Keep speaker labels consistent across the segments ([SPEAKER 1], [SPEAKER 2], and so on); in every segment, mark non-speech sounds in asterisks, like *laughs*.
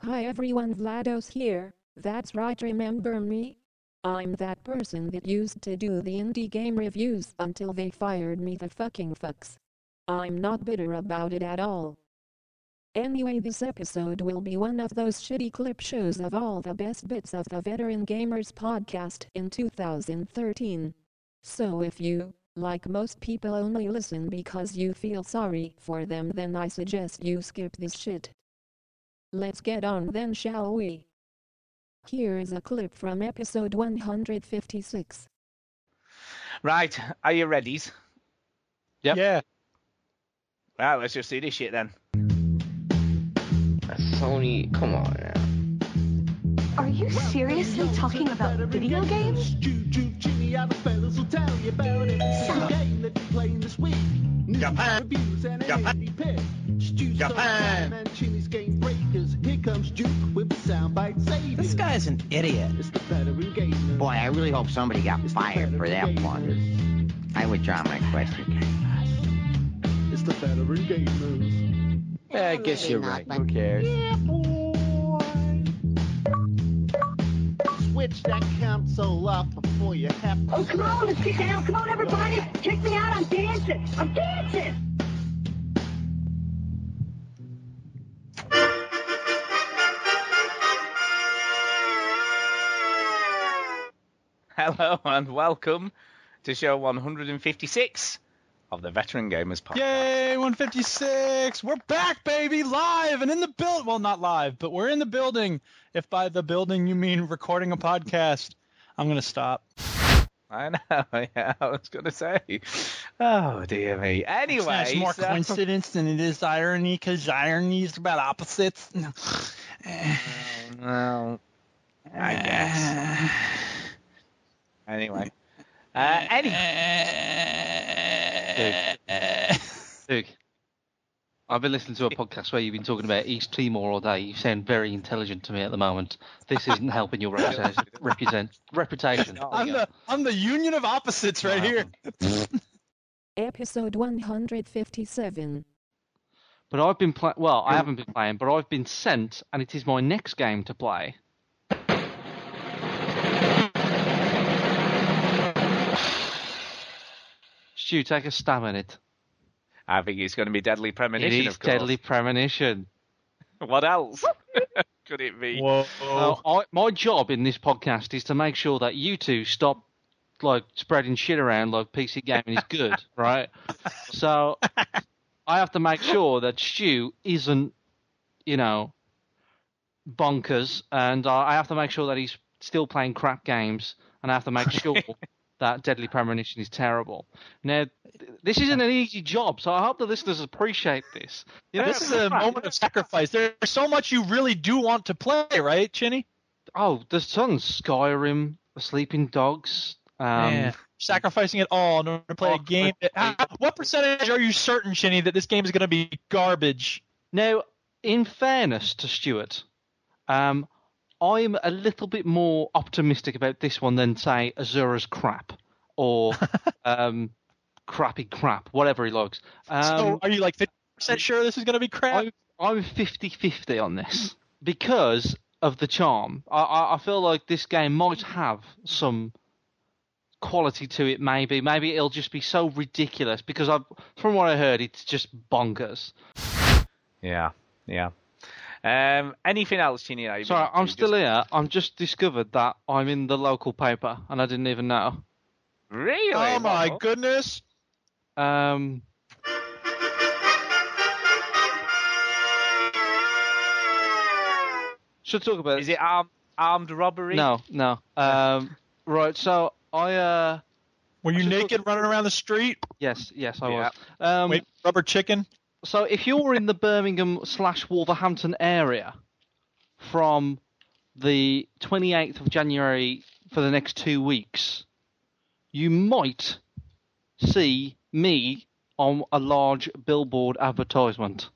[SPEAKER 1] Hi everyone Vlados here, that's right remember me? I'm that person that used to do the indie game reviews until they fired me the fucking fucks. I'm not bitter about it at all. Anyway this episode will be one of those shitty clip shows of all the best bits of the Veteran Gamers podcast in 2013. So if you, like most people only listen because you feel sorry for them then I suggest you skip this shit. Let's get on then, shall we? Here is a clip from episode 156.
[SPEAKER 2] Right, are you ready?
[SPEAKER 3] Yep.
[SPEAKER 4] Yeah.
[SPEAKER 2] Right, let's just see this shit then. *laughs*
[SPEAKER 5] Sony, come on now.
[SPEAKER 6] Are you seriously talking about video games? Stop.
[SPEAKER 7] Japan. Japan. Japan. Here comes Duke with the soundbite saviors.
[SPEAKER 8] This guy's an idiot.
[SPEAKER 7] It's the veteran gamer.
[SPEAKER 4] Boy, I really hope somebody got
[SPEAKER 7] It's the
[SPEAKER 4] fired for
[SPEAKER 7] veteran
[SPEAKER 4] that
[SPEAKER 7] gamer.
[SPEAKER 4] one. I withdraw my question.
[SPEAKER 7] It's the veteran gamers.
[SPEAKER 3] Yeah, I guess you're right. Who cares?
[SPEAKER 7] Yeah, boy. Switch that console off before you have to.
[SPEAKER 6] Oh, come on, let's get down. Come on, everybody. Check me out. I'm dancing. I'm dancing.
[SPEAKER 2] Hello and welcome to show 156 of the Veteran Gamers Podcast.
[SPEAKER 8] Yay, 156. We're back, baby, live and in the build. Well, not live, but we're in the building. If by the building you mean recording a podcast, I'm gonna stop.
[SPEAKER 2] I know, *laughs* yeah, I was going to say. Oh, dear me.
[SPEAKER 8] It's not-
[SPEAKER 2] Anyway,
[SPEAKER 8] it's more
[SPEAKER 2] so-
[SPEAKER 8] coincidence than it is irony, because irony is about opposites. No.
[SPEAKER 2] well, I guess. Anyway. Uh, any-
[SPEAKER 3] Duke, I've been listening to a podcast where you've been talking about East Timor all day. You sound very intelligent to me at the moment. This isn't helping your represent, represent, reputation.
[SPEAKER 8] I'm the I'm the union of opposites right here.
[SPEAKER 1] Episode 157.
[SPEAKER 3] But I've been playing. Well, I haven't been playing, but I've been sent, and it is my next game to play. Stu, take a stab at it.
[SPEAKER 2] I think it's going to be Deadly
[SPEAKER 3] It
[SPEAKER 2] Premonition,
[SPEAKER 3] is
[SPEAKER 2] of course.
[SPEAKER 3] Deadly Premonition.
[SPEAKER 2] *laughs* What else *laughs* could it be?
[SPEAKER 3] Now, I, my job in this podcast is to make sure that you two stop like spreading shit around like PC gaming is good, right? So I have to make sure that Stu isn't, you know, bonkers, and uh, I have to make sure that he's still playing crap games, and I have to make sure that Deadly Premonition is terrible. Now, th- this isn't an easy job, so I hope the listeners appreciate this. You know,
[SPEAKER 8] this is a moment of sacrifice. There's so much you really do want to play, right, Chinny?
[SPEAKER 3] Oh, there's tons. Skyrim, Sleeping Dogs. Um,
[SPEAKER 8] Yeah. Sacrificing it all in order to play a game. that- How- what percentage are you certain, Chinny, that this game is going to be garbage?
[SPEAKER 3] Now, in fairness to Stuart, um, I'm a little bit more optimistic about this one than, say, Azura's crap
[SPEAKER 8] *laughs*
[SPEAKER 3] or um, crappy crap, whatever he likes. Um, Oh,
[SPEAKER 8] so are you like 50% sure this is going to be crap?
[SPEAKER 3] I'm, I'm 50-50 on this because of the charm. I, I, I feel like this game might have some quality to it. Maybe, maybe it'll just be so ridiculous because I've, from what I heard, it's just bonkers.
[SPEAKER 2] Yeah, yeah. Um, anything else, Chini? that you've been
[SPEAKER 3] Sorry,
[SPEAKER 2] up
[SPEAKER 3] I'm
[SPEAKER 2] to?
[SPEAKER 3] still
[SPEAKER 2] Just-
[SPEAKER 3] here. I'm just discovered that I'm in the local paper and I didn't even know.
[SPEAKER 2] Really?
[SPEAKER 8] oh my
[SPEAKER 2] Well,
[SPEAKER 8] goodness.
[SPEAKER 3] Um, should talk about
[SPEAKER 2] Is it armed, armed robbery?
[SPEAKER 3] No, no. Um, right, so I uh,
[SPEAKER 8] Were you
[SPEAKER 3] should look-
[SPEAKER 8] naked running around the street?
[SPEAKER 3] yes, yes, I
[SPEAKER 2] Yeah.
[SPEAKER 3] was. Um,
[SPEAKER 8] Wait, rubber chicken?
[SPEAKER 3] So if you're in the Birmingham slash Wolverhampton area from the 28th of January for the next two weeks, you might see me on a large billboard advertisement.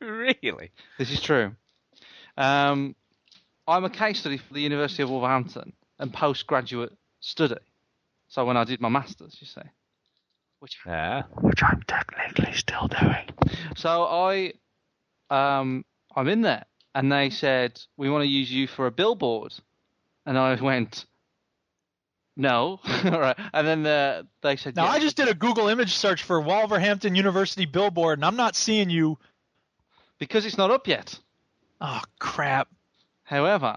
[SPEAKER 2] Really?
[SPEAKER 3] This is true. Um, I'm a case study for the University of Wolverhampton and postgraduate study. So when I did my masters, you see.
[SPEAKER 2] Yeah.
[SPEAKER 3] So I um I'm in there. And they said, we want to use you for a billboard. And I went, no. *laughs* All right. And then the, they said,
[SPEAKER 8] Now
[SPEAKER 3] "Yeah."
[SPEAKER 8] I just did a Google image search for Wolverhampton University billboard, and I'm not seeing you.
[SPEAKER 3] because it's not up yet.
[SPEAKER 8] Oh crap!
[SPEAKER 3] However,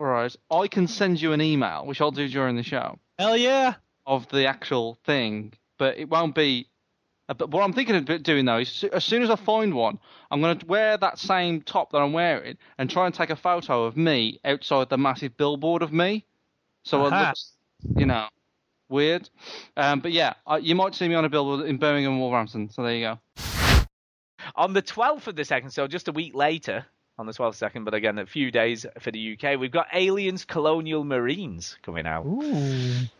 [SPEAKER 3] all right, I can send you an email, which I'll do during the show,
[SPEAKER 8] Hell yeah!
[SPEAKER 3] of the actual thing, but it won't be. uh, But what I'm thinking of doing though is, so- as soon as I find one, I'm going to wear that same top that I'm wearing and try and take a photo of me outside the massive billboard of me, so it
[SPEAKER 8] Aha.
[SPEAKER 3] looks, you know, weird. Um, but yeah, I, you might see me on a billboard in Birmingham, Wolverhampton. So there you go.
[SPEAKER 2] On the 12th of the second, so just a week later, on the 12th second, but again, a few days for the UK, we've got Aliens Colonial Marines coming out.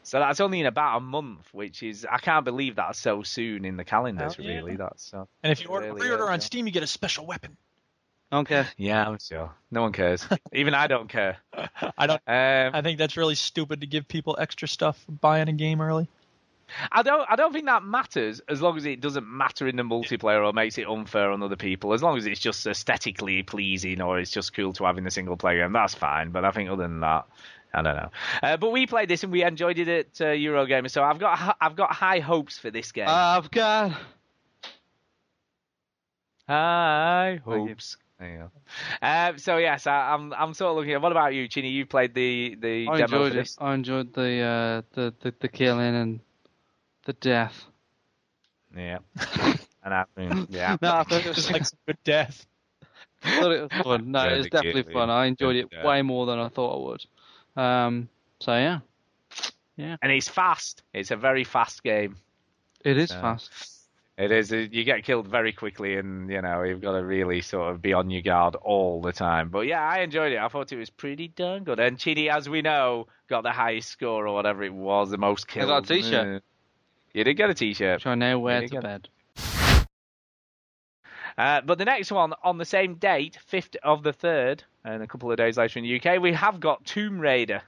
[SPEAKER 2] So that's only in about a month, which is, I can't believe that's so soon in the calendars,
[SPEAKER 8] Hell yeah.
[SPEAKER 2] really. That's uh,
[SPEAKER 8] And if you order
[SPEAKER 2] Really
[SPEAKER 8] pre-order
[SPEAKER 2] is,
[SPEAKER 8] on
[SPEAKER 2] yeah.
[SPEAKER 8] Steam, you get a special
[SPEAKER 3] *laughs*
[SPEAKER 8] weapon.
[SPEAKER 3] Okay.
[SPEAKER 2] Yeah, I'm sure. No one cares. Even I don't care.
[SPEAKER 8] I don't.
[SPEAKER 2] Um,
[SPEAKER 8] I think that's really stupid to give people extra stuff for buying a game
[SPEAKER 3] *laughs*
[SPEAKER 8] early.
[SPEAKER 2] I don't. I don't think that matters as long as it doesn't matter in the multiplayer or makes it unfair on other people. As long as it's just aesthetically pleasing or it's just cool to have in the single player game, that's fine. But I think other than that, I don't know. Uh, but we played this and we enjoyed it at uh, Eurogamer, so I've got hi- I've got high hopes for this game.
[SPEAKER 3] I've got.
[SPEAKER 2] high
[SPEAKER 3] you.
[SPEAKER 2] hopes. There you go. Um, so yes, I, I'm I'm sort of looking. at What about you, Chini? You played the the
[SPEAKER 3] I
[SPEAKER 2] demo
[SPEAKER 3] enjoyed
[SPEAKER 2] for
[SPEAKER 3] it. *laughs*
[SPEAKER 2] this.
[SPEAKER 3] I enjoyed the, uh, the the the killing and the death.
[SPEAKER 2] Yeah. *laughs* and I think yeah.
[SPEAKER 3] No, I thought it *laughs* was,
[SPEAKER 8] Just like some good death.
[SPEAKER 3] I thought it was fun. No, it was definitely fun. I enjoyed it way more than I thought I would. Um, so yeah,
[SPEAKER 2] and it's fast. It's a very fast game.
[SPEAKER 3] it is
[SPEAKER 2] So-
[SPEAKER 3] fast.
[SPEAKER 2] It is. uh, You get killed very quickly, and you know you've got to really sort of be on your guard all the time. But yeah, I enjoyed it. I thought it was pretty darn good. And Chidi, as we know, got the highest score or whatever it was, the most
[SPEAKER 3] I
[SPEAKER 2] kills.
[SPEAKER 3] got a t-shirt.
[SPEAKER 2] You did get a t-shirt.
[SPEAKER 3] Which I now wear
[SPEAKER 2] Really
[SPEAKER 3] to
[SPEAKER 2] good.
[SPEAKER 3] bed.
[SPEAKER 2] Uh, but the next one on the same date, fifth of the third, and a couple of days later in the UK, we have got Tomb Raider,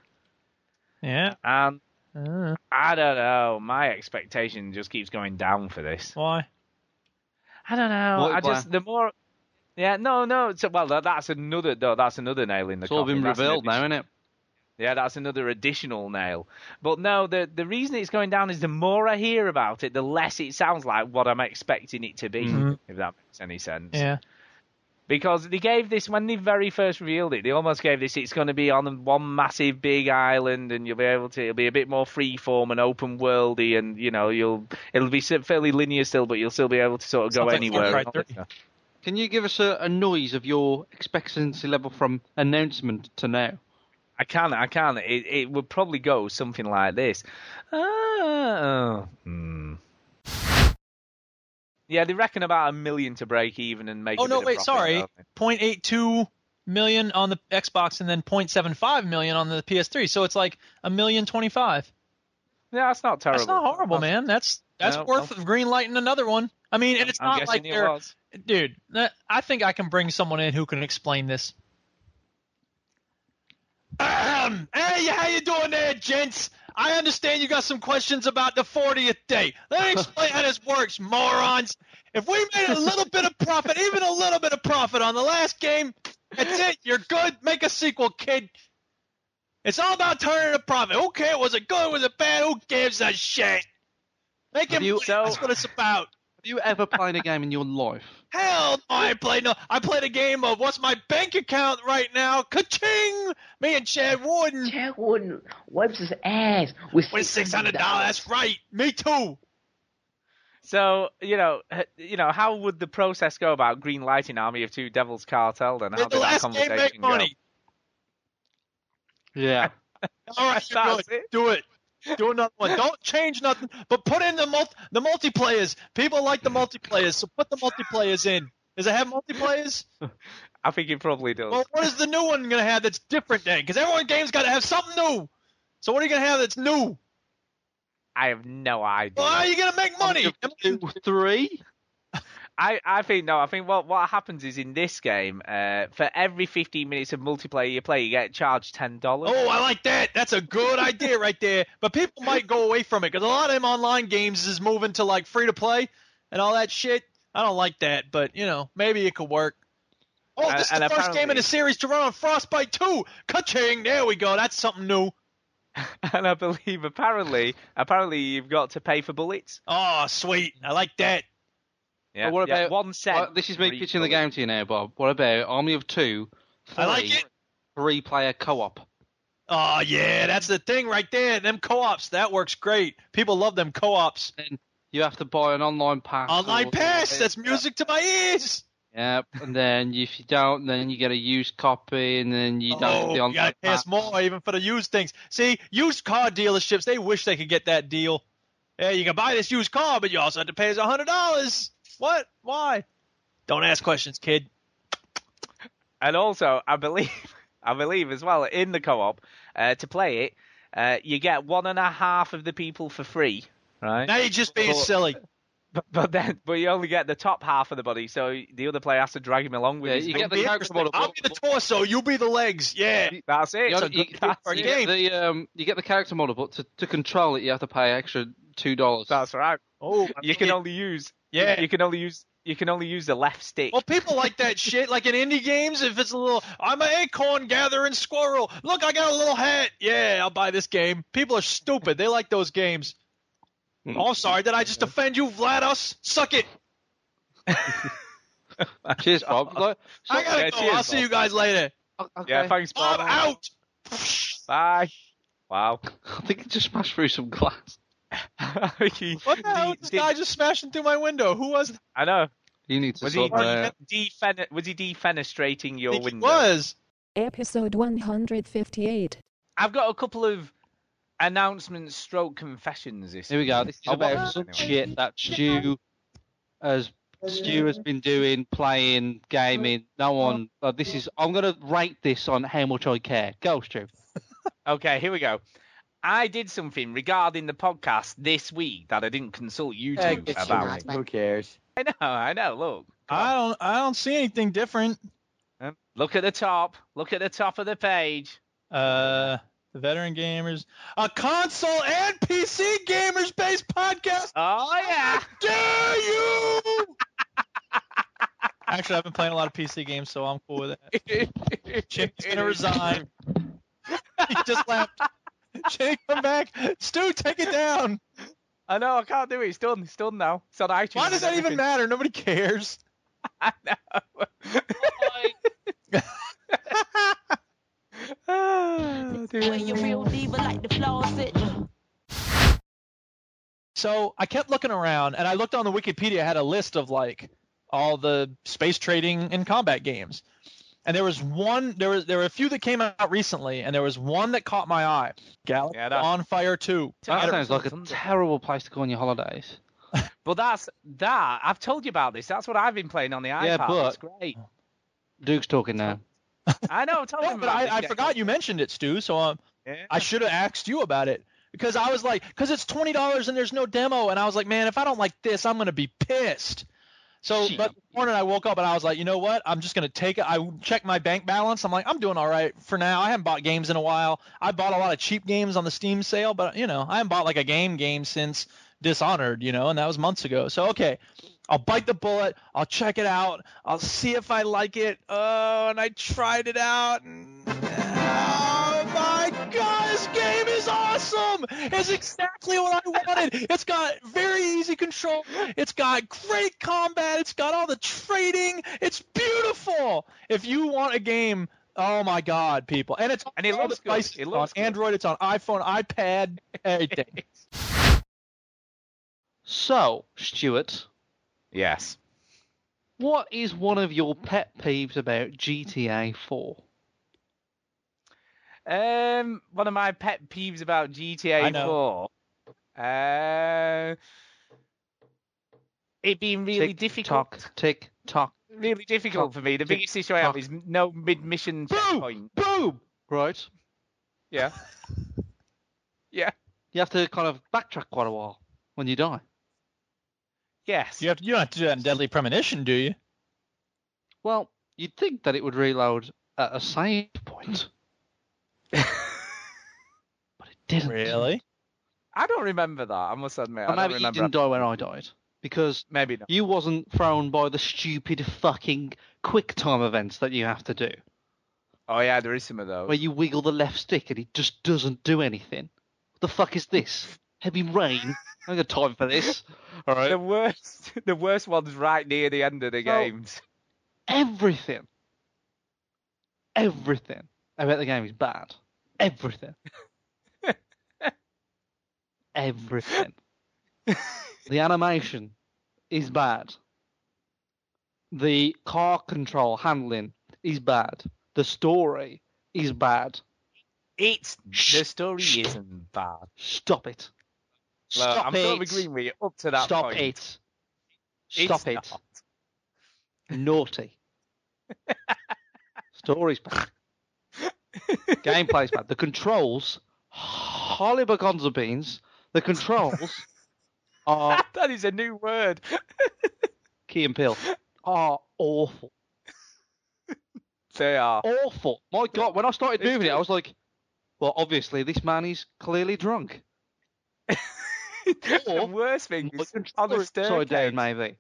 [SPEAKER 8] Yeah.
[SPEAKER 2] and
[SPEAKER 8] Uh,
[SPEAKER 2] I don't know. My expectation just keeps going down for this.
[SPEAKER 8] why?
[SPEAKER 2] I don't know.
[SPEAKER 3] What-
[SPEAKER 2] I just the more. Yeah, no, no. It's, well, that, that's another. No, that's another nail in the
[SPEAKER 3] It's all
[SPEAKER 2] coffin.
[SPEAKER 3] been
[SPEAKER 2] That's an
[SPEAKER 3] revealed now,
[SPEAKER 2] addition-
[SPEAKER 3] isn't it?
[SPEAKER 2] Yeah, that's another additional nail. But no, the the reason it's going down is the more I hear about it, the less it sounds like what I'm expecting it to be.
[SPEAKER 3] Mm-hmm.
[SPEAKER 8] Mhm.
[SPEAKER 2] If that makes any sense.
[SPEAKER 8] Yeah.
[SPEAKER 2] Because they gave this when they very first revealed it, they almost gave this. It's going to be on one massive big island, and you'll be able to. It'll be a bit more freeform and open worldy, and you know, you'll it'll be s- fairly linear still, but you'll still be able to sort of go
[SPEAKER 8] Sounds like
[SPEAKER 2] anywhere.
[SPEAKER 8] Far Cry
[SPEAKER 2] and all this
[SPEAKER 8] 3.
[SPEAKER 2] stuff.
[SPEAKER 3] Can you give us a, a noise of your expectancy level from announcement to now?
[SPEAKER 2] I can, I can. It, it would probably go something like this. Ah, hmm. Yeah, they reckon about a million to break even and make.
[SPEAKER 8] Oh
[SPEAKER 2] a
[SPEAKER 8] no,
[SPEAKER 2] bit of
[SPEAKER 8] wait,
[SPEAKER 2] profit,
[SPEAKER 8] sorry.
[SPEAKER 2] don't they?
[SPEAKER 8] 0.82 million on the Xbox and then 0.75 million on the PS3. So it's like a million 25.
[SPEAKER 2] Yeah, that's not terrible.
[SPEAKER 8] That's not horrible, man. That's that's
[SPEAKER 2] No,
[SPEAKER 8] worth green lighting another one. I mean, and it's
[SPEAKER 2] I'm
[SPEAKER 8] not
[SPEAKER 2] guessing
[SPEAKER 8] like
[SPEAKER 2] it
[SPEAKER 8] they're
[SPEAKER 2] was.
[SPEAKER 8] dude. that- I think I can bring someone in who can explain this. Ahem. Hey, how you doing there, gents? I understand you got some questions about the 40th day. Let me explain how this works, morons. If we made a little bit of profit, even a little bit of profit on the last game, that's it. You're good. Make a sequel, kid. It's all about turning a profit. Who cares? Was it good? Was it bad? Who gives a shit? Make it.
[SPEAKER 3] Have you-
[SPEAKER 8] money.
[SPEAKER 2] so-
[SPEAKER 8] That's what it's about.
[SPEAKER 3] Have you ever played a game in your life?
[SPEAKER 8] Hell no, I played no. I played a game of what's my bank account right now? Ka-ching! Me and Chad Warden
[SPEAKER 5] Jack Wooden wipes his ass with
[SPEAKER 8] with six hundred dollars. That's right. Me too.
[SPEAKER 2] So you know, h- you know, how would the process go about green lighting Army of Two Devils Cartel? Then how
[SPEAKER 8] Did
[SPEAKER 2] did
[SPEAKER 8] the
[SPEAKER 2] that
[SPEAKER 8] last game
[SPEAKER 2] conversation
[SPEAKER 8] make
[SPEAKER 2] go?
[SPEAKER 8] money?
[SPEAKER 3] Yeah.
[SPEAKER 8] All right, you're
[SPEAKER 2] That's
[SPEAKER 8] good.
[SPEAKER 2] it.
[SPEAKER 8] do it. Do another one. Don't change nothing, but put in the multi- the multiplayers. People like the multiplayers, so put the multiplayers in. Does it have multiplayers?
[SPEAKER 2] I think it probably does.
[SPEAKER 8] Well, what is the new one gonna have that's different then? Because everyone game's got to have something new. So what are you gonna have that's new?
[SPEAKER 2] I have no idea.
[SPEAKER 8] Well, how are you gonna make *laughs* money?
[SPEAKER 3] Two, three.
[SPEAKER 2] I, I think no. I think what what happens is in this game, uh, for every 15 minutes of multiplayer you play, you get charged ten dollars.
[SPEAKER 8] Oh, I like that. That's a good idea right there. But people might go away from it because a lot of them online games is moving to like free to play and all that shit. I don't like that, but you know, maybe it could work. Oh,
[SPEAKER 2] And-
[SPEAKER 8] this
[SPEAKER 2] and
[SPEAKER 8] is the first game in
[SPEAKER 2] apparently-
[SPEAKER 8] the series to run on Frostbite 2. Ka-ching! There we go. That's something new.
[SPEAKER 2] *laughs* and I believe apparently, apparently you've got to pay for bullets.
[SPEAKER 8] Oh, sweet. I like that.
[SPEAKER 2] Yeah,
[SPEAKER 3] But what
[SPEAKER 2] yeah,
[SPEAKER 3] about-
[SPEAKER 2] one cent?
[SPEAKER 3] Well, this is me
[SPEAKER 2] for each
[SPEAKER 3] pitching the
[SPEAKER 2] bullet.
[SPEAKER 3] game to you now, Bob. What about Army of Two? Three,
[SPEAKER 8] I like it.
[SPEAKER 3] Three player co op.
[SPEAKER 8] Oh, yeah. That's the thing right there. Them co-ops. That works great. People love them co-ops.
[SPEAKER 3] You have to buy an online pass.
[SPEAKER 8] Online
[SPEAKER 3] or-
[SPEAKER 8] pass. That's music to my ears.
[SPEAKER 3] Yep. And then if you don't, then you get a used copy, and then you don't get the
[SPEAKER 8] Oh, you
[SPEAKER 3] online
[SPEAKER 8] gotta
[SPEAKER 3] pass.
[SPEAKER 8] pass more even for the used things. See, used car dealerships, they wish they could get that deal. Yeah, you can buy this used car, but you also have to pay us hundred dollars. What? Why? Don't ask questions, kid.
[SPEAKER 2] And also, I believe, *laughs* I believe as well in the co-op uh, to play it, uh, you get one and a half of the people for free, right?
[SPEAKER 8] Now you're just being
[SPEAKER 2] Well,
[SPEAKER 8] silly.
[SPEAKER 2] But, but then, but you only get the top half of the body, so the other player has to drag him along with
[SPEAKER 3] Yeah,
[SPEAKER 2] his.
[SPEAKER 3] you get
[SPEAKER 2] big-
[SPEAKER 3] the character model.
[SPEAKER 8] I'll be the torso, you be the legs. Yeah.
[SPEAKER 2] *laughs* *laughs* That's it.
[SPEAKER 3] You,
[SPEAKER 2] It's a
[SPEAKER 3] only- you,
[SPEAKER 2] good cast.
[SPEAKER 8] for a
[SPEAKER 3] you
[SPEAKER 8] game.
[SPEAKER 3] get the, um, you get the character model, but to, to control it, you have to pay extra two dollars.
[SPEAKER 2] That's right.
[SPEAKER 8] Oh,
[SPEAKER 2] You can only use.
[SPEAKER 8] Yeah.
[SPEAKER 2] You can only use. You can only use the left stick.
[SPEAKER 8] Well, people like that shit. Like in indie games, if it's a little, I'm an acorn gathering squirrel. Look, I got a little hat. Yeah, I'll buy this game. People are stupid. They like those games.
[SPEAKER 3] Hmm.
[SPEAKER 8] Oh, I'm sorry. Did I just offend you, Vladus? Suck it.
[SPEAKER 3] *laughs* Cheers,
[SPEAKER 2] *laughs*
[SPEAKER 3] Bob. Like, *laughs* so-
[SPEAKER 8] I gotta
[SPEAKER 2] Yeah,
[SPEAKER 8] go.
[SPEAKER 2] cheers,
[SPEAKER 8] I'll see
[SPEAKER 2] Bob.
[SPEAKER 8] you guys later.
[SPEAKER 3] okay.
[SPEAKER 2] Yeah. Thanks, Bob.
[SPEAKER 8] I'm out.
[SPEAKER 2] Bye. Wow.
[SPEAKER 3] *laughs*
[SPEAKER 2] *laughs*
[SPEAKER 3] I think it just smashed through some glass.
[SPEAKER 2] He-
[SPEAKER 8] What the hell?
[SPEAKER 2] he-
[SPEAKER 8] This
[SPEAKER 2] he-
[SPEAKER 8] guy just smashing through my window. Who was? that?
[SPEAKER 2] I know.
[SPEAKER 3] You need to
[SPEAKER 2] Was he,
[SPEAKER 3] sort that out.
[SPEAKER 2] defen- was he defenestrating your
[SPEAKER 8] He
[SPEAKER 2] window?
[SPEAKER 8] was.
[SPEAKER 1] Episode 158.
[SPEAKER 2] I've got a couple of announcements, stroke confessions. This
[SPEAKER 3] Here we go. This is
[SPEAKER 2] Oh,
[SPEAKER 3] about
[SPEAKER 2] what?
[SPEAKER 3] some
[SPEAKER 2] Anyway.
[SPEAKER 3] shit that Stu has Stu has been doing, playing, gaming. No one. Uh, this is. I'm gonna rate this on how much I care. Go, Stu.
[SPEAKER 2] Okay, here we go. I did something regarding the podcast this week that I didn't consult you
[SPEAKER 4] Yeah,
[SPEAKER 2] two
[SPEAKER 4] get you
[SPEAKER 2] about.
[SPEAKER 4] right. Who cares?
[SPEAKER 2] I know, I know. Look,
[SPEAKER 8] I don't. I don't see anything different.
[SPEAKER 2] look at the top. Look at the top of the page.
[SPEAKER 8] Uh, the veteran gamers, a console and PC gamers based podcast.
[SPEAKER 2] Oh yeah.
[SPEAKER 8] Dare you? *laughs* Actually, I've been playing a lot of PC games, so I'm cool with that. Jim's
[SPEAKER 2] *laughs*
[SPEAKER 8] gonna resign. he just left. Jake, come back. Stu, take it down.
[SPEAKER 2] I know. I can't do it. It's done. It's done now. It's on iTunes.
[SPEAKER 8] Why does that
[SPEAKER 2] and
[SPEAKER 8] even
[SPEAKER 2] everything.
[SPEAKER 8] matter? Nobody cares.
[SPEAKER 2] I know. *laughs* Ah, dear.
[SPEAKER 8] So I kept looking around, and I looked on the Wikipedia. I had a list of like all the space trading and combat games, and there was one. There was there were a few that came out recently, and there was one that caught my eye. Galaxy
[SPEAKER 2] Yeah, that-
[SPEAKER 8] on Fire Two.
[SPEAKER 3] That
[SPEAKER 2] Adam
[SPEAKER 3] sounds like a
[SPEAKER 2] Sandler.
[SPEAKER 3] terrible place to go on your holidays.
[SPEAKER 2] But that's that. I've told you about this. That's what I've been playing on the iPad.
[SPEAKER 3] Yeah, but-
[SPEAKER 2] It's great.
[SPEAKER 3] Duke's talking now.
[SPEAKER 2] I know. Tell
[SPEAKER 8] No,
[SPEAKER 2] them
[SPEAKER 8] Uh, *laughs* but
[SPEAKER 2] about
[SPEAKER 8] I,
[SPEAKER 2] this
[SPEAKER 8] I
[SPEAKER 2] game.
[SPEAKER 8] forgot you mentioned it, Stu. So um,
[SPEAKER 2] Yeah.
[SPEAKER 8] I should have asked you about it because I was like, because it's twenty dollars and there's no demo, and I was like, man, if I don't like this, I'm gonna be pissed. So,
[SPEAKER 3] Gee.
[SPEAKER 8] but this morning I woke up and I was like, you know what? I'm just gonna take it. I checked my bank balance. I'm like, I'm doing all right for now. I haven't bought games in a while. I bought a lot of cheap games on the Steam sale, but you know, I haven't bought like a game game since Dishonored, you know, and that was months ago. So okay, I'll bite the bullet. I'll check it out. I'll see if I like it. Oh, and I tried it out. And... Oh my god, this game is awesome! It's exactly what I wanted. It's got very easy control. It's got great combat. It's got all the trading. It's beautiful. If you want a game, oh my god, people, and it's on
[SPEAKER 2] And it
[SPEAKER 8] all
[SPEAKER 2] looks good.
[SPEAKER 8] devices.
[SPEAKER 2] It looks
[SPEAKER 8] It's
[SPEAKER 2] good.
[SPEAKER 8] on Android. It's on iPhone, iPad, everything.
[SPEAKER 3] So, Stuart,
[SPEAKER 2] Yes.
[SPEAKER 3] what is one of your pet peeves about GTA 4?
[SPEAKER 2] Um, one of my pet peeves about
[SPEAKER 8] I
[SPEAKER 2] GTA
[SPEAKER 8] know.
[SPEAKER 2] 4. Uh, it being really
[SPEAKER 3] tick,
[SPEAKER 2] difficult.
[SPEAKER 3] Tock, tick tock.
[SPEAKER 2] Really difficult
[SPEAKER 3] tock,
[SPEAKER 2] for me. The
[SPEAKER 3] tick,
[SPEAKER 2] biggest issue I have
[SPEAKER 3] tock.
[SPEAKER 2] is no mid-mission
[SPEAKER 3] Boom!
[SPEAKER 2] checkpoint.
[SPEAKER 3] Boom! Right. *laughs*
[SPEAKER 2] Yeah. yeah.
[SPEAKER 3] You have to kind of backtrack quite a while when you die.
[SPEAKER 2] Yes.
[SPEAKER 8] *laughs* You have to, you don't have to do that in Deadly Premonition, do you?
[SPEAKER 3] Well, you'd think that it would reload at a save
[SPEAKER 2] *laughs*
[SPEAKER 3] point. but it didn't.
[SPEAKER 8] Really?
[SPEAKER 2] I don't remember that. I must admit.
[SPEAKER 3] Or
[SPEAKER 2] I don't
[SPEAKER 3] maybe you
[SPEAKER 2] remember.
[SPEAKER 3] didn't die where I died. because
[SPEAKER 2] Maybe not.
[SPEAKER 3] you wasn't thrown by the stupid fucking quick time events that you have to do,
[SPEAKER 2] Oh yeah, there is some of those.
[SPEAKER 3] where you wiggle the left stick and it just doesn't do anything. What the fuck is this? Heavy rain. I ain't got time for this. All right.
[SPEAKER 2] the worst, *laughs* the worst one's right near the end of the
[SPEAKER 3] Well-
[SPEAKER 2] games.
[SPEAKER 3] everything. Everything about the game is bad. Everything. everything. the animation is bad. The car control handling is bad. The story is bad.
[SPEAKER 2] It's the story
[SPEAKER 3] shh.
[SPEAKER 2] isn't bad.
[SPEAKER 3] Stop it.
[SPEAKER 2] Look,
[SPEAKER 3] Stop
[SPEAKER 2] I'm
[SPEAKER 3] it.
[SPEAKER 2] totally agreeing with you up to that
[SPEAKER 3] Stop
[SPEAKER 2] point. *laughs*
[SPEAKER 3] it.
[SPEAKER 2] It's
[SPEAKER 3] Stop it.
[SPEAKER 2] not.
[SPEAKER 3] Naughty. *laughs* Story's bad. Gameplay's bad. The controls, holy bagonza beans, the controls are
[SPEAKER 2] That is a new word.
[SPEAKER 3] key and peel. Are awful.
[SPEAKER 2] They are. *laughs*
[SPEAKER 3] Awful. My god, when I started
[SPEAKER 2] It's
[SPEAKER 3] doing it, I
[SPEAKER 2] true.
[SPEAKER 3] was like, well, obviously this man is clearly drunk.
[SPEAKER 2] the worst thing
[SPEAKER 3] My
[SPEAKER 2] is on the
[SPEAKER 3] controller is upside down,
[SPEAKER 2] staircase.
[SPEAKER 3] maybe.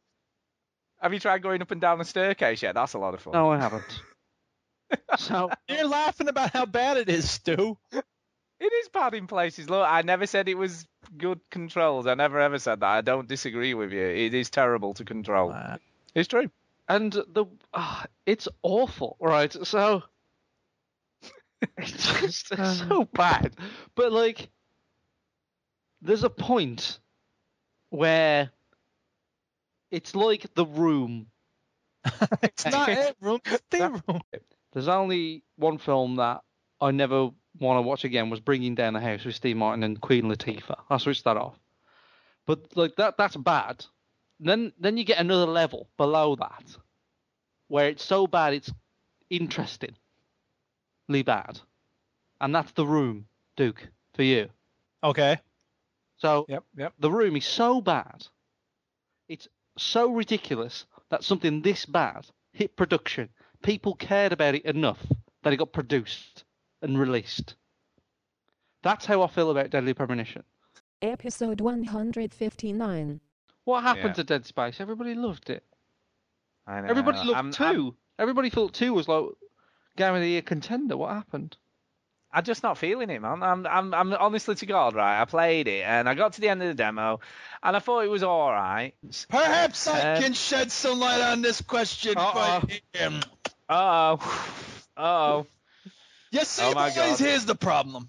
[SPEAKER 2] Have you tried going up and down the staircase yet? That's a lot of fun.
[SPEAKER 3] No, I *laughs* haven't. so
[SPEAKER 8] You're laughing about how bad it is, Stu.
[SPEAKER 2] It is bad in places. Look, I never said it was good controls. I never ever said that. I don't disagree with you. It is terrible to control. it's true.
[SPEAKER 3] and the ah, it's awful, right? So it's just it's so bad. But like, there's a point where it's like the room.
[SPEAKER 8] It's not it, room. It's the room.
[SPEAKER 3] There's only one film that I never want to watch again was Bringing Down the House with Steve Martin and Queen Latifah. I switched that off. But like that, that's bad. Then then you get another level below that, where it's so bad it's interestingly bad, and that's the room, Duke, for you.
[SPEAKER 8] Okay.
[SPEAKER 3] So
[SPEAKER 2] Yep, yep.
[SPEAKER 3] the room is so bad, it's so ridiculous that something this bad hit production. People cared about it enough that it got produced and released. That's how I feel about Deadly Premonition.
[SPEAKER 1] Episode 159.
[SPEAKER 3] What happened
[SPEAKER 2] Yeah.
[SPEAKER 3] to Dead Space? Everybody loved it.
[SPEAKER 2] I know.
[SPEAKER 3] Everybody loved
[SPEAKER 2] I'm-
[SPEAKER 3] 2 Everybody thought two was like game of the year contender. What happened?
[SPEAKER 2] I'm just not feeling it, man. I'm, I'm, I'm honestly to God, right? I played it and I got to the end of the demo, and I thought it was all right.
[SPEAKER 8] Perhaps I
[SPEAKER 2] Um,
[SPEAKER 8] can shed some light on this question.
[SPEAKER 2] Uh-oh.
[SPEAKER 8] right here.
[SPEAKER 2] *laughs* Oh, oh,
[SPEAKER 8] You see,
[SPEAKER 2] Oh, my
[SPEAKER 8] boys,
[SPEAKER 2] God.
[SPEAKER 8] here's the problem.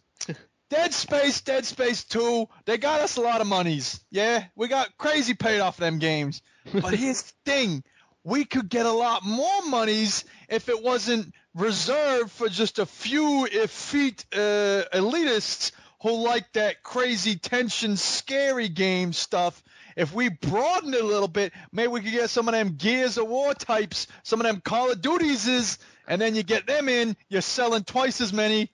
[SPEAKER 8] Dead Space, Dead Space 2, they got us a lot of monies. Yeah, we got crazy paid off them games. But here's the thing. We could get a lot more monies if it wasn't reserved for just a few effete uh, elitists who like that crazy tension, scary game stuff. If we broaden it a little bit, maybe we could get some of them Gears of War types, some of them Call of Duties is, and then you get them in, you're selling twice as many.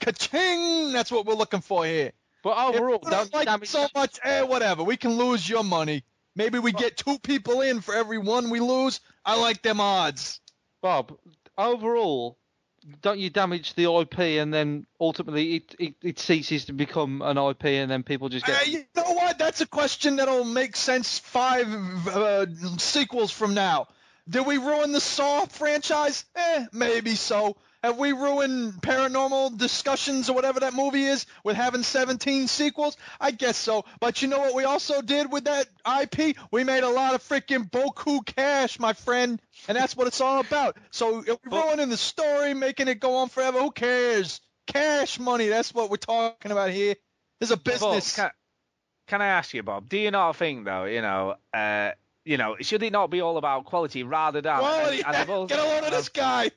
[SPEAKER 8] Ka-ching! That's what we're looking for here.
[SPEAKER 3] But
[SPEAKER 8] If
[SPEAKER 3] overall,
[SPEAKER 8] you
[SPEAKER 3] don't
[SPEAKER 8] don't like
[SPEAKER 3] damage
[SPEAKER 8] so much, eh, whatever. We can lose your money. Maybe we get two people in for every one we lose. I like them odds.
[SPEAKER 3] Bob. Overall, don't you damage the IP and then ultimately it, it, it ceases to become an IP and then people just
[SPEAKER 8] Eh,
[SPEAKER 3] get.
[SPEAKER 8] you know what? That's a question that'll make sense five uh, sequels from now. Did we ruin the Saw franchise? Eh, maybe so. Have we ruined paranormal discussions or whatever that movie is with having 17 sequels? I guess so. But you know what we also did with that IP? We made a lot of freaking boku cash, my friend. And that's what it's all about. So if we're ruining the story, making it go on forever, who cares? Cash money, that's what we're talking about here. There's a business.
[SPEAKER 2] But can, can I ask you, Bob? Do you not think though, you know, uh, you know, should it not be all about quality rather than
[SPEAKER 8] Quality.
[SPEAKER 2] and- *laughs* and I've also-
[SPEAKER 8] *laughs* Get a load of this guy.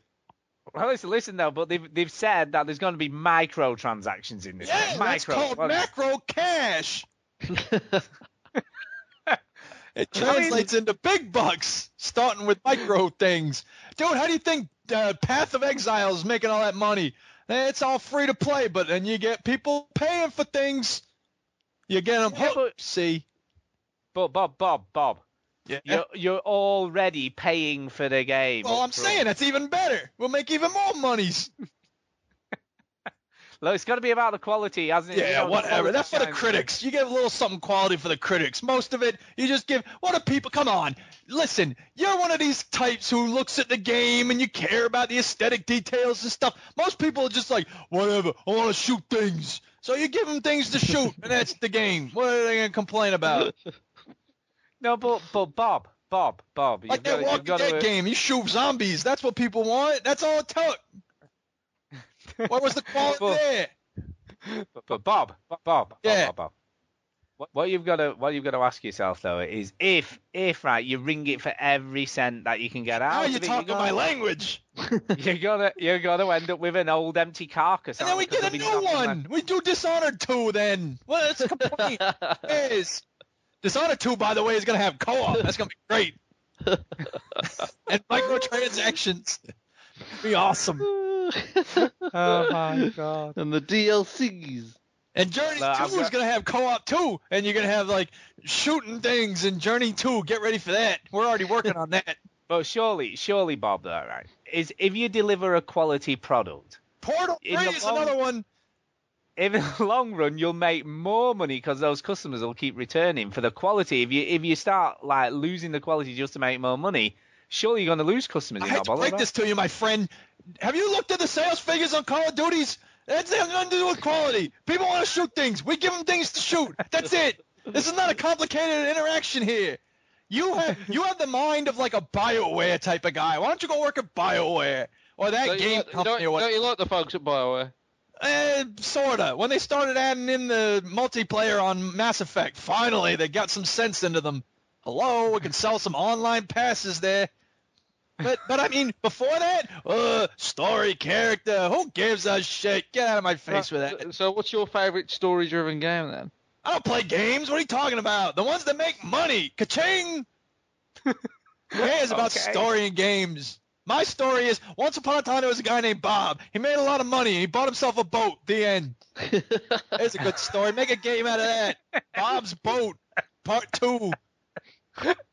[SPEAKER 2] Well, listen, listen though, but they've they've said that there's going to be microtransactions in this.
[SPEAKER 8] Yeah, that's
[SPEAKER 2] micro.
[SPEAKER 8] called
[SPEAKER 2] what-
[SPEAKER 8] macro
[SPEAKER 2] *laughs*
[SPEAKER 8] cash. It
[SPEAKER 2] I mean-
[SPEAKER 8] translates into big bucks, starting with micro things. Dude, how do you think uh, Path of Exile is making all that money? Eh, It's all free to play, but then you get people paying for things. You get them
[SPEAKER 2] Yeah,
[SPEAKER 8] hooked.
[SPEAKER 2] but-
[SPEAKER 8] see,
[SPEAKER 2] But Bob, Bob, Bob,
[SPEAKER 8] yeah.
[SPEAKER 2] you're you're already paying for the game.
[SPEAKER 8] Well, I'm
[SPEAKER 2] upfront.
[SPEAKER 8] saying that's even better. We'll make even more monies.
[SPEAKER 2] Look, it's got to be about the quality, hasn't it? You
[SPEAKER 8] Yeah,
[SPEAKER 2] know, the
[SPEAKER 8] whatever.
[SPEAKER 2] quality
[SPEAKER 8] That's for the
[SPEAKER 2] shines
[SPEAKER 8] critics. You give a little something quality for the critics. Most of it, you just give. What do people? Come on, listen. You're one of these types who looks at the game and you care about the aesthetic details and stuff. Most people are just like, whatever. I want to shoot things. So you give them things to shoot, and that's the game. What are they gonna complain *laughs* about?
[SPEAKER 2] No, but but Bob, Bob, Bob.
[SPEAKER 8] Like
[SPEAKER 2] you've
[SPEAKER 8] that
[SPEAKER 2] got,
[SPEAKER 8] Walking Dead game, you shoot zombies. That's what people want. That's all it took. *laughs*
[SPEAKER 2] game.
[SPEAKER 8] What was the quality
[SPEAKER 2] Well,
[SPEAKER 8] there?
[SPEAKER 2] But, but Bob, Bob, Bob,
[SPEAKER 8] Yeah.
[SPEAKER 2] Bob, Bob. What, what you've got to what you've got to ask yourself though is if if right you ring it for every cent that you can get out.
[SPEAKER 8] Now
[SPEAKER 2] of
[SPEAKER 8] you're
[SPEAKER 2] it,
[SPEAKER 8] talking
[SPEAKER 2] you're
[SPEAKER 8] my language.
[SPEAKER 2] You're gonna you're gonna end up with an old empty carcass.
[SPEAKER 8] And then we
[SPEAKER 2] aren't
[SPEAKER 8] get a
[SPEAKER 2] Because there'll
[SPEAKER 8] new
[SPEAKER 2] be nothing
[SPEAKER 8] one. We do Dishonored 2 then. Well, that's a complaint.
[SPEAKER 2] *laughs*
[SPEAKER 8] is Dishonored 2, by the way, is going to have co op. That's going to be
[SPEAKER 2] *laughs*
[SPEAKER 8] great. and microtransactions. Be awesome.
[SPEAKER 2] Oh my *laughs* god.
[SPEAKER 3] *laughs* and the DLCs.
[SPEAKER 8] And Journey
[SPEAKER 2] No,
[SPEAKER 8] 2
[SPEAKER 2] I've
[SPEAKER 8] is
[SPEAKER 2] got-
[SPEAKER 8] going to have co op too. And you're going to have like shooting things in Journey 2. Get ready for that. We're already working on that.
[SPEAKER 2] But surely, surely, Bob, though, right? Is if you deliver a quality product,
[SPEAKER 8] Portal
[SPEAKER 2] In
[SPEAKER 8] 3
[SPEAKER 2] the
[SPEAKER 8] is
[SPEAKER 2] long-
[SPEAKER 8] another one.
[SPEAKER 2] in the *laughs* long run, you'll make more money because those customers will keep returning for the quality. If you if you start like losing the quality just to make more money, surely you're going to lose customers.
[SPEAKER 8] I
[SPEAKER 2] You're
[SPEAKER 8] hate
[SPEAKER 2] not
[SPEAKER 8] to
[SPEAKER 2] bothered
[SPEAKER 8] break
[SPEAKER 2] about
[SPEAKER 8] this to you, my friend. Have you looked at the sales figures on Call of Duties? That's nothing to do with quality. People want to shoot things. We give them things to shoot. That's it. This is not a complicated interaction here. You have you have the mind of like a Bioware type of guy. Why don't you go work at Bioware or that
[SPEAKER 3] Don't you
[SPEAKER 8] game
[SPEAKER 3] like-
[SPEAKER 8] company
[SPEAKER 3] don't-
[SPEAKER 8] or what?
[SPEAKER 3] don't you like the folks at Bioware?
[SPEAKER 8] Eh, sorta. When they started adding in the multiplayer on Mass Effect, finally they got some sense into them. Hello, we can sell some online passes there. But but I mean, before that, uh, story character. Who gives a shit? Get out of my face with that.
[SPEAKER 3] So, what's your favourite story-driven game then?
[SPEAKER 8] I don't play games. What are you talking about? The ones that make money. Ka-ching! Who cares about
[SPEAKER 2] Okay.
[SPEAKER 8] story and games? My story is once upon a time there was a guy named Bob. He made a lot of money. He bought himself a boat. The end.
[SPEAKER 3] *laughs*
[SPEAKER 8] There's a good story. Make a game out of that. Bob's Boat, Part 2.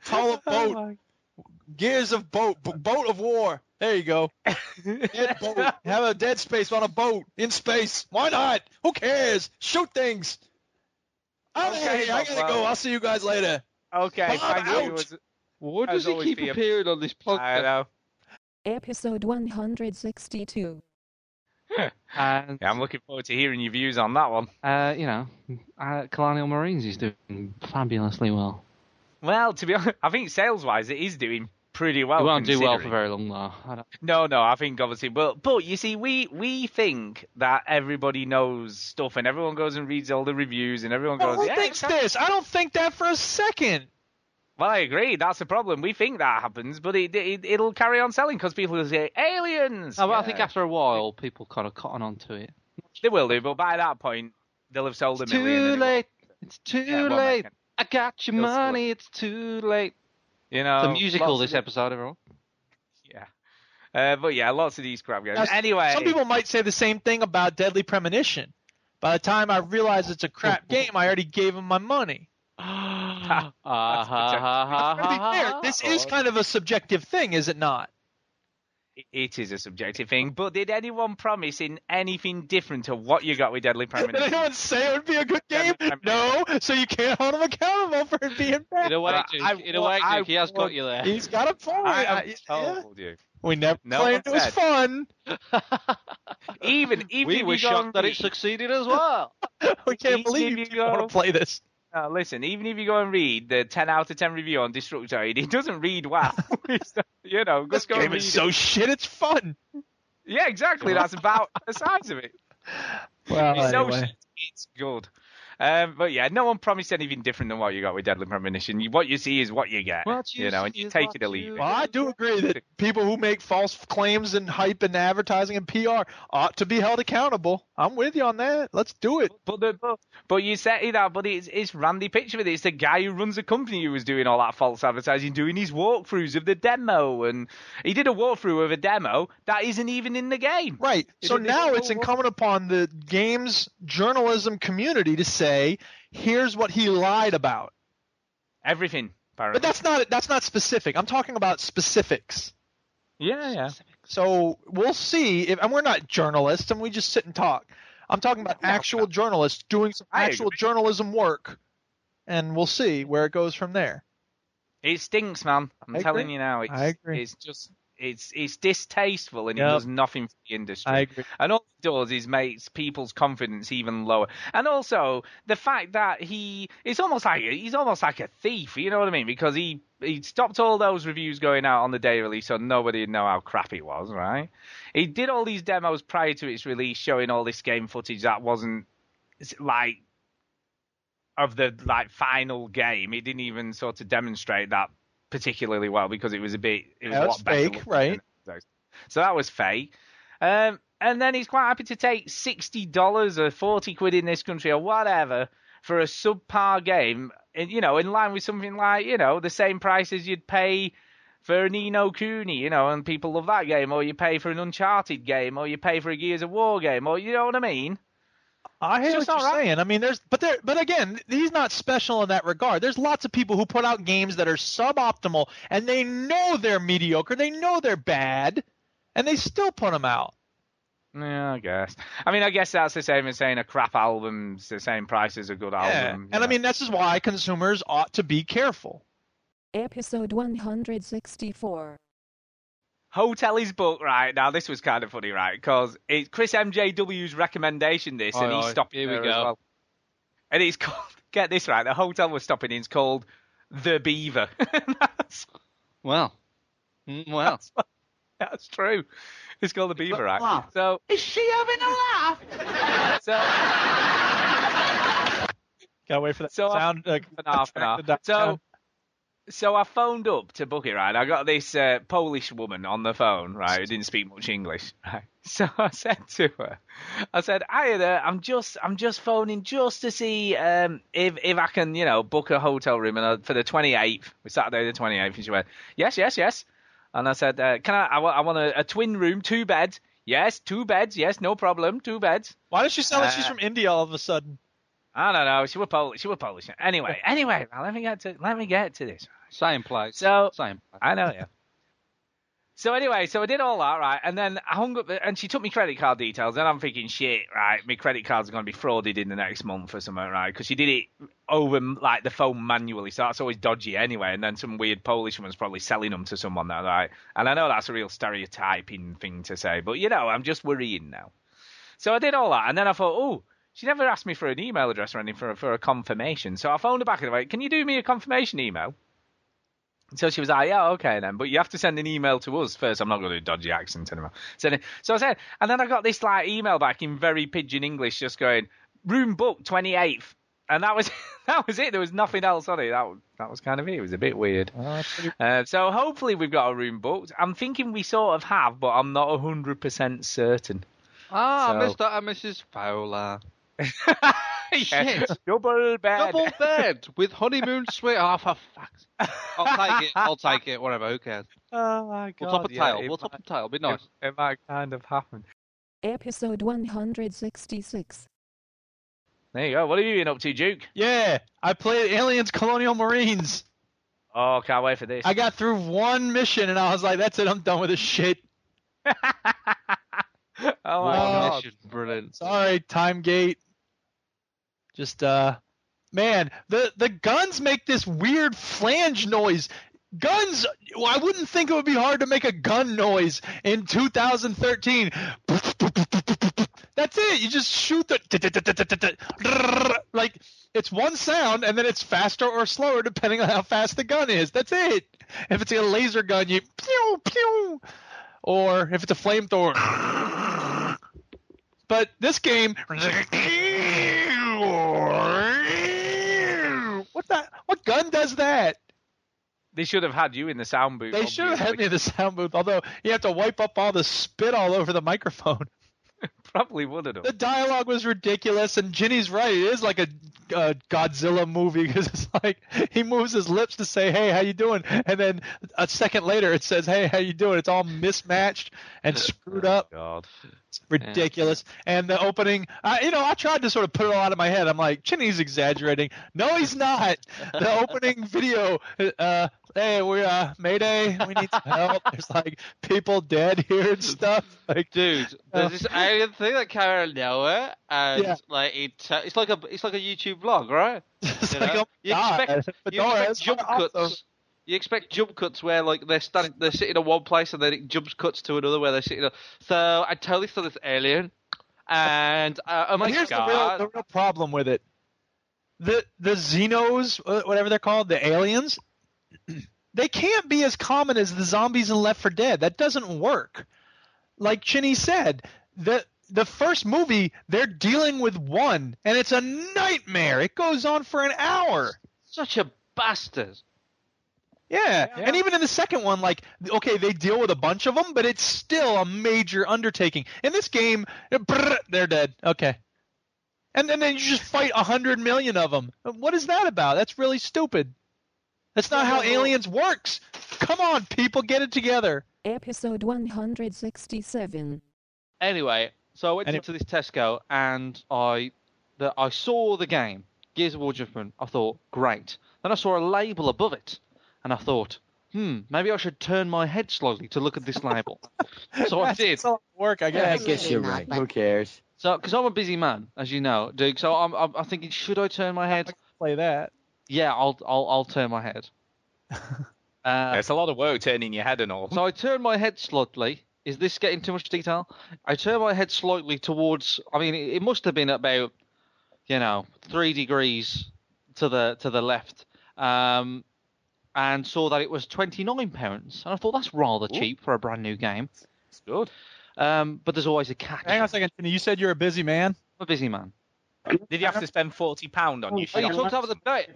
[SPEAKER 8] Call of
[SPEAKER 2] Oh,
[SPEAKER 8] Boat. Gears of Boat. B- boat of War. There you go. Dead boat. Have a dead space on a boat in space. Why not? Who cares? Shoot things. I'm
[SPEAKER 2] Okay,
[SPEAKER 8] outta here. I
[SPEAKER 2] Bob,
[SPEAKER 8] gotta
[SPEAKER 2] well-
[SPEAKER 8] go. I'll see you guys later.
[SPEAKER 2] *laughs* Okay,
[SPEAKER 8] Bob,
[SPEAKER 2] thank you.
[SPEAKER 8] ouch.
[SPEAKER 2] Was,
[SPEAKER 3] Why
[SPEAKER 2] As
[SPEAKER 3] does he
[SPEAKER 2] always,
[SPEAKER 3] keep
[SPEAKER 2] be a-
[SPEAKER 3] appearing on this
[SPEAKER 2] I
[SPEAKER 3] podcast?
[SPEAKER 2] know.
[SPEAKER 1] Episode 162.
[SPEAKER 3] And
[SPEAKER 2] Yeah, I'm looking forward to hearing your views on that one.
[SPEAKER 3] uh, you know, uh, Colonial Marines is doing fabulously well.
[SPEAKER 2] Well, to be honest, I think sales-wise it is doing pretty well.
[SPEAKER 3] It won't do well for
[SPEAKER 2] Oh, considering.
[SPEAKER 3] very long though. I don't,
[SPEAKER 2] No, no, I think obviously, well, but you see, we we think that everybody knows stuff, and everyone goes and reads all the reviews, and everyone goes,
[SPEAKER 8] who
[SPEAKER 2] yeah,
[SPEAKER 8] thinks
[SPEAKER 2] exactly."
[SPEAKER 8] this? I don't think that for a second.
[SPEAKER 2] Well, I agree. That's the problem. We think that happens, but it, it it'll carry on selling because people will say aliens.
[SPEAKER 3] no, but Oh, I
[SPEAKER 2] Yeah.
[SPEAKER 3] think after a while, people kind of cotton on to it.
[SPEAKER 2] they will do, but by that point they'll have sold a
[SPEAKER 3] It's
[SPEAKER 2] million.
[SPEAKER 3] too
[SPEAKER 2] and it won't-
[SPEAKER 3] late. It's too
[SPEAKER 2] Yeah, well,
[SPEAKER 3] late.
[SPEAKER 2] Megan,
[SPEAKER 3] I got your
[SPEAKER 2] You'll sell it.
[SPEAKER 3] money. It's too late.
[SPEAKER 2] You know,
[SPEAKER 3] the musical
[SPEAKER 2] lots
[SPEAKER 3] this
[SPEAKER 2] of-
[SPEAKER 3] episode, everyone. *gasps*
[SPEAKER 2] Yeah. Uh, but yeah, lots of these crap games.
[SPEAKER 8] Now,
[SPEAKER 2] anyway,
[SPEAKER 8] Some
[SPEAKER 2] *laughs*
[SPEAKER 8] people might say the same thing about Deadly Premonition. By the time I realize it's a
[SPEAKER 2] *laughs*
[SPEAKER 8] crap game, I already gave them my money.
[SPEAKER 3] Ah, ha,
[SPEAKER 2] That's
[SPEAKER 3] ha,
[SPEAKER 2] protect-
[SPEAKER 3] ha,
[SPEAKER 8] To be
[SPEAKER 3] ha,
[SPEAKER 8] fair,
[SPEAKER 3] ha.
[SPEAKER 8] this is
[SPEAKER 2] Uh-huh.
[SPEAKER 8] kind of a subjective thing, is it not?
[SPEAKER 2] it is a subjective thing. But did anyone promise in anything different to what you got with Deadly
[SPEAKER 8] *laughs* Did
[SPEAKER 2] Premonition?
[SPEAKER 8] anyone say it would be a good game?
[SPEAKER 2] Deadly Premonition.
[SPEAKER 8] No, so you can't hold him accountable for it being
[SPEAKER 3] In
[SPEAKER 8] bad.
[SPEAKER 3] a way,
[SPEAKER 2] But
[SPEAKER 3] Duke,
[SPEAKER 2] I-
[SPEAKER 3] in a way,
[SPEAKER 2] I-
[SPEAKER 3] Duke, he has got you there. *laughs*
[SPEAKER 8] He's got a point.
[SPEAKER 2] I,
[SPEAKER 8] I-
[SPEAKER 2] I
[SPEAKER 8] yeah.
[SPEAKER 2] told you.
[SPEAKER 8] We never
[SPEAKER 2] No
[SPEAKER 8] claimed it
[SPEAKER 2] one
[SPEAKER 8] was
[SPEAKER 2] said.
[SPEAKER 8] fun.
[SPEAKER 2] Even even if
[SPEAKER 3] we
[SPEAKER 2] you
[SPEAKER 3] were
[SPEAKER 2] go
[SPEAKER 3] shocked
[SPEAKER 2] and
[SPEAKER 3] that it
[SPEAKER 2] read-
[SPEAKER 3] succeeded as *laughs* well.
[SPEAKER 8] We can't
[SPEAKER 2] Each
[SPEAKER 8] believe
[SPEAKER 2] game
[SPEAKER 8] you
[SPEAKER 2] you
[SPEAKER 8] people want
[SPEAKER 2] go-
[SPEAKER 8] to play this.
[SPEAKER 2] No, listen, even if you go and read the 10 out of 10 review on Destructoid, it doesn't read well. *laughs* It's not- you know,
[SPEAKER 8] This
[SPEAKER 2] just go and
[SPEAKER 8] game
[SPEAKER 2] read
[SPEAKER 8] is
[SPEAKER 2] it.
[SPEAKER 8] so shit. It's fun.
[SPEAKER 2] Yeah, exactly. That's about the size of it.
[SPEAKER 3] Oh,
[SPEAKER 8] Well,
[SPEAKER 2] It's so shit, it's good. Um, but yeah, no one promised anything different than what you got with Deadly Premonition. You- What you see is what you get.
[SPEAKER 3] What
[SPEAKER 2] you,
[SPEAKER 3] you
[SPEAKER 2] know, and
[SPEAKER 3] see
[SPEAKER 2] you
[SPEAKER 3] is
[SPEAKER 2] take
[SPEAKER 3] what
[SPEAKER 2] it or
[SPEAKER 3] you
[SPEAKER 2] leave it.
[SPEAKER 8] Well, I do agree that people who make false claims and hype and advertising and PR ought to be held accountable. I'm with you on that. Let's do it.
[SPEAKER 2] But, the, but, but you said it out, but it's, it's Randy Pitchford. It's the guy who runs the company who was doing all that false advertising, doing his walkthroughs of the demo. And he did a walkthrough of a demo that isn't even in the game.
[SPEAKER 8] Right.
[SPEAKER 2] It
[SPEAKER 8] So
[SPEAKER 2] is-
[SPEAKER 8] now it's incumbent upon the games journalism community to say, here's what he lied about.
[SPEAKER 2] Everything, apparently.
[SPEAKER 8] But that's not that's not specific. I'm talking about specifics.
[SPEAKER 2] Yeah, yeah.
[SPEAKER 8] So we'll see if and we're not journalists and we just sit and talk. I'm talking about actual journalists doing some
[SPEAKER 2] I
[SPEAKER 8] actual
[SPEAKER 2] agree.
[SPEAKER 8] journalism work, and we'll see where it goes from there.
[SPEAKER 2] It stinks, man. I'm
[SPEAKER 8] I
[SPEAKER 2] telling
[SPEAKER 8] agree.
[SPEAKER 2] you now. It's,
[SPEAKER 8] I agree.
[SPEAKER 2] It's just it's it's distasteful and it
[SPEAKER 8] Yep.
[SPEAKER 2] does nothing for the industry.
[SPEAKER 8] I agree.
[SPEAKER 2] *laughs* And all it does is makes people's confidence even lower. And also the fact that he it's almost like he's almost like a thief, you know what I mean? Because he he stopped all those reviews going out on the day of release so nobody would know how crap it was, right? He did all these demos prior to its release showing all this game footage that wasn't it's like of the like final game. He didn't even sort of demonstrate that particularly well because it was a bit it was
[SPEAKER 8] Yeah,
[SPEAKER 2] a
[SPEAKER 8] it's
[SPEAKER 2] lot better
[SPEAKER 8] fake,
[SPEAKER 2] looking
[SPEAKER 8] right.
[SPEAKER 2] than those. So that was fake. Um, and then he's quite happy to take sixty dollars or forty quid in this country or whatever for a subpar game, and you know, in line with something like you know the same price as you'd pay for Nino Cooney, you know, and people love that game, or you pay for an Uncharted game, or you pay for a Gears of War game, or you know what I mean?
[SPEAKER 8] I hear
[SPEAKER 2] It's
[SPEAKER 8] what
[SPEAKER 2] just
[SPEAKER 8] you're
[SPEAKER 2] all right.
[SPEAKER 8] saying. I mean, there's, but there, but again, he's not special in that regard. There's lots of people who put out games that are suboptimal, and they know they're mediocre, they know they're bad, and they still put them out.
[SPEAKER 2] Yeah, I guess. I mean, I guess that's the same as saying a crap album's the same price as a good
[SPEAKER 8] Yeah.
[SPEAKER 2] album. you
[SPEAKER 8] And I
[SPEAKER 2] know.
[SPEAKER 8] mean, this is why consumers ought to be careful.
[SPEAKER 1] Episode 164.
[SPEAKER 2] Hotel is booked right now. This was kind of funny, right? Because it's Chris MJW's recommendation this, and
[SPEAKER 3] Aye,
[SPEAKER 2] he's
[SPEAKER 3] aye.
[SPEAKER 2] stopping
[SPEAKER 3] Here we
[SPEAKER 2] there
[SPEAKER 3] go.
[SPEAKER 2] as well. And it's called. *laughs* Get this right. The hotel we're stopping in is called the Beaver. *laughs* that's,
[SPEAKER 3] Well, Mm, *laughs* well,
[SPEAKER 2] *laughs* that's true. It's called the Beaver, right?
[SPEAKER 4] laugh.
[SPEAKER 2] So
[SPEAKER 4] Is she having a laugh?
[SPEAKER 2] so.
[SPEAKER 8] Gotta wait for that
[SPEAKER 2] So I-
[SPEAKER 8] sound. uh,
[SPEAKER 2] half and half and
[SPEAKER 8] track
[SPEAKER 2] half.
[SPEAKER 8] to die down.
[SPEAKER 2] So, so I phoned up to book it, right? I got this uh, Polish woman on the phone, right, who didn't speak much English, right? *laughs* So I said to her, I said, "Hi there, I'm just, I'm just phoning just to see um, if if I can, you know, book a hotel room and uh, for the 28th, Saturday the 28th." And she went, "Yes, yes, yes." And I said, uh, "Can I? I wa- I want a, a twin room, two beds. Yes, two beds. Yes, no problem, two beds."
[SPEAKER 8] why does she sound like she's
[SPEAKER 2] Uh,
[SPEAKER 8] from India all of a sudden?
[SPEAKER 2] I don't know. She was Polish. She was Polish. Anyway, anyway, now let me get to let me get to this.
[SPEAKER 3] same place.
[SPEAKER 2] So-
[SPEAKER 3] same. Place.
[SPEAKER 2] I know, yeah. So anyway, so I did all that, right? And then I hung up, and she took my credit card details, and I'm thinking, shit, right? My credit cards are going to be frauded in the next month or something, right? Because she did it over like the phone manually, so that's always dodgy anyway. And then some weird Polish woman's probably selling them to someone, that, right? And I know that's a real stereotyping thing to say, but you know, I'm just worrying now. So I did all that, and then I thought, oh, she never asked me for an email address or anything for for a confirmation. So I phoned her back and I went, can you do me a confirmation email? So she was like, yeah, okay then, but you have to send an email to us first. I'm not going to do dodgy accent anymore. So, then- so I said, and then I got this like email back in very pidgin English, just going, room book 28th. And that was *laughs* that was it. There was nothing else on it. That was- that was kind of it. It was a bit weird. Uh, so hopefully we've got a room booked. I'm thinking we sort of have, but I'm not hundred percent certain. *laughs*
[SPEAKER 3] Ah,
[SPEAKER 2] So-
[SPEAKER 3] Mr. and Mrs. Fowler. Shit.
[SPEAKER 2] Double bed. *laughs*
[SPEAKER 3] *laughs* Double bed with honeymoon suite. Oh, for *laughs* fuck's I'll take it. I'll take it. Whatever. Who cares?
[SPEAKER 2] Oh my god.
[SPEAKER 3] We'll top a
[SPEAKER 2] yeah,
[SPEAKER 3] tail.
[SPEAKER 2] it
[SPEAKER 3] We'll top
[SPEAKER 2] might-
[SPEAKER 3] a tail. Be nice.
[SPEAKER 2] It, it might kind of happen.
[SPEAKER 1] Episode 166.
[SPEAKER 2] There you go. What have you been up to, Duke?
[SPEAKER 8] Yeah, I played Aliens Colonial Marines.
[SPEAKER 2] Oh, can't wait for this.
[SPEAKER 8] I got through one mission and I was like, that's it, I'm done with this shit.
[SPEAKER 2] *laughs* oh my
[SPEAKER 8] Wow.
[SPEAKER 2] god.
[SPEAKER 3] Mission, Brilliant.
[SPEAKER 8] Sorry, time gate. Just uh man, the the guns make this weird flange noise. Guns well, I wouldn't think it would be hard to make a gun noise in 2013. That's it. You just shoot the like it's one sound and then it's faster or slower depending on how fast the gun is. That's it. If it's a laser gun, you pew pew or if it's a flamethrower but this game, what that? What gun does that?
[SPEAKER 2] They should have had you in the sound booth.
[SPEAKER 8] They should have had me
[SPEAKER 2] obviously.
[SPEAKER 8] in the sound booth. Although you have to wipe up all the spit all over the microphone. *laughs*
[SPEAKER 2] *laughs* Probably would have done.
[SPEAKER 8] The dialogue was ridiculous, and Ginny's right. It is like a, uh Godzilla movie *laughs* because it's like he moves his lips to say "Hey, how you doing?" and then a second later it says "Hey, how you doing?" It's all mismatched and screwed up.
[SPEAKER 2] Oh, God.
[SPEAKER 8] ridiculous. And the opening, I, you know, I tried to sort of put it all out of
[SPEAKER 3] *laughs*
[SPEAKER 8] my head. I'm like, Chinny's exaggerating. No, he's not. The opening video, uh, hey, we uh, Mayday, we need some help. *laughs* There's like people dead here and stuff. Like,
[SPEAKER 3] Dude,
[SPEAKER 8] *laughs*
[SPEAKER 3] there's this alien thing that came out of nowhere, and
[SPEAKER 8] Yeah.
[SPEAKER 3] like it, uh, it's like a it's like a YouTube vlog, right?
[SPEAKER 8] it's
[SPEAKER 3] You,
[SPEAKER 8] like,
[SPEAKER 3] know?
[SPEAKER 8] oh
[SPEAKER 3] You
[SPEAKER 8] my God, *laughs*
[SPEAKER 3] expect you
[SPEAKER 8] Fedora
[SPEAKER 3] expect
[SPEAKER 8] is
[SPEAKER 3] jump cuts.
[SPEAKER 8] awesome.
[SPEAKER 3] You expect jump cuts where like they're standing, they're sitting in one place, and then it jumps cuts to another where they're sitting. on- So I totally saw this alien, and uh, oh my
[SPEAKER 8] But here's
[SPEAKER 3] god,
[SPEAKER 8] the real, the real problem with it. The the Xenos, uh, whatever they're called, the aliens, *clears throat* they can't be as common as the zombies in Left 4 Dead. That doesn't work. Like Chinny said, the the first movie they're dealing with one, and it's a nightmare. It goes on for an hour.
[SPEAKER 3] such a bastard.
[SPEAKER 8] Yeah. and even in the second one, like okay, they deal with a bunch of them, but it's still a major undertaking. In this game, brrr, they're dead. Okay, and then, then you just fight a hundred million of them. What is that about? That's really stupid. That's not how aliens works. Come on, people, get it together.
[SPEAKER 1] Episode 167.
[SPEAKER 3] Anyway, so I went
[SPEAKER 8] And it-
[SPEAKER 3] into this Tesco and I the, I saw the game Gears of War Judgment. I thought, great. Then I saw a label above it, and I thought, hmm, maybe I should turn my head slightly to look at this label. so
[SPEAKER 8] *laughs*
[SPEAKER 3] I
[SPEAKER 8] That's-
[SPEAKER 3] did.
[SPEAKER 8] It's all work, I
[SPEAKER 4] I
[SPEAKER 8] guess.
[SPEAKER 4] guess you're right. Who cares?
[SPEAKER 3] So because I'm a busy man, as you know, Duke. So I'm, I'm I'm thinking, should I turn my head?
[SPEAKER 8] Play that.
[SPEAKER 3] Yeah, I'll I'll I'll turn
[SPEAKER 8] *laughs*
[SPEAKER 3] my head. Uh,
[SPEAKER 2] It's a lot of work turning your head and all.
[SPEAKER 3] So I turn my head slightly. Is this getting too much detail? I turn my head slightly towards. I mean, it it must have been about, you know, three degrees to the to the left, um, and saw that it was twenty nine pounds. And I thought that's rather cheap for a brand new game.
[SPEAKER 2] It's good.
[SPEAKER 3] Um, but there's always a catch.
[SPEAKER 8] Hang on a second. You said you're a busy man.
[SPEAKER 3] I'm a busy man.
[SPEAKER 2] Did you have to spend forty pound on your
[SPEAKER 3] Oh, you
[SPEAKER 2] shop?
[SPEAKER 3] talked over the night.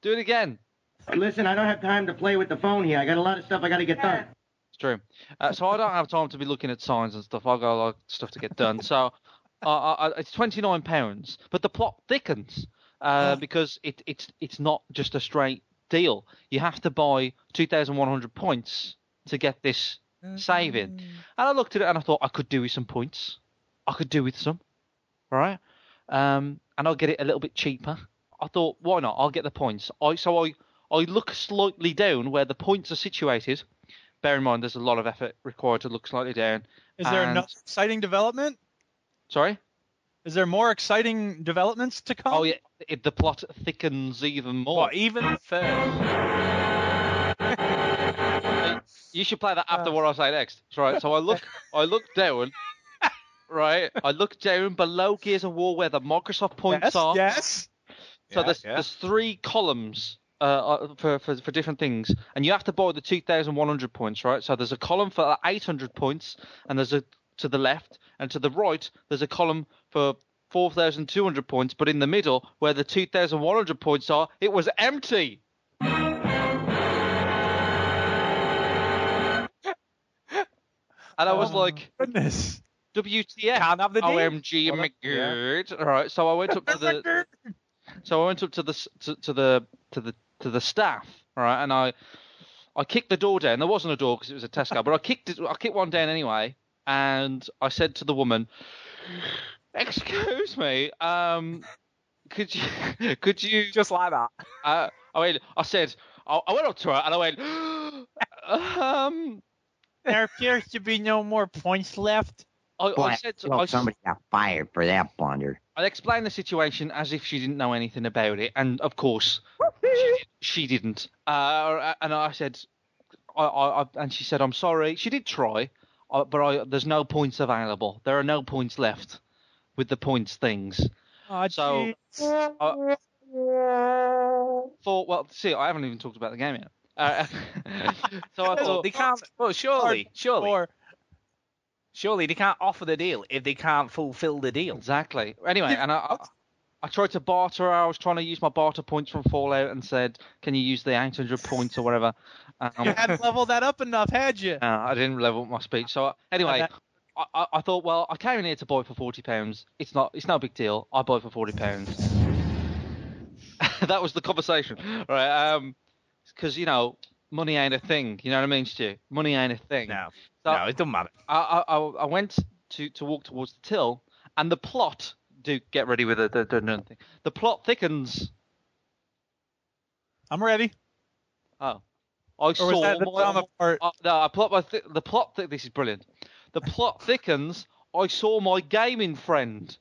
[SPEAKER 3] Do it again.
[SPEAKER 4] Listen, I don't have time to play with the phone here. I got a lot of stuff I got to get
[SPEAKER 9] *laughs*
[SPEAKER 4] done.
[SPEAKER 3] It's true. Uh, so I don't have time to be looking at signs and stuff. I've got a lot of stuff to get done. So *laughs* uh, uh, it's twenty nine pounds, but the plot thickens uh, because it, it's it's not just a straight deal. You have to buy two thousand one hundred points to get this saving. And I looked at it and I thought I could do with some points. I could do with some, right? Um, and I'll get it a little bit cheaper. I thought, why not? I'll get the points. I so I I look slightly down where the points are situated. Bear in mind, there's a lot of effort required to look slightly down.
[SPEAKER 8] Is there
[SPEAKER 3] And-
[SPEAKER 8] another exciting development?
[SPEAKER 3] Sorry.
[SPEAKER 8] Is there more exciting developments to come?
[SPEAKER 3] Oh yeah, it, the plot thickens even more.
[SPEAKER 2] What, even further?
[SPEAKER 3] You should play that after what I say next. That's right. So I *laughs* look, I look down. Right, I look down below Gears of War where the Microsoft points
[SPEAKER 8] Yes.
[SPEAKER 3] are.
[SPEAKER 8] Yes.
[SPEAKER 3] So
[SPEAKER 2] Yeah,
[SPEAKER 3] there's,
[SPEAKER 2] yeah.
[SPEAKER 3] there's three columns uh, uh, for, for for different things, and you have to buy the 2,100 points, right? So there's a column for 800 points, and there's a to the left and to the right there's a column for 4,200 points, but in the middle where the 2,100 points are, it was empty. And I was like,
[SPEAKER 8] Goodness.
[SPEAKER 3] WTF?
[SPEAKER 2] Um, Can't have the deal.
[SPEAKER 3] OMG,
[SPEAKER 2] Well,
[SPEAKER 3] McGurd. All right, so I went up to the so I went up to the s- to, to the to the to the staff, all right, and I I kicked the door down. There wasn't a door because it was a Tesco, but I kicked it. I kicked one down anyway, and I said to the woman, "Excuse me, um, could you *laughs* could you
[SPEAKER 2] Just like that.
[SPEAKER 3] uh, I mean, I said I, I went *gasps* up to her and I went, um,
[SPEAKER 8] There appears to be no more points left.
[SPEAKER 3] I,
[SPEAKER 4] Boy,
[SPEAKER 3] I said to,
[SPEAKER 4] I
[SPEAKER 3] I,
[SPEAKER 4] hope
[SPEAKER 3] s-
[SPEAKER 4] somebody got fired for that blunder.
[SPEAKER 3] I explained the situation as if she didn't know anything about it, and of course, she, she didn't. Uh, and I said, I, I, I, and she said, "I'm sorry." She did try, uh, but I, there's no points available. There are no points left with the points things.
[SPEAKER 8] Aw,
[SPEAKER 3] So-
[SPEAKER 8] jeez.
[SPEAKER 3] I thought, well, see, I haven't even talked about the game yet. Uh, *laughs*
[SPEAKER 4] *laughs*
[SPEAKER 3] so
[SPEAKER 4] Oh,
[SPEAKER 3] I
[SPEAKER 2] Well,
[SPEAKER 3] thought,
[SPEAKER 2] they
[SPEAKER 8] *laughs*
[SPEAKER 2] can't. Well, surely, surely,
[SPEAKER 8] or
[SPEAKER 2] surely they can't offer the deal if they can't fulfil the deal.
[SPEAKER 3] Exactly. Anyway, and I, I, I tried to barter. I was trying to use my barter points from Fallout and said, "Can you use the 800 points or whatever?" Um,
[SPEAKER 8] you hadn't leveled that up enough, had
[SPEAKER 3] *laughs*
[SPEAKER 8] you?
[SPEAKER 3] uh, I didn't level up my speech. So I, anyway, I, I, I thought, well, I came in here to buy it for 40 pounds. It's not, it's no big deal. I buy it for 40 pounds. *laughs* that was the conversation, right? Um, because you know, money ain't a thing. You know what I mean, Stu? Money ain't a thing.
[SPEAKER 2] No,
[SPEAKER 3] So-
[SPEAKER 2] no, it doesn't matter.
[SPEAKER 3] I, I, I I went to, to walk towards the till, and the plot. Do get ready with the the, the, the, thing. the plot thickens.
[SPEAKER 8] I'm ready.
[SPEAKER 3] Oh, I
[SPEAKER 8] Or was
[SPEAKER 3] saw.
[SPEAKER 8] that the
[SPEAKER 3] my-
[SPEAKER 8] drama part?
[SPEAKER 3] uh, no, I plot my th- the plot. Th- this is brilliant. The plot thickens. I saw my gaming friend,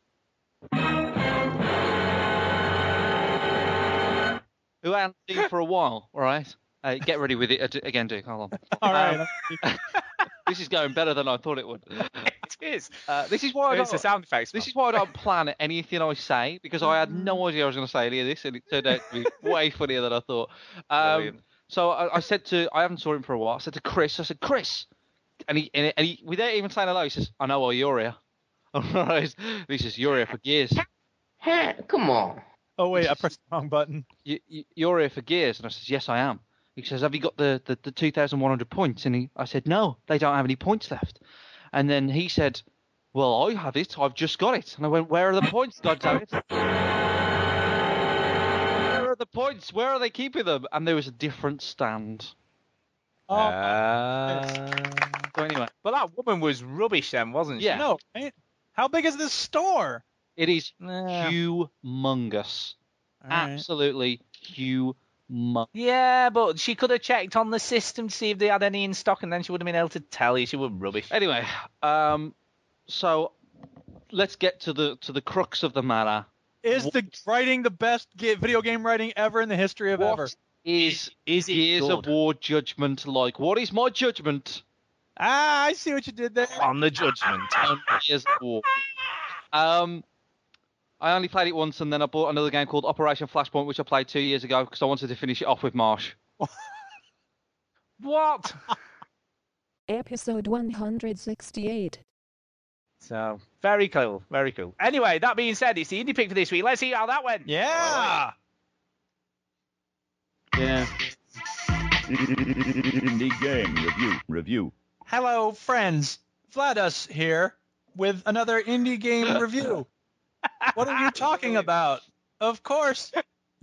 [SPEAKER 3] who I hadn't seen for a while. All right, uh, get ready with it ad- again, Duke. Hold on.
[SPEAKER 8] *laughs*
[SPEAKER 3] Um,
[SPEAKER 8] All right.
[SPEAKER 3] This is going better than I thought it would.
[SPEAKER 2] *laughs* It is.
[SPEAKER 3] Uh, this is why I
[SPEAKER 2] It's the
[SPEAKER 3] don't-
[SPEAKER 2] sound effects.
[SPEAKER 3] This
[SPEAKER 2] man.
[SPEAKER 3] is why I don't plan anything I say because I had no idea I was going to say any of this, and it turned out to be way funnier than I thought. Um,
[SPEAKER 2] Brilliant.
[SPEAKER 3] so I, I said to I haven't saw him for a while. I said to Chris, I said Chris, and he and he, and he without even saying hello, he says, "I know why you're here." *laughs* Alright, And he says, "You're here for gears.
[SPEAKER 5] Huh, come on.
[SPEAKER 8] Oh wait, I pressed the wrong button.
[SPEAKER 3] You, you, you're here for gears," and I says, "Yes, I am." He says, "Have you got the the, the 2,100 points?" And he, I said, "No, they don't have any points left." And then he said, "Well, I have it. I've just got it." And I went, "Where are the points, God damn it?" Where are the points? Where are they keeping them? And there was a different stand.
[SPEAKER 8] Oh
[SPEAKER 3] So anyway,
[SPEAKER 2] But that woman was rubbish then, wasn't she?
[SPEAKER 3] Yeah.
[SPEAKER 8] no! Right? How big is this store?
[SPEAKER 3] it is
[SPEAKER 2] Yeah.
[SPEAKER 3] humongous. Absolutely humongous.
[SPEAKER 2] Yeah, but she could have checked on the system to see if they had any in stock, and then she would have been able to tell you she was rubbish.
[SPEAKER 3] Anyway, um, so let's get to the to the crux of the matter.
[SPEAKER 8] Is the writing the best ge- video game writing ever in the history of ever?
[SPEAKER 3] What is
[SPEAKER 2] Is
[SPEAKER 3] Gears of War judgment like? What is my judgment
[SPEAKER 8] Ah, I see what you did there.
[SPEAKER 2] on the judgment?
[SPEAKER 3] on Gears of War? Um, I only played it once, and then I bought another game called Operation Flashpoint, which I played two years ago because I wanted to finish it off with Marsh.
[SPEAKER 2] what? *laughs*
[SPEAKER 1] Episode 168.
[SPEAKER 2] So very cool, very cool. Anyway, that being said, it's the indie pick for this week. Let's see how that went.
[SPEAKER 8] Yeah.
[SPEAKER 3] Yeah.
[SPEAKER 9] Indie game review. Review.
[SPEAKER 8] Hello, friends. Vladus here with another indie game review. What are you talking about? Of course,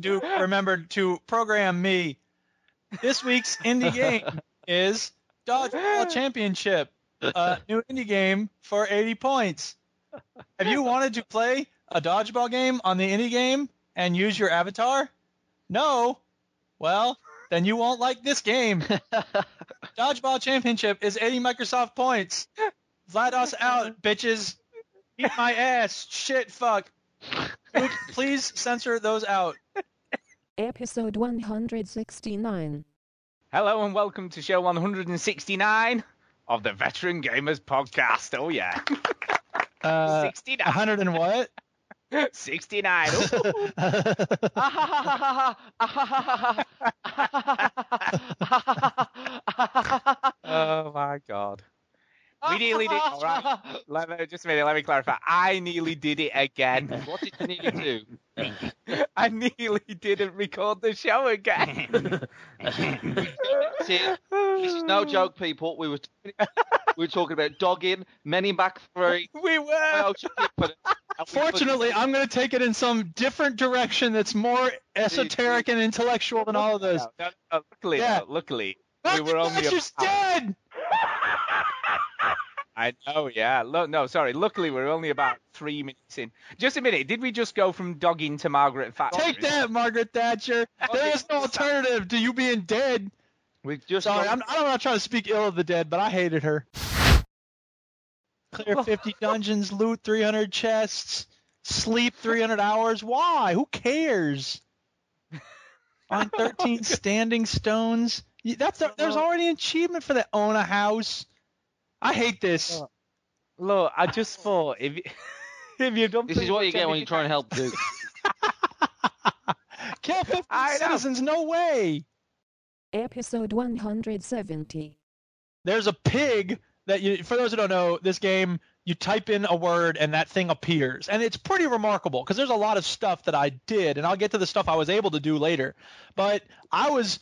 [SPEAKER 8] Duke remembered to program me. This week's indie game is Dodgeball Championship, a new indie game for 80 points. Have you wanted to play a dodgeball game on the indie game and use your avatar? No? Well, then you won't like this game. Dodgeball Championship is 80 Microsoft points. Vlados out, bitches. Eat my ass. Shit, fuck. Would- Please censor those out.
[SPEAKER 1] Episode 169.
[SPEAKER 2] Hello and welcome to show 169 of the Veteran Gamers Podcast. Oh yeah,
[SPEAKER 8] Uh,
[SPEAKER 2] 69,
[SPEAKER 8] 100 and what?
[SPEAKER 2] 69. Ooh. oh my god. We nearly
[SPEAKER 8] *laughs*
[SPEAKER 2] did. All right. Let me, just a minute. Let me clarify. I nearly did it
[SPEAKER 3] *laughs*
[SPEAKER 2] again.
[SPEAKER 3] What did you need to do?
[SPEAKER 8] *laughs*
[SPEAKER 2] I nearly didn't record the show again.
[SPEAKER 3] See, this is
[SPEAKER 2] *laughs*
[SPEAKER 3] no joke, people. We were we were talking about dogging, many back three.
[SPEAKER 8] We were.
[SPEAKER 3] well, but-
[SPEAKER 8] Fortunately, I'm going to take it in some different direction that's more esoteric and intellectual than all of those.
[SPEAKER 2] No, no, luckily,
[SPEAKER 8] Yeah.
[SPEAKER 2] no, luckily, we
[SPEAKER 8] Dr.
[SPEAKER 2] were only.
[SPEAKER 8] Fletcher's
[SPEAKER 2] about-
[SPEAKER 8] dead!
[SPEAKER 2] I know, yeah. Lo- no, sorry. Luckily, we're only about three minutes in. Just a minute. Did we just go from dogging to Margaret Thatcher?
[SPEAKER 8] Take that, Margaret Thatcher. There is no alternative to you being dead.
[SPEAKER 3] We've just
[SPEAKER 8] Sorry,
[SPEAKER 3] gone-
[SPEAKER 8] I'm, I'm not trying to speak ill of the dead, but I hated her.
[SPEAKER 2] *laughs*
[SPEAKER 8] Clear 50 dungeons, loot 300 chests, sleep 300 hours. Why? Who
[SPEAKER 2] *laughs*
[SPEAKER 8] cares? On 13 standing stones. You- That's a, there's already an achievement for that. Own a house. I hate this.
[SPEAKER 2] Look, I just thought if you- if you've done
[SPEAKER 3] This is
[SPEAKER 2] too
[SPEAKER 3] what you
[SPEAKER 2] much
[SPEAKER 3] get when you
[SPEAKER 2] everything-
[SPEAKER 3] try and help Duke.
[SPEAKER 8] Kill 50
[SPEAKER 2] I know.
[SPEAKER 8] citizens. No way.
[SPEAKER 1] Episode 170.
[SPEAKER 8] There's a pig that you. For those who don't know, this game you type in a word and that thing appears, and it's pretty remarkable because there's a lot of stuff that I did, and I'll get to the stuff I was able to do later. But I was,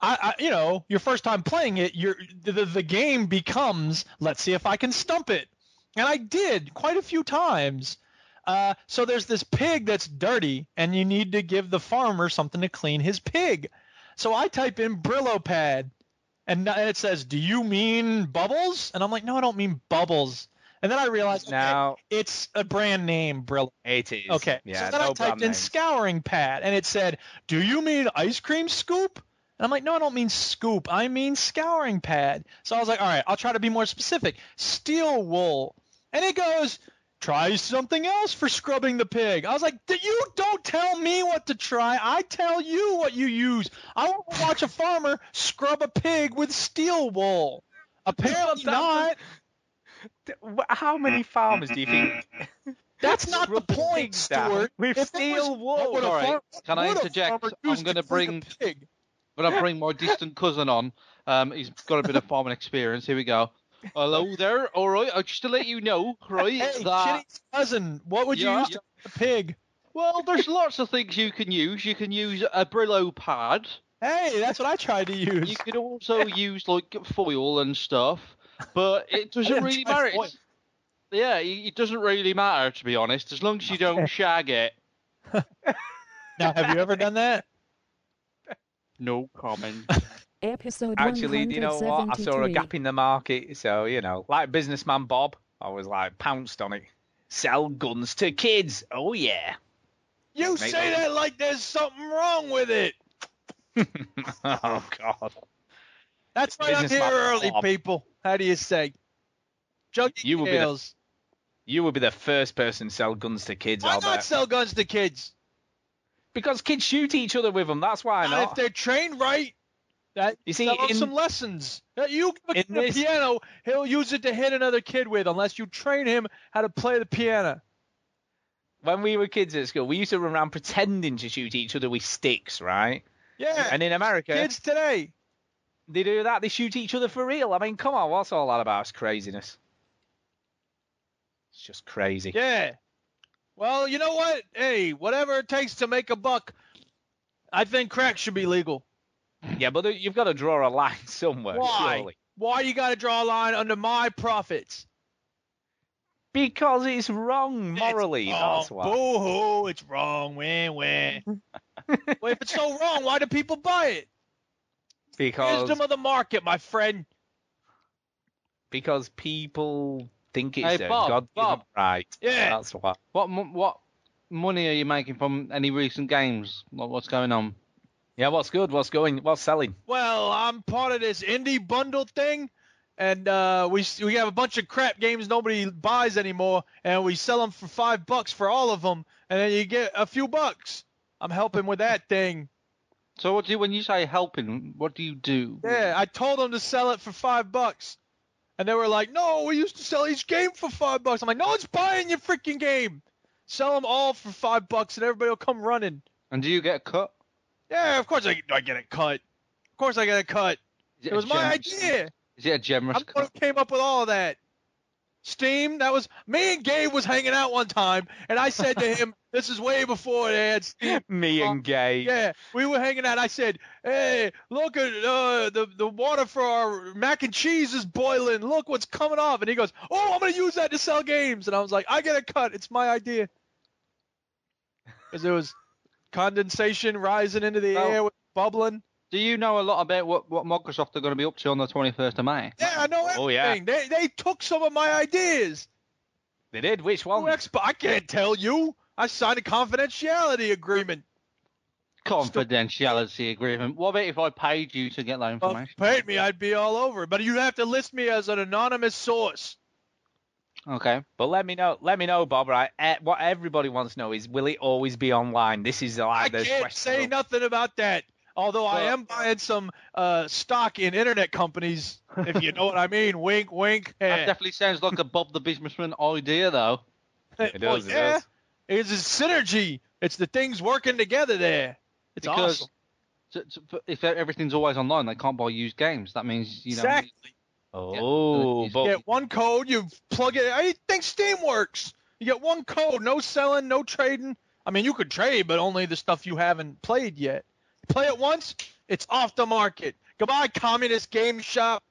[SPEAKER 8] I, I you know, your first time playing it, your the, the game becomes let's see if I can stump it, and I did quite a few times. Uh, so there's this pig that's dirty, and you need to give the farmer something to clean his pig. So I type in Brillo pad, and n- and it says, "Do you mean bubbles?" And I'm like, "No, I don't mean bubbles." And then I realized, okay,
[SPEAKER 2] Now
[SPEAKER 8] it's a brand name, Brillo.
[SPEAKER 2] it is.
[SPEAKER 8] Okay.
[SPEAKER 2] Yeah.
[SPEAKER 8] so then
[SPEAKER 2] no
[SPEAKER 8] I typed
[SPEAKER 2] brand
[SPEAKER 8] in
[SPEAKER 2] names.
[SPEAKER 8] scouring pad, and it said, "Do you mean ice cream scoop?" And I'm like, no, I don't mean scoop. I mean scouring pad. So I was like, all right, I'll try to be more specific. Steel wool. And it goes, try something else for scrubbing the pig. I was like, "D- you don't tell me what to try. I tell you what you use. I want to watch a farmer scrub a pig with steel wool. Apparently
[SPEAKER 2] Well, that was-
[SPEAKER 8] not.
[SPEAKER 2] D- wh- How many farmers do you think?
[SPEAKER 8] *laughs* That's not the
[SPEAKER 2] Rub the
[SPEAKER 8] point,
[SPEAKER 2] pig down
[SPEAKER 8] Stuart.
[SPEAKER 2] with
[SPEAKER 8] If it
[SPEAKER 2] steel
[SPEAKER 8] was-
[SPEAKER 2] wool.
[SPEAKER 8] what would a
[SPEAKER 3] All right.
[SPEAKER 8] farm-
[SPEAKER 3] Can I
[SPEAKER 8] what would a
[SPEAKER 3] interject?
[SPEAKER 8] farmer
[SPEAKER 3] I'm
[SPEAKER 8] use to
[SPEAKER 3] gonna
[SPEAKER 8] breed a
[SPEAKER 3] bring-
[SPEAKER 8] pig?
[SPEAKER 3] But I bring my distant cousin on. Um, he's got a bit of farming experience. Here we go. Hello there. All right. Uh, Just to let you know, right?
[SPEAKER 8] Hey,
[SPEAKER 3] that,
[SPEAKER 8] Chitty's cousin, what would you
[SPEAKER 3] Yeah.
[SPEAKER 8] use to breed a pig?
[SPEAKER 3] well, there's lots of things you can use. You can use a Brillo pad.
[SPEAKER 8] Hey, that's what I tried to use.
[SPEAKER 3] You
[SPEAKER 8] *laughs*
[SPEAKER 3] can *laughs* also use like foil and stuff. But
[SPEAKER 8] *laughs*
[SPEAKER 3] it doesn't
[SPEAKER 8] didn't
[SPEAKER 3] really
[SPEAKER 8] try
[SPEAKER 3] matter.
[SPEAKER 8] foil.
[SPEAKER 3] It's- Yeah, it it doesn't really matter to be honest. As long as
[SPEAKER 8] *laughs*
[SPEAKER 3] you don't shag it.
[SPEAKER 8] Now, have you ever done that?
[SPEAKER 3] No comment.
[SPEAKER 1] Episode
[SPEAKER 2] Actually, do you know what? I saw a
[SPEAKER 1] 173.
[SPEAKER 2] gap in the market, so you know, like businessman Bob, I was like pounced on it. Sell guns to kids. Oh yeah. *laughs*
[SPEAKER 8] You
[SPEAKER 2] Mate,
[SPEAKER 8] say
[SPEAKER 2] I-
[SPEAKER 8] that like there's something wrong with it.
[SPEAKER 2] oh god.
[SPEAKER 8] That's why I'm
[SPEAKER 2] Business
[SPEAKER 8] here
[SPEAKER 2] model
[SPEAKER 8] early,
[SPEAKER 2] flop.
[SPEAKER 8] people. How do you say? Junkie
[SPEAKER 2] You will be the-
[SPEAKER 8] tales.
[SPEAKER 2] You would be the first person to sell guns to kids,
[SPEAKER 8] Why
[SPEAKER 2] Albert.
[SPEAKER 8] not sell guns to kids?
[SPEAKER 2] Because kids shoot each other with them. That's why I
[SPEAKER 8] Not if
[SPEAKER 2] not.
[SPEAKER 8] they're trained right. That
[SPEAKER 2] You see,
[SPEAKER 8] tell 'em
[SPEAKER 2] in-
[SPEAKER 8] some lessons. That You give a
[SPEAKER 2] in
[SPEAKER 8] kid a
[SPEAKER 2] this-
[SPEAKER 8] piano, he'll use it to hit another kid with, unless you train him how to play the piano.
[SPEAKER 2] When we were kids at school, we used to run around pretending to shoot each other with sticks, right?
[SPEAKER 8] Yeah,
[SPEAKER 2] And in America,
[SPEAKER 8] kids today.
[SPEAKER 2] they do that. They shoot each other for real. I mean, come on, what's all that about? It's craziness. It's just crazy.
[SPEAKER 8] Yeah. Well, you know what? Hey, whatever it takes to make a buck. I think crack should be legal.
[SPEAKER 2] Yeah, but you've got to draw a line *laughs* somewhere.
[SPEAKER 8] Why?
[SPEAKER 2] surely.
[SPEAKER 8] Why you got to draw a line under my profits?
[SPEAKER 2] Because it's wrong morally. that's why.
[SPEAKER 8] Boo hoo! It's wrong. Win win.
[SPEAKER 2] *laughs*
[SPEAKER 8] well, if it's so wrong, why do people buy it?
[SPEAKER 2] Because
[SPEAKER 8] Wisdom of the market, my friend.
[SPEAKER 2] because people think it's
[SPEAKER 3] Hey,
[SPEAKER 2] their
[SPEAKER 3] Bob,
[SPEAKER 2] God
[SPEAKER 3] Bob.
[SPEAKER 2] right.
[SPEAKER 8] Yeah.
[SPEAKER 2] That's why.
[SPEAKER 3] What mon- what money are you making from any recent games? What, what's going on?
[SPEAKER 2] Yeah, what's good? What's going? What's selling?
[SPEAKER 8] Well, I'm part of this indie bundle thing, and uh, we we have a bunch of crap games nobody buys anymore, and we sell them for five bucks for all of them, and then you get a few bucks. I'm helping with that thing.
[SPEAKER 3] So what do you, when you say helping? What do you do?
[SPEAKER 8] Yeah, I told them to sell it for five bucks, and they were like, "No, we used to sell each game for five bucks." I'm like, "No one's buying your freaking game. Sell them all for five bucks, and everybody will come running."
[SPEAKER 3] And do you get cut?
[SPEAKER 8] Yeah, of course I, I get it cut. Of course I get it cut.
[SPEAKER 3] Is
[SPEAKER 8] It
[SPEAKER 3] a
[SPEAKER 8] was my
[SPEAKER 3] generous-
[SPEAKER 8] idea.
[SPEAKER 3] Is it a generous
[SPEAKER 8] I'm the one
[SPEAKER 3] cut?
[SPEAKER 8] who came up with all of that. Steam, that was me and Gabe was hanging out one time, and I said
[SPEAKER 2] *laughs*
[SPEAKER 8] to him, "This is way before they had Steam."
[SPEAKER 2] *laughs* Me and Gay.
[SPEAKER 8] Oh, Yeah, we were hanging out. I said, "Hey, look at uh, the the water for our mac and cheese is boiling. Look what's coming off." And he goes, "Oh, I'm gonna use that to sell games." And I was like, "I get a cut. It's my idea." Because there was condensation rising into the
[SPEAKER 3] Well-
[SPEAKER 8] air, with bubbling.
[SPEAKER 3] Do you know a lot about what, what Microsoft are going to be up to on the 21st of May?
[SPEAKER 8] Yeah, I know everything.
[SPEAKER 2] Oh, yeah.
[SPEAKER 8] They they took some of my ideas.
[SPEAKER 2] They did. Which
[SPEAKER 8] Well,
[SPEAKER 2] one?
[SPEAKER 8] Xbox, I can't tell you. I signed a confidentiality agreement.
[SPEAKER 3] Confidentiality agreement. What about if I paid you to get that
[SPEAKER 8] Well, if
[SPEAKER 3] information?
[SPEAKER 8] you paid me, I'd be all over. it. But you have to list me as an anonymous source.
[SPEAKER 3] Okay.
[SPEAKER 2] But let me know. Let me know, Bob. Right. Eh, What everybody wants to know is, will it always be online? This is
[SPEAKER 8] I
[SPEAKER 2] like the
[SPEAKER 8] can't
[SPEAKER 2] Ah, question
[SPEAKER 8] say
[SPEAKER 2] of-
[SPEAKER 8] nothing about that. Although I
[SPEAKER 3] Well-
[SPEAKER 8] am buying some uh, stock in internet companies, if you know what I mean. *laughs* Wink, wink.
[SPEAKER 3] That
[SPEAKER 8] Eh.
[SPEAKER 3] definitely sounds like a Bob the Businessman idea, though.
[SPEAKER 2] It
[SPEAKER 8] Well,
[SPEAKER 2] does. it
[SPEAKER 8] *laughs* yeah.
[SPEAKER 2] does.
[SPEAKER 8] It's a synergy. It's the things working together there. It's
[SPEAKER 3] Because
[SPEAKER 8] awesome.
[SPEAKER 3] t- t- but if everything's always online, they can't buy used games. That means you know.
[SPEAKER 8] Exactly.
[SPEAKER 2] Oh,
[SPEAKER 3] Yeah.
[SPEAKER 2] but
[SPEAKER 8] You get one code, you plug it. I think Steam works. You get one code, no selling, no trading. I mean, you could trade, but only the stuff you haven't played yet. Play it once, it's off the market. Goodbye, communist game shop.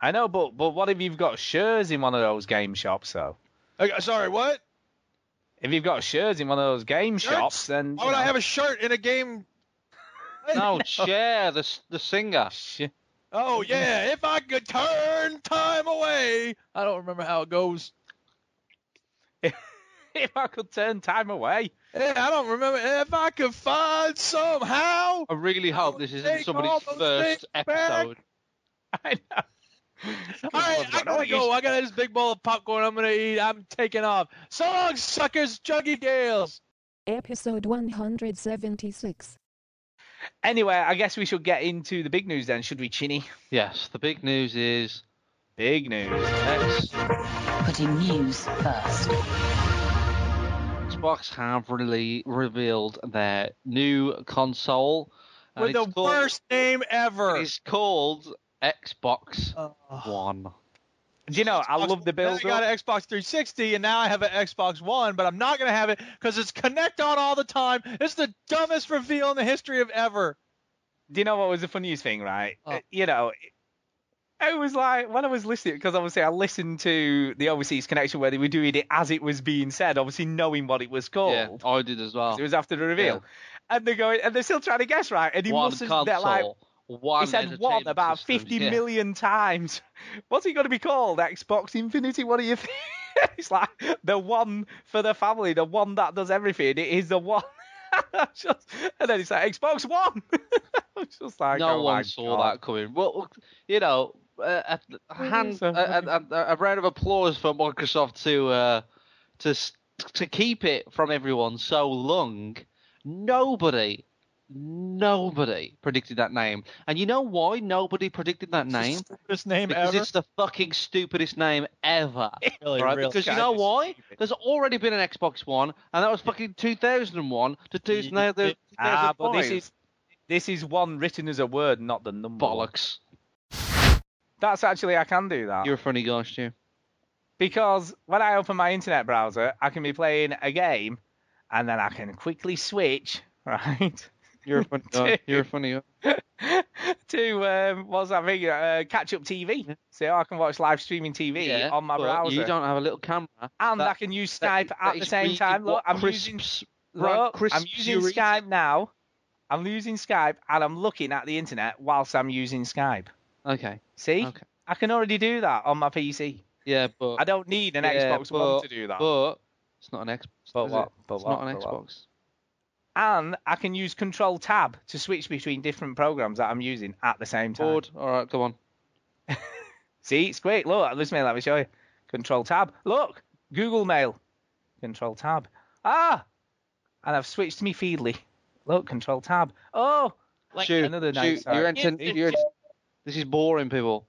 [SPEAKER 2] I know. But but what if you've got shares in one of those game shops though?
[SPEAKER 8] Uh, sorry, what?
[SPEAKER 2] If you've got shares in one of those game
[SPEAKER 8] Shirts?
[SPEAKER 2] shops, then
[SPEAKER 8] Why would I
[SPEAKER 2] *laughs*
[SPEAKER 8] have a shirt in a game? *laughs*
[SPEAKER 3] No, share the s- the singer.
[SPEAKER 2] sh-
[SPEAKER 8] Oh yeah, if I could turn time away. I don't remember how it goes.
[SPEAKER 2] if I could turn time away. *laughs*
[SPEAKER 8] Hey, I don't remember. If I could find somehow.
[SPEAKER 3] I really hope this
[SPEAKER 8] Take
[SPEAKER 3] isn't
[SPEAKER 8] all
[SPEAKER 3] somebody's
[SPEAKER 8] the
[SPEAKER 3] first
[SPEAKER 8] things back.
[SPEAKER 3] episode.
[SPEAKER 2] I know.
[SPEAKER 8] All right,
[SPEAKER 2] I've
[SPEAKER 8] I
[SPEAKER 2] got no
[SPEAKER 8] gotta go.
[SPEAKER 2] use-
[SPEAKER 8] I got this big bowl of popcorn. I'm gonna eat. I'm taking off. So long, suckers, Juggy Gales.
[SPEAKER 1] Episode 176.
[SPEAKER 2] Anyway, I guess we should get into the big news then, should we, Chinny?
[SPEAKER 3] Yes, the big news is
[SPEAKER 2] Big news.
[SPEAKER 3] X-
[SPEAKER 10] Putting news first.
[SPEAKER 3] Xbox have really revealed their new console. and
[SPEAKER 8] With the
[SPEAKER 3] it's called-
[SPEAKER 8] worst name ever.
[SPEAKER 3] It's called Xbox
[SPEAKER 8] Uh,
[SPEAKER 3] One.
[SPEAKER 2] Do you know, I
[SPEAKER 8] Xbox-
[SPEAKER 2] love the
[SPEAKER 8] then
[SPEAKER 2] build
[SPEAKER 8] I got
[SPEAKER 2] up.
[SPEAKER 8] an Xbox 360, and now I have an Xbox One, but I'm not gonna have it because it's Connect on all the time. It's the dumbest reveal in the history of ever.
[SPEAKER 2] Do you know what was the funniest thing, right? Uh,
[SPEAKER 3] Oh.
[SPEAKER 2] You know, I was like, when I was listening, because obviously I listened to the Overseas Connection where they were doing it as it was being said, obviously knowing what it was
[SPEAKER 3] Yeah,
[SPEAKER 2] called.
[SPEAKER 3] I did as well.
[SPEAKER 2] oh. It was after the reveal. And they're going, and they're still trying to guess, right? And he
[SPEAKER 3] one
[SPEAKER 2] mustn't,
[SPEAKER 3] console,
[SPEAKER 2] they're like,
[SPEAKER 3] one.
[SPEAKER 2] he said one
[SPEAKER 3] entertainment
[SPEAKER 2] about
[SPEAKER 3] system.
[SPEAKER 2] fifty million
[SPEAKER 3] Yeah.
[SPEAKER 2] times. *laughs* What's he going to be called? Xbox Infinity? What do you think? *laughs* it's like the one for the family, the one that does everything. It is the one. *laughs* Just- and then it's like Xbox One. *laughs* It's just like,
[SPEAKER 3] no
[SPEAKER 2] oh my
[SPEAKER 3] one saw
[SPEAKER 2] God.
[SPEAKER 3] that coming. Well, you know, uh, a, a, hand,
[SPEAKER 2] so
[SPEAKER 3] a, a, a, a round of applause for Microsoft to uh, to s- to keep it from everyone so long. Nobody, nobody predicted that name, and you know why nobody predicted that name?
[SPEAKER 8] This name
[SPEAKER 3] Because
[SPEAKER 8] ever.
[SPEAKER 3] it's the fucking stupidest name
[SPEAKER 2] *laughs*
[SPEAKER 3] ever.
[SPEAKER 8] really,
[SPEAKER 3] right?
[SPEAKER 8] really
[SPEAKER 3] because you
[SPEAKER 8] kinda
[SPEAKER 3] know why?
[SPEAKER 8] stupid.
[SPEAKER 3] There's already been an Xbox One, and that was fucking 2001 to 2000.
[SPEAKER 2] Ah, but this is this is one written as a word, not the number.
[SPEAKER 3] bollocks.
[SPEAKER 2] That's actually I can do that
[SPEAKER 3] You're a funny guy, Stu.
[SPEAKER 2] because when I open my internet browser, I can be playing a game, and then I can quickly switch *laughs* right
[SPEAKER 3] You're *laughs* a funny guy. You're a funny guy.
[SPEAKER 2] *laughs* to um, what's that thing? Uh, catch up TV. So I can watch live streaming TV
[SPEAKER 3] Yeah,
[SPEAKER 2] on my
[SPEAKER 3] but
[SPEAKER 2] browser,
[SPEAKER 3] You don't have a little camera.
[SPEAKER 2] and
[SPEAKER 3] that-
[SPEAKER 2] I can use
[SPEAKER 3] that-
[SPEAKER 2] Skype
[SPEAKER 3] that
[SPEAKER 2] at the
[SPEAKER 3] is
[SPEAKER 2] same
[SPEAKER 3] really
[SPEAKER 2] time. Look,
[SPEAKER 3] what
[SPEAKER 2] I'm using
[SPEAKER 3] crisps, right,
[SPEAKER 2] look, I'm
[SPEAKER 3] crisps
[SPEAKER 2] using
[SPEAKER 3] you're
[SPEAKER 2] Skype
[SPEAKER 3] eating.
[SPEAKER 2] now. I'm using Skype, and I'm looking at the internet whilst I'm using Skype.
[SPEAKER 3] Okay.
[SPEAKER 2] See,
[SPEAKER 3] Okay.
[SPEAKER 2] I can already do that on my PC.
[SPEAKER 3] Yeah, but
[SPEAKER 2] I don't need an
[SPEAKER 3] yeah,
[SPEAKER 2] Xbox
[SPEAKER 3] but-
[SPEAKER 2] One to do that.
[SPEAKER 3] But it's not an Xbox.
[SPEAKER 2] But
[SPEAKER 3] is
[SPEAKER 2] what?
[SPEAKER 3] It?
[SPEAKER 2] But
[SPEAKER 3] it's
[SPEAKER 2] what?
[SPEAKER 3] not an
[SPEAKER 2] But what?
[SPEAKER 3] Xbox.
[SPEAKER 2] and I can use Control Tab to switch between different programs that I'm using at the same time.
[SPEAKER 3] Bored. All right, go on.
[SPEAKER 2] See, it's great. Look, listen, mate, let me show you. Control Tab. Look, Google Mail. Control Tab. Ah, and I've switched to me Feedly. Look, Control Tab. Oh,
[SPEAKER 3] Shoot,
[SPEAKER 2] another night,
[SPEAKER 3] shoot, you're
[SPEAKER 2] sorry.
[SPEAKER 3] entering. You're, this is boring, people.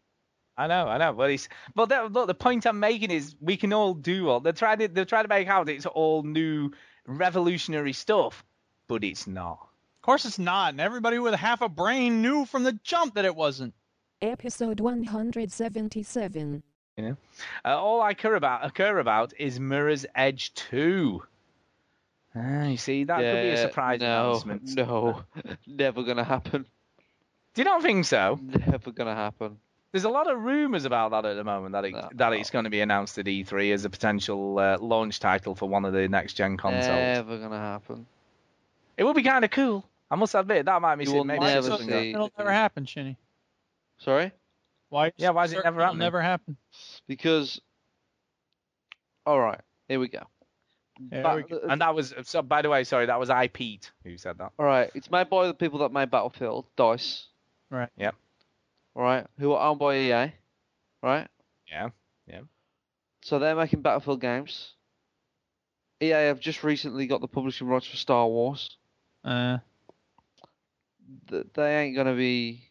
[SPEAKER 2] I know, I know, but it's but that, look, the point I'm making is we can all do all. They're trying to they're trying to make out it's all new, revolutionary stuff, but it's not.
[SPEAKER 8] Of course it's not, and everybody with half a brain knew from the jump that it wasn't.
[SPEAKER 1] Episode 177.
[SPEAKER 2] Uh, all I care about, care about is Mirror's Edge 2. Ah, you see, that could be a
[SPEAKER 3] Yeah,
[SPEAKER 2] surprise
[SPEAKER 3] no,
[SPEAKER 2] announcement.
[SPEAKER 3] No, *laughs* never gonna happen. *laughs*
[SPEAKER 2] Do you not think so?
[SPEAKER 3] Never gonna happen.
[SPEAKER 2] There's a lot of rumours about that at the moment that it,
[SPEAKER 3] No.
[SPEAKER 2] that it's going to be announced at E3 as a potential uh, launch title for one of the next gen consoles.
[SPEAKER 3] Never gonna happen.
[SPEAKER 2] It would be kind of cool. I must admit that might be
[SPEAKER 3] You
[SPEAKER 2] some-
[SPEAKER 3] will
[SPEAKER 2] maybe
[SPEAKER 3] never
[SPEAKER 2] some-
[SPEAKER 3] see- Yeah.
[SPEAKER 8] It'll never happen, Shinny.
[SPEAKER 3] Sorry,
[SPEAKER 8] Why?
[SPEAKER 2] Yeah, why is it
[SPEAKER 8] Certain
[SPEAKER 2] never
[SPEAKER 8] it'll
[SPEAKER 2] happening?
[SPEAKER 8] Never happen.
[SPEAKER 3] because. All right, here we go.
[SPEAKER 8] There
[SPEAKER 3] But-
[SPEAKER 8] we go.
[SPEAKER 2] And that was so. By the way, sorry, that was I Pete who said that.
[SPEAKER 3] All right, it's made by the people that made Battlefield, Dice.
[SPEAKER 8] Right.
[SPEAKER 2] Yep.
[SPEAKER 3] All right, who are owned by EA, right?
[SPEAKER 2] Yeah, yeah.
[SPEAKER 3] So they're making Battlefield games. EA have just recently got the publishing rights for Star Wars.
[SPEAKER 8] Uh,
[SPEAKER 3] Th- They ain't gonna be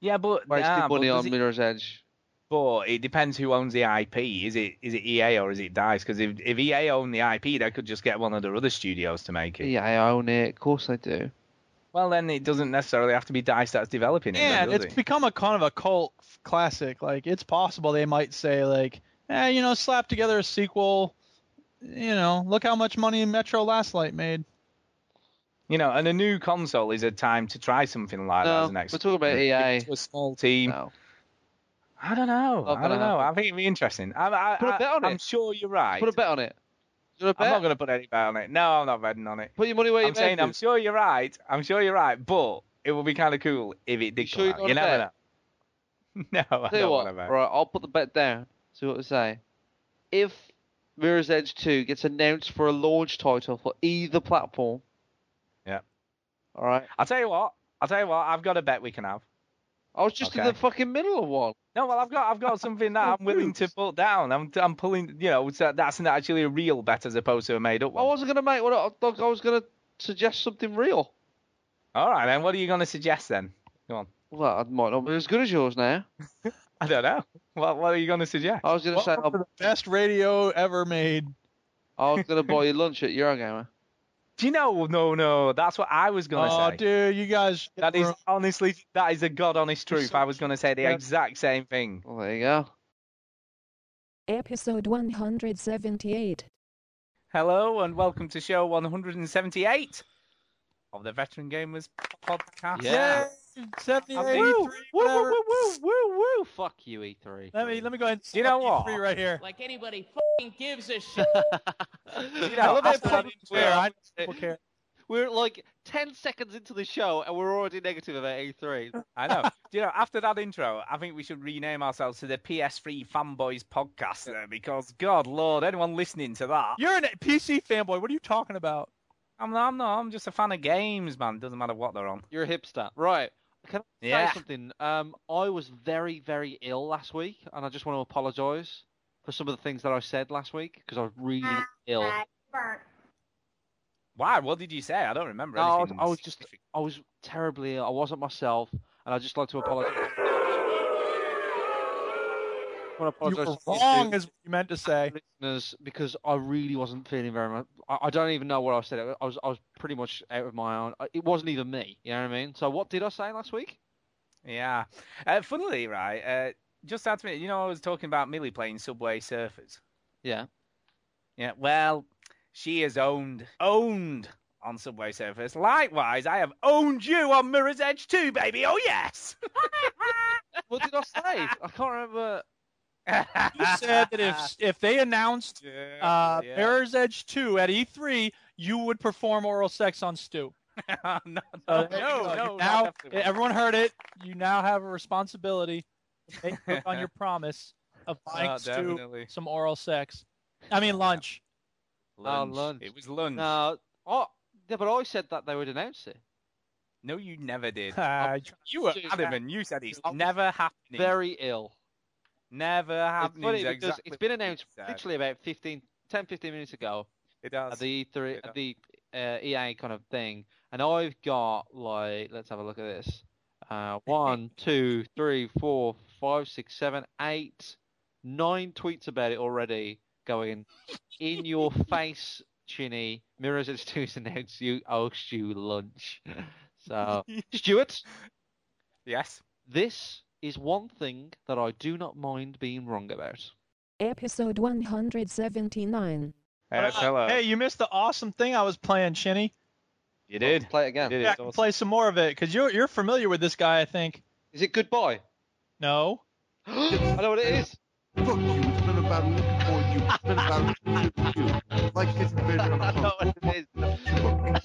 [SPEAKER 2] Yeah, but
[SPEAKER 3] wasting
[SPEAKER 2] nah, but
[SPEAKER 3] money
[SPEAKER 2] does
[SPEAKER 3] on
[SPEAKER 2] it-
[SPEAKER 3] Mirror's Edge.
[SPEAKER 2] But it depends who owns the IP. Is it is it EA or is it Dice? Because if, if EA owned the IP, they could just get one of their other studios to make it.
[SPEAKER 3] EA E own it, of course they do.
[SPEAKER 2] Well, then it doesn't necessarily have to be Dice that's developing it.
[SPEAKER 8] yeah,
[SPEAKER 2] then, does
[SPEAKER 8] it's
[SPEAKER 2] it?
[SPEAKER 8] become a kind of a cult f- classic. Like it's possible they might say like, eh, you know, slap together a sequel. You know, look how much money Metro Last Light made.
[SPEAKER 2] you know, and a new console is a time to try something like that
[SPEAKER 3] No,
[SPEAKER 2] as an
[SPEAKER 3] we're
[SPEAKER 2] next.
[SPEAKER 3] talking about EA.
[SPEAKER 2] To a small team.
[SPEAKER 3] No.
[SPEAKER 2] I don't know.
[SPEAKER 3] Not
[SPEAKER 2] I
[SPEAKER 3] gonna
[SPEAKER 2] don't know. I
[SPEAKER 3] happen.
[SPEAKER 2] think it'd be interesting. I, I,
[SPEAKER 3] Put a
[SPEAKER 2] I,
[SPEAKER 3] bet on
[SPEAKER 2] I'm
[SPEAKER 3] it.
[SPEAKER 2] sure you're right.
[SPEAKER 3] Put a bet on it. You want to
[SPEAKER 2] I'm
[SPEAKER 3] bet?
[SPEAKER 2] not going to put any bet on it. No, I'm not betting on it.
[SPEAKER 3] Put your money where your
[SPEAKER 2] I'm
[SPEAKER 3] mouth
[SPEAKER 2] saying I'm
[SPEAKER 3] is.
[SPEAKER 2] sure you're right. I'm sure you're right, but it would be kind of cool if it did come
[SPEAKER 3] You sure you
[SPEAKER 2] out.
[SPEAKER 3] don't
[SPEAKER 2] You never
[SPEAKER 3] bet?
[SPEAKER 2] know. *laughs* No, I
[SPEAKER 3] Tell you
[SPEAKER 2] don't
[SPEAKER 3] what,
[SPEAKER 2] want to bet.
[SPEAKER 3] right, I'll put the bet down. See what they say. If Mirror's Edge 2 gets announced for a launch title for either platform.
[SPEAKER 2] Yeah.
[SPEAKER 3] All right.
[SPEAKER 2] I'll tell you what. I'll tell you what. I've got a bet we can have.
[SPEAKER 3] I was just in
[SPEAKER 2] Okay.
[SPEAKER 3] the fucking middle of one.
[SPEAKER 2] No, well, I've got I've got something
[SPEAKER 3] *laughs* Oh,
[SPEAKER 2] that I'm willing to put down. I'm I'm pulling. You know, so that's not actually a real bet as opposed to a made up
[SPEAKER 3] I
[SPEAKER 2] one.
[SPEAKER 3] wasn't gonna make. What I, look, I was gonna suggest something real.
[SPEAKER 2] All right, then. What are you going to suggest then? Go on.
[SPEAKER 3] Well, I might not be as good as yours now.
[SPEAKER 2] I don't know. What What are you going to suggest?
[SPEAKER 3] I was gonna say
[SPEAKER 8] Welcome to
[SPEAKER 3] I'll,
[SPEAKER 8] the uh, best radio ever made.
[SPEAKER 3] I was
[SPEAKER 8] *laughs*
[SPEAKER 3] gonna buy you lunch at Eurogamer.
[SPEAKER 2] Do you know? No, no. That's what I was going to
[SPEAKER 8] Oh,
[SPEAKER 2] say.
[SPEAKER 8] dude, you guys.
[SPEAKER 2] That is honestly, that is a god honest
[SPEAKER 8] You're
[SPEAKER 2] truth.
[SPEAKER 8] so-
[SPEAKER 2] I was going to say the
[SPEAKER 8] Yeah.
[SPEAKER 2] exact same thing.
[SPEAKER 3] Well, there you go.
[SPEAKER 1] Episode 178.
[SPEAKER 2] Hello and welcome to show 178 of the Veteran Gamers Podcast.
[SPEAKER 8] Yeah.
[SPEAKER 2] I'll
[SPEAKER 8] 78.
[SPEAKER 2] be-
[SPEAKER 8] Woo, E whatever.
[SPEAKER 3] woo woo! Fuck you, E E3.
[SPEAKER 8] Let me *laughs* let
[SPEAKER 3] *laughs*
[SPEAKER 8] me go ahead. And
[SPEAKER 2] You know
[SPEAKER 8] slap
[SPEAKER 2] what?
[SPEAKER 8] Free right here.
[SPEAKER 5] Like anybody fucking gives a shit.
[SPEAKER 2] You know,
[SPEAKER 8] I love that
[SPEAKER 2] after that
[SPEAKER 8] public
[SPEAKER 2] intro-
[SPEAKER 8] care. I don't care.
[SPEAKER 3] We're like ten seconds into the show and we're already negative about E E3.
[SPEAKER 2] I know. Do you know, after that intro, I think we should rename ourselves to the PS3 Fanboys Podcast uh, because, God, Lord, anyone listening to that?
[SPEAKER 8] You're a PC fanboy. What are you talking about?
[SPEAKER 2] I'm, I'm not. I'm just a fan of games, man. Doesn't matter what they're on.
[SPEAKER 3] You're a hipster, right? Can I
[SPEAKER 2] Yeah.
[SPEAKER 3] say something? Um, I was very very ill last week, and I just want to apologise for some of the things that I said last week because I was really ill.
[SPEAKER 2] Why? What did you say? I don't remember.
[SPEAKER 3] No, I was,
[SPEAKER 2] anything
[SPEAKER 3] I was just,
[SPEAKER 2] specific.
[SPEAKER 3] I was terribly ill. I wasn't myself, and I'd just like to apologize. I want to
[SPEAKER 2] Oh,
[SPEAKER 8] You
[SPEAKER 3] apologize
[SPEAKER 8] were
[SPEAKER 3] to
[SPEAKER 8] wrong,
[SPEAKER 3] you
[SPEAKER 8] is what you meant to
[SPEAKER 2] *laughs*
[SPEAKER 8] say.
[SPEAKER 3] listeners because I really wasn't feeling very much. I, I don't even know what I said. I was, I was pretty much out of my own. It wasn't even me. You know what I mean? So what did I say last week? *laughs*
[SPEAKER 2] Yeah. Uh, funnily, right, uh, just add to me, you know, I was talking about Millie playing Subway Surfers.
[SPEAKER 3] Yeah.
[SPEAKER 2] Yeah, well, she is owned, owned on Subway Surfers. Likewise, I have owned you on Mirror's Edge too, baby. Oh, yes.
[SPEAKER 3] What did I say? I can't remember.
[SPEAKER 8] You said that if if they announced
[SPEAKER 2] *laughs* Yeah,
[SPEAKER 8] uh,
[SPEAKER 2] yeah. *laughs*
[SPEAKER 8] Mirror's Edge 2 at E3, you would perform oral sex on Stu.
[SPEAKER 2] no, Oh, no,
[SPEAKER 8] Uh,
[SPEAKER 2] no,
[SPEAKER 8] you
[SPEAKER 2] no,
[SPEAKER 8] now
[SPEAKER 2] definitely not.
[SPEAKER 8] everyone heard it. You now have a responsibility to make good on your promise *laughs* of buying
[SPEAKER 2] Oh,
[SPEAKER 8] Stu
[SPEAKER 2] definitely.
[SPEAKER 8] some oral sex. I mean lunch.
[SPEAKER 2] Lunch.
[SPEAKER 3] lunch.
[SPEAKER 2] It was lunch. No,
[SPEAKER 3] No. Oh, yeah, but I said that they would announce it.
[SPEAKER 2] you never did.
[SPEAKER 8] *laughs* Ah,
[SPEAKER 2] you were
[SPEAKER 3] Dude,
[SPEAKER 2] adamant. You said it's
[SPEAKER 3] I was
[SPEAKER 2] never happening.
[SPEAKER 3] Very ill.
[SPEAKER 2] Never
[SPEAKER 3] It's
[SPEAKER 2] happening.
[SPEAKER 3] funny
[SPEAKER 2] is
[SPEAKER 3] because
[SPEAKER 2] exactly
[SPEAKER 3] it's been
[SPEAKER 2] what you
[SPEAKER 3] announced
[SPEAKER 2] said.
[SPEAKER 3] literally about 15, 10, 15 minutes ago.
[SPEAKER 2] It does.
[SPEAKER 3] at the E3,
[SPEAKER 2] it
[SPEAKER 3] at the uh, EA kind of thing, and I've got like, let's have a look at this. Uh, *laughs* one, two, three, four, five, six, seven, eight, nine tweets about it already. Going in *laughs* your face, Chinny. Mirrors it's to announce you owe you lunch. *laughs* So Stuart,
[SPEAKER 2] Yes.
[SPEAKER 3] this is one thing that I do not mind being wrong about.
[SPEAKER 1] Episode 179.
[SPEAKER 2] Yes, hello.
[SPEAKER 8] Hey, you missed the awesome thing I was playing, Shinny.
[SPEAKER 2] you did.
[SPEAKER 3] Play it again.
[SPEAKER 2] You did.
[SPEAKER 8] Yeah,
[SPEAKER 2] It's
[SPEAKER 8] I can
[SPEAKER 2] awesome.
[SPEAKER 8] play some more of it because you're you're familiar with this guy, I think.
[SPEAKER 3] Is it goodbye? *gasps*
[SPEAKER 8] No, *laughs*
[SPEAKER 3] I know what it *laughs* is.
[SPEAKER 7] Fuck you, it's been about looking for you. It's been about looking for you. Like it's been
[SPEAKER 3] I know
[SPEAKER 7] about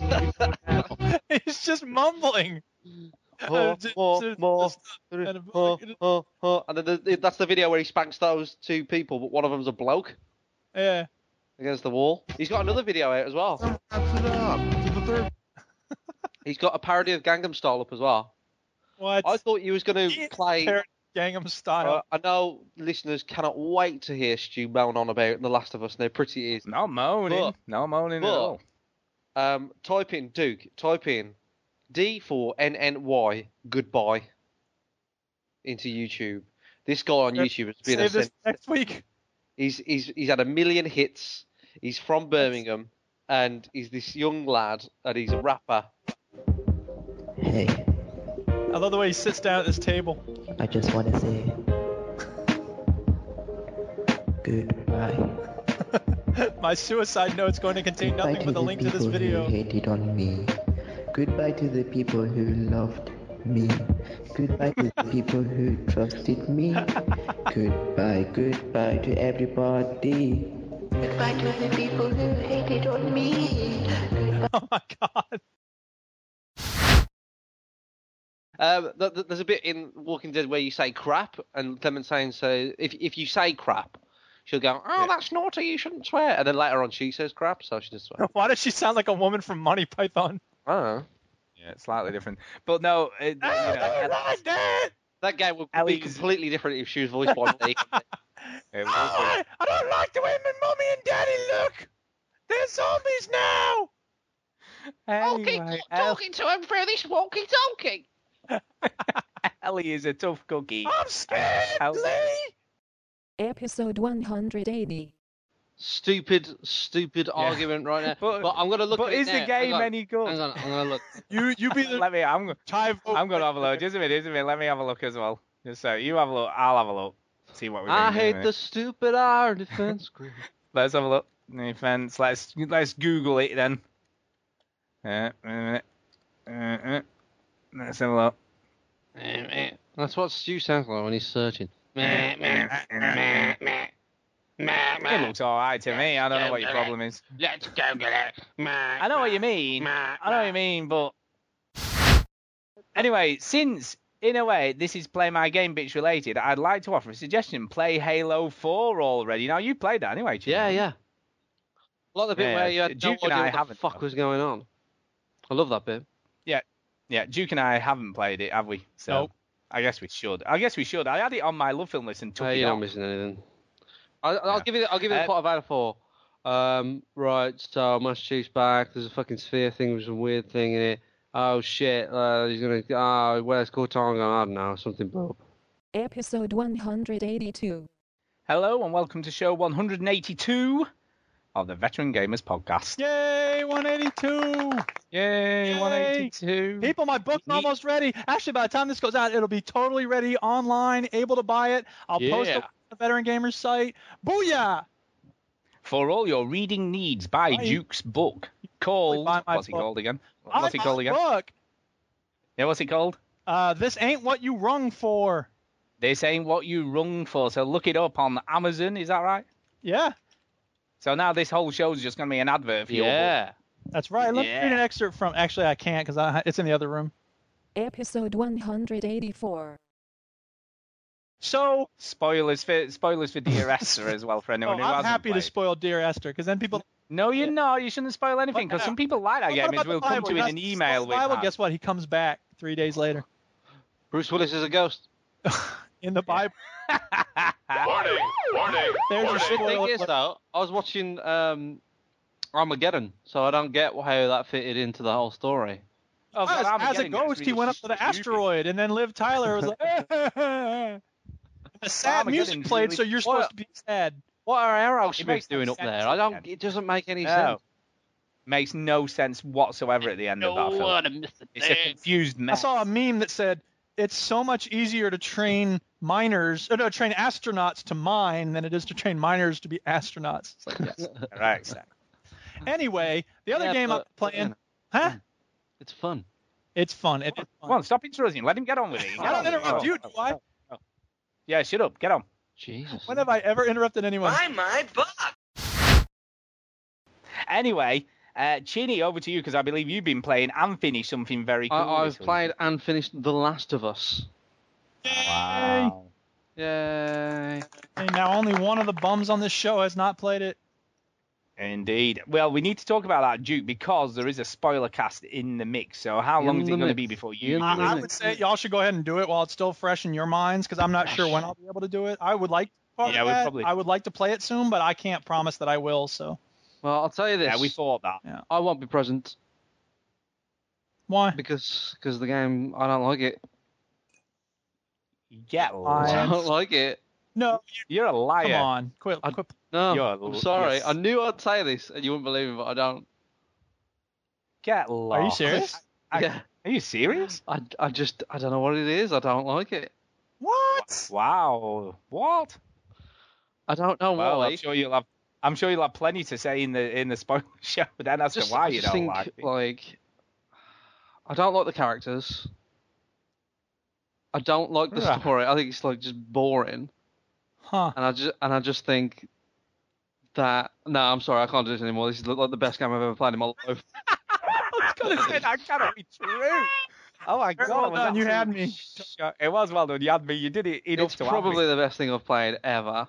[SPEAKER 3] what it is.
[SPEAKER 8] he's just mumbling.
[SPEAKER 3] Ho,
[SPEAKER 8] *laughs* Just-
[SPEAKER 3] ho,
[SPEAKER 8] just-
[SPEAKER 3] mo,
[SPEAKER 8] kind of-
[SPEAKER 3] ho, ho, ho. And then the- the, that's the video where he spanks those two people, but one of them's a bloke
[SPEAKER 8] Yeah,
[SPEAKER 3] against the wall. He's got another video out as well.
[SPEAKER 7] Wraps it up. To the third.
[SPEAKER 3] He's got a parody of Gangnam Style up as well.
[SPEAKER 8] what?
[SPEAKER 3] I thought you was going to
[SPEAKER 8] It's
[SPEAKER 3] play.
[SPEAKER 8] Terry Gangnam Style.
[SPEAKER 3] Uh, I know listeners cannot wait to hear Stu moan on about The Last of Us and how pretty it is.
[SPEAKER 2] No moaning.
[SPEAKER 3] But-
[SPEAKER 2] no moaning at
[SPEAKER 3] but-
[SPEAKER 2] all.
[SPEAKER 3] Um, type in Duke. Type in D4NNY goodbye into YouTube. This guy on
[SPEAKER 8] Sure.
[SPEAKER 3] YouTube has been a
[SPEAKER 8] Save this
[SPEAKER 3] sen-
[SPEAKER 8] next week.
[SPEAKER 3] He's he's he's had a million hits. He's from Birmingham, and he's this young lad, and he's a rapper.
[SPEAKER 11] Hey,
[SPEAKER 8] I love the way he sits down at this table. *laughs*
[SPEAKER 11] I just want to say goodbye.
[SPEAKER 8] My suicide note's going to contain nothing but a link to this
[SPEAKER 11] people
[SPEAKER 8] video.
[SPEAKER 11] who hated on me. Goodbye to the people who loved me. Goodbye to the people who trusted me. Goodbye, goodbye to everybody. Goodbye to the people who hated on me.
[SPEAKER 8] *laughs* Oh my god. *laughs*
[SPEAKER 3] Um, th- th- there's a bit in Walking Dead where you say crap, and Clementine says, if if you say crap, she'll go, "Oh, that's naughty. You shouldn't swear." And then later on, she says crap, so she just swears.
[SPEAKER 8] Why does she sound like a woman from
[SPEAKER 2] *laughs*
[SPEAKER 8] Monty Python?
[SPEAKER 3] I don't know.
[SPEAKER 2] Yeah, it's slightly different. But no, it, you
[SPEAKER 8] *laughs*
[SPEAKER 2] know,
[SPEAKER 3] *laughs* That game would
[SPEAKER 2] At
[SPEAKER 3] be
[SPEAKER 2] least-
[SPEAKER 3] completely different if she was voiced by *laughs* me.
[SPEAKER 2] it was
[SPEAKER 8] Ah, I don't like the way my mommy and daddy look. They're zombies now.
[SPEAKER 2] Anyway,
[SPEAKER 3] uh,
[SPEAKER 2] El-
[SPEAKER 3] to him through this walkie-talkie.
[SPEAKER 2] Ellie is a tough cookie.
[SPEAKER 8] I'm scared,
[SPEAKER 2] How-
[SPEAKER 1] Episode 180.
[SPEAKER 3] Stupid, stupid argument right now.
[SPEAKER 2] But-
[SPEAKER 3] *laughs* But, I'm gonna look.
[SPEAKER 2] but
[SPEAKER 3] at it
[SPEAKER 2] is the
[SPEAKER 3] now.
[SPEAKER 2] game
[SPEAKER 3] Hang on,
[SPEAKER 2] any good?
[SPEAKER 3] Hang on, I'm gonna look.
[SPEAKER 8] You you
[SPEAKER 2] *laughs*
[SPEAKER 8] be the
[SPEAKER 2] Let me. I'm.
[SPEAKER 8] tie vote.
[SPEAKER 2] I'm gonna have a look. Just a minute. Just a minute. Let me have a look as well. Just so you have a look. I'll have a look. See what we. think in
[SPEAKER 3] I
[SPEAKER 2] a
[SPEAKER 3] hate
[SPEAKER 2] minute.
[SPEAKER 3] the stupid iron defense grid.
[SPEAKER 2] Let's have a look. Any fence? Let's let's Google it then. Uh, wait a minute. Uh, uh, let's have a look.
[SPEAKER 3] Meh, meh. *laughs* That's what Stu sounds like when he's searching. Meh, meh,
[SPEAKER 2] It
[SPEAKER 3] meh, meh, meh.
[SPEAKER 2] looks alright to me. I don't know what your problem is.
[SPEAKER 3] Let's go get it.
[SPEAKER 2] I know what you mean. I know what you mean, but anyway, since in a way this is play my game bitch related, I'd like to offer a suggestion. Play Halo 4 already. Now you played that anyway. Jim.
[SPEAKER 3] Yeah, yeah. Like the bit
[SPEAKER 2] Yeah,
[SPEAKER 3] where you had
[SPEAKER 2] Duke
[SPEAKER 3] no
[SPEAKER 2] and I
[SPEAKER 3] idea what the
[SPEAKER 2] haven't
[SPEAKER 3] fuck
[SPEAKER 2] done.
[SPEAKER 3] was going on. I love that bit.
[SPEAKER 2] Yeah, Duke and I haven't played it, have we? So
[SPEAKER 8] Nope.
[SPEAKER 2] I guess we should. I guess we should. I had it on my love film list and took
[SPEAKER 3] Uh,
[SPEAKER 2] it
[SPEAKER 3] you're
[SPEAKER 2] off.
[SPEAKER 3] not missing anything. I, I'll
[SPEAKER 2] Yeah.
[SPEAKER 3] give you. I'll give you the
[SPEAKER 2] Uh,
[SPEAKER 3] plot of Ada Four. Um, right. So Master Chief's back. There's a fucking sphere thing. There's a weird thing in it. Oh shit. Uh, he's gonna. Oh, where's Cortana? I don't know. Something blew up.
[SPEAKER 1] Episode 182.
[SPEAKER 2] Hello and welcome to show 182 of the Veteran Gamers Podcast.
[SPEAKER 8] Yay, 182.
[SPEAKER 2] Yay, 182.
[SPEAKER 8] People, my book's
[SPEAKER 2] Neat.
[SPEAKER 8] almost ready. Actually, by the time this goes out, it'll be totally ready online, able to buy it. I'll post it
[SPEAKER 3] Yeah.
[SPEAKER 8] on the Veteran Gamers site. Booyah!
[SPEAKER 2] For all your reading needs, buy
[SPEAKER 8] Buy-
[SPEAKER 2] Duke's book called.
[SPEAKER 8] buy my
[SPEAKER 2] What's it
[SPEAKER 8] book.
[SPEAKER 2] called again? What's
[SPEAKER 8] I
[SPEAKER 2] it called
[SPEAKER 8] bought
[SPEAKER 2] again?
[SPEAKER 8] Book.
[SPEAKER 2] Yeah, what's it called?
[SPEAKER 8] Uh, this ain't what you rung for.
[SPEAKER 2] This ain't what you rung for, so look it up on Amazon. Is that right?
[SPEAKER 8] Yeah,
[SPEAKER 2] So now this whole show's just going to be an advert for your book.
[SPEAKER 3] Yeah.
[SPEAKER 8] that's right. Let me read an excerpt from. Actually, I can't because I, it's in the other room.
[SPEAKER 1] Episode 184.
[SPEAKER 8] So
[SPEAKER 2] Spoilers for spoilers for Dear Esther as well for
[SPEAKER 8] oh,
[SPEAKER 2] anyone who
[SPEAKER 8] I'm
[SPEAKER 2] hasn't
[SPEAKER 8] happy to
[SPEAKER 2] played.
[SPEAKER 8] spoil Dear Esther because then people.
[SPEAKER 2] No, you're not. You shouldn't spoil anything because
[SPEAKER 8] no.
[SPEAKER 2] some people like that
[SPEAKER 8] What
[SPEAKER 2] game.
[SPEAKER 8] about
[SPEAKER 2] As
[SPEAKER 8] the
[SPEAKER 2] we'll come
[SPEAKER 8] Bible?
[SPEAKER 2] to in
[SPEAKER 8] That's-
[SPEAKER 2] an email
[SPEAKER 8] the
[SPEAKER 2] with uh,
[SPEAKER 8] Bible,
[SPEAKER 2] that.
[SPEAKER 8] guess what? He comes back three days later *laughs*
[SPEAKER 3] Bruce Willis is a ghost.
[SPEAKER 8] in the Bible.
[SPEAKER 2] *laughs*
[SPEAKER 7] Warning! Warning!
[SPEAKER 8] There's your
[SPEAKER 3] The thing
[SPEAKER 8] spoiler.
[SPEAKER 3] is though, I was watching um, Armageddon, so I don't get how that fitted into the whole story.
[SPEAKER 2] Oh,
[SPEAKER 8] As,
[SPEAKER 2] God,
[SPEAKER 8] as a
[SPEAKER 2] Armageddon gets
[SPEAKER 8] ghost, he
[SPEAKER 2] really
[SPEAKER 8] went up to the
[SPEAKER 2] stupid.
[SPEAKER 8] asteroid, and then Liv Tyler was like, *laughs* the sad music
[SPEAKER 2] Armageddon's
[SPEAKER 8] played,
[SPEAKER 2] really-
[SPEAKER 8] so you're supposed to be sad.
[SPEAKER 3] What are
[SPEAKER 2] It
[SPEAKER 3] Aerosmith
[SPEAKER 2] makes no
[SPEAKER 3] doing up
[SPEAKER 2] sense
[SPEAKER 3] there? I don't.
[SPEAKER 2] again.
[SPEAKER 3] It doesn't make any
[SPEAKER 2] No.
[SPEAKER 3] sense.
[SPEAKER 2] Makes no sense whatsoever at the end of that film. It's a confused
[SPEAKER 8] I
[SPEAKER 2] mess.
[SPEAKER 8] saw a meme that said, "It's so much easier to train miners, or no, train astronauts to mine than it is to train miners to be astronauts."
[SPEAKER 2] *laughs*
[SPEAKER 8] It's like, yes.
[SPEAKER 2] Right,
[SPEAKER 8] *laughs*
[SPEAKER 2] exactly.
[SPEAKER 8] anyway, the other
[SPEAKER 3] Yeah,
[SPEAKER 8] game I'm
[SPEAKER 3] but-
[SPEAKER 8] playing, huh?
[SPEAKER 2] Mm.
[SPEAKER 3] It's fun.
[SPEAKER 8] It's fun. It is fun.
[SPEAKER 2] Come on, stop interrupting. him. Let him get on with it.
[SPEAKER 8] I don't interrupt you, do I?
[SPEAKER 2] Yeah, shut up. Get on.
[SPEAKER 3] Jesus.
[SPEAKER 8] When have I ever interrupted anyone?
[SPEAKER 4] my buck.
[SPEAKER 2] Anyway, uh, Chini, over to you because I believe you've been playing and finished something very cool.
[SPEAKER 3] I, I've
[SPEAKER 2] this week.
[SPEAKER 3] played and finished The Last of Us.
[SPEAKER 2] Wow.
[SPEAKER 3] Yay.
[SPEAKER 8] And now only one of the bums on this show has not played it.
[SPEAKER 2] Indeed. Well, we need to talk about that, Duke, because there is a spoiler cast in the mix. So, how
[SPEAKER 3] In
[SPEAKER 2] long is it
[SPEAKER 3] the
[SPEAKER 2] going to
[SPEAKER 3] mix.
[SPEAKER 2] be before you? do
[SPEAKER 3] In the
[SPEAKER 8] I,
[SPEAKER 2] it?
[SPEAKER 8] I would say y'all should go ahead and do it while it's still fresh in your minds, because I'm not sure when I'll be able to do it. I would like. Part
[SPEAKER 2] Yeah,
[SPEAKER 8] of
[SPEAKER 2] we
[SPEAKER 8] that.
[SPEAKER 2] probably-
[SPEAKER 8] I would like to play it soon, but I can't promise that I will. So
[SPEAKER 3] Well, I'll tell you this.
[SPEAKER 2] Yeah, we thought that.
[SPEAKER 3] I won't be present
[SPEAKER 8] why?
[SPEAKER 3] because cause the game, I don't like it.
[SPEAKER 2] Get
[SPEAKER 3] *laughs*
[SPEAKER 8] Yes.
[SPEAKER 3] I
[SPEAKER 2] lost.
[SPEAKER 3] don't like it.
[SPEAKER 8] No,
[SPEAKER 2] You're a liar.
[SPEAKER 8] Come on, quit,
[SPEAKER 3] I-
[SPEAKER 8] quit.
[SPEAKER 3] No.
[SPEAKER 2] You're
[SPEAKER 3] I'm
[SPEAKER 2] l-
[SPEAKER 3] sorry.
[SPEAKER 2] yes.
[SPEAKER 3] I knew I'd say this and you wouldn't believe me, but I don't.
[SPEAKER 2] Get lost.
[SPEAKER 8] Are
[SPEAKER 2] *laughs*
[SPEAKER 8] you serious?
[SPEAKER 2] I-
[SPEAKER 3] yeah.
[SPEAKER 2] Are you serious?
[SPEAKER 3] I, I just, I don't know what it is. I don't like it.
[SPEAKER 8] What?
[SPEAKER 2] Wow. What?
[SPEAKER 3] I don't know
[SPEAKER 2] Well,
[SPEAKER 3] why.
[SPEAKER 2] I'm sure you'll have. I'm sure you'll have plenty to say in the in the spoiler *laughs* show. Then as to
[SPEAKER 3] just,
[SPEAKER 2] why
[SPEAKER 3] I
[SPEAKER 2] you
[SPEAKER 3] just
[SPEAKER 2] don't
[SPEAKER 3] think,
[SPEAKER 2] like *laughs* it.
[SPEAKER 3] like, I don't like the characters. I don't like the
[SPEAKER 2] Right.
[SPEAKER 3] story. I think it's like just boring.
[SPEAKER 8] Huh? Uh,
[SPEAKER 3] and I just and I just think that no, I'm sorry, I can't do this anymore. This is like the best game I've ever played in my life.
[SPEAKER 2] I was gonna say that cannot be true. Oh my god!
[SPEAKER 8] well
[SPEAKER 2] it was
[SPEAKER 8] done, you had
[SPEAKER 2] absolute
[SPEAKER 8] me.
[SPEAKER 2] shock. It was well done. You had me. You did it enough
[SPEAKER 3] It's
[SPEAKER 2] to have me.
[SPEAKER 3] probably the best thing I've played ever.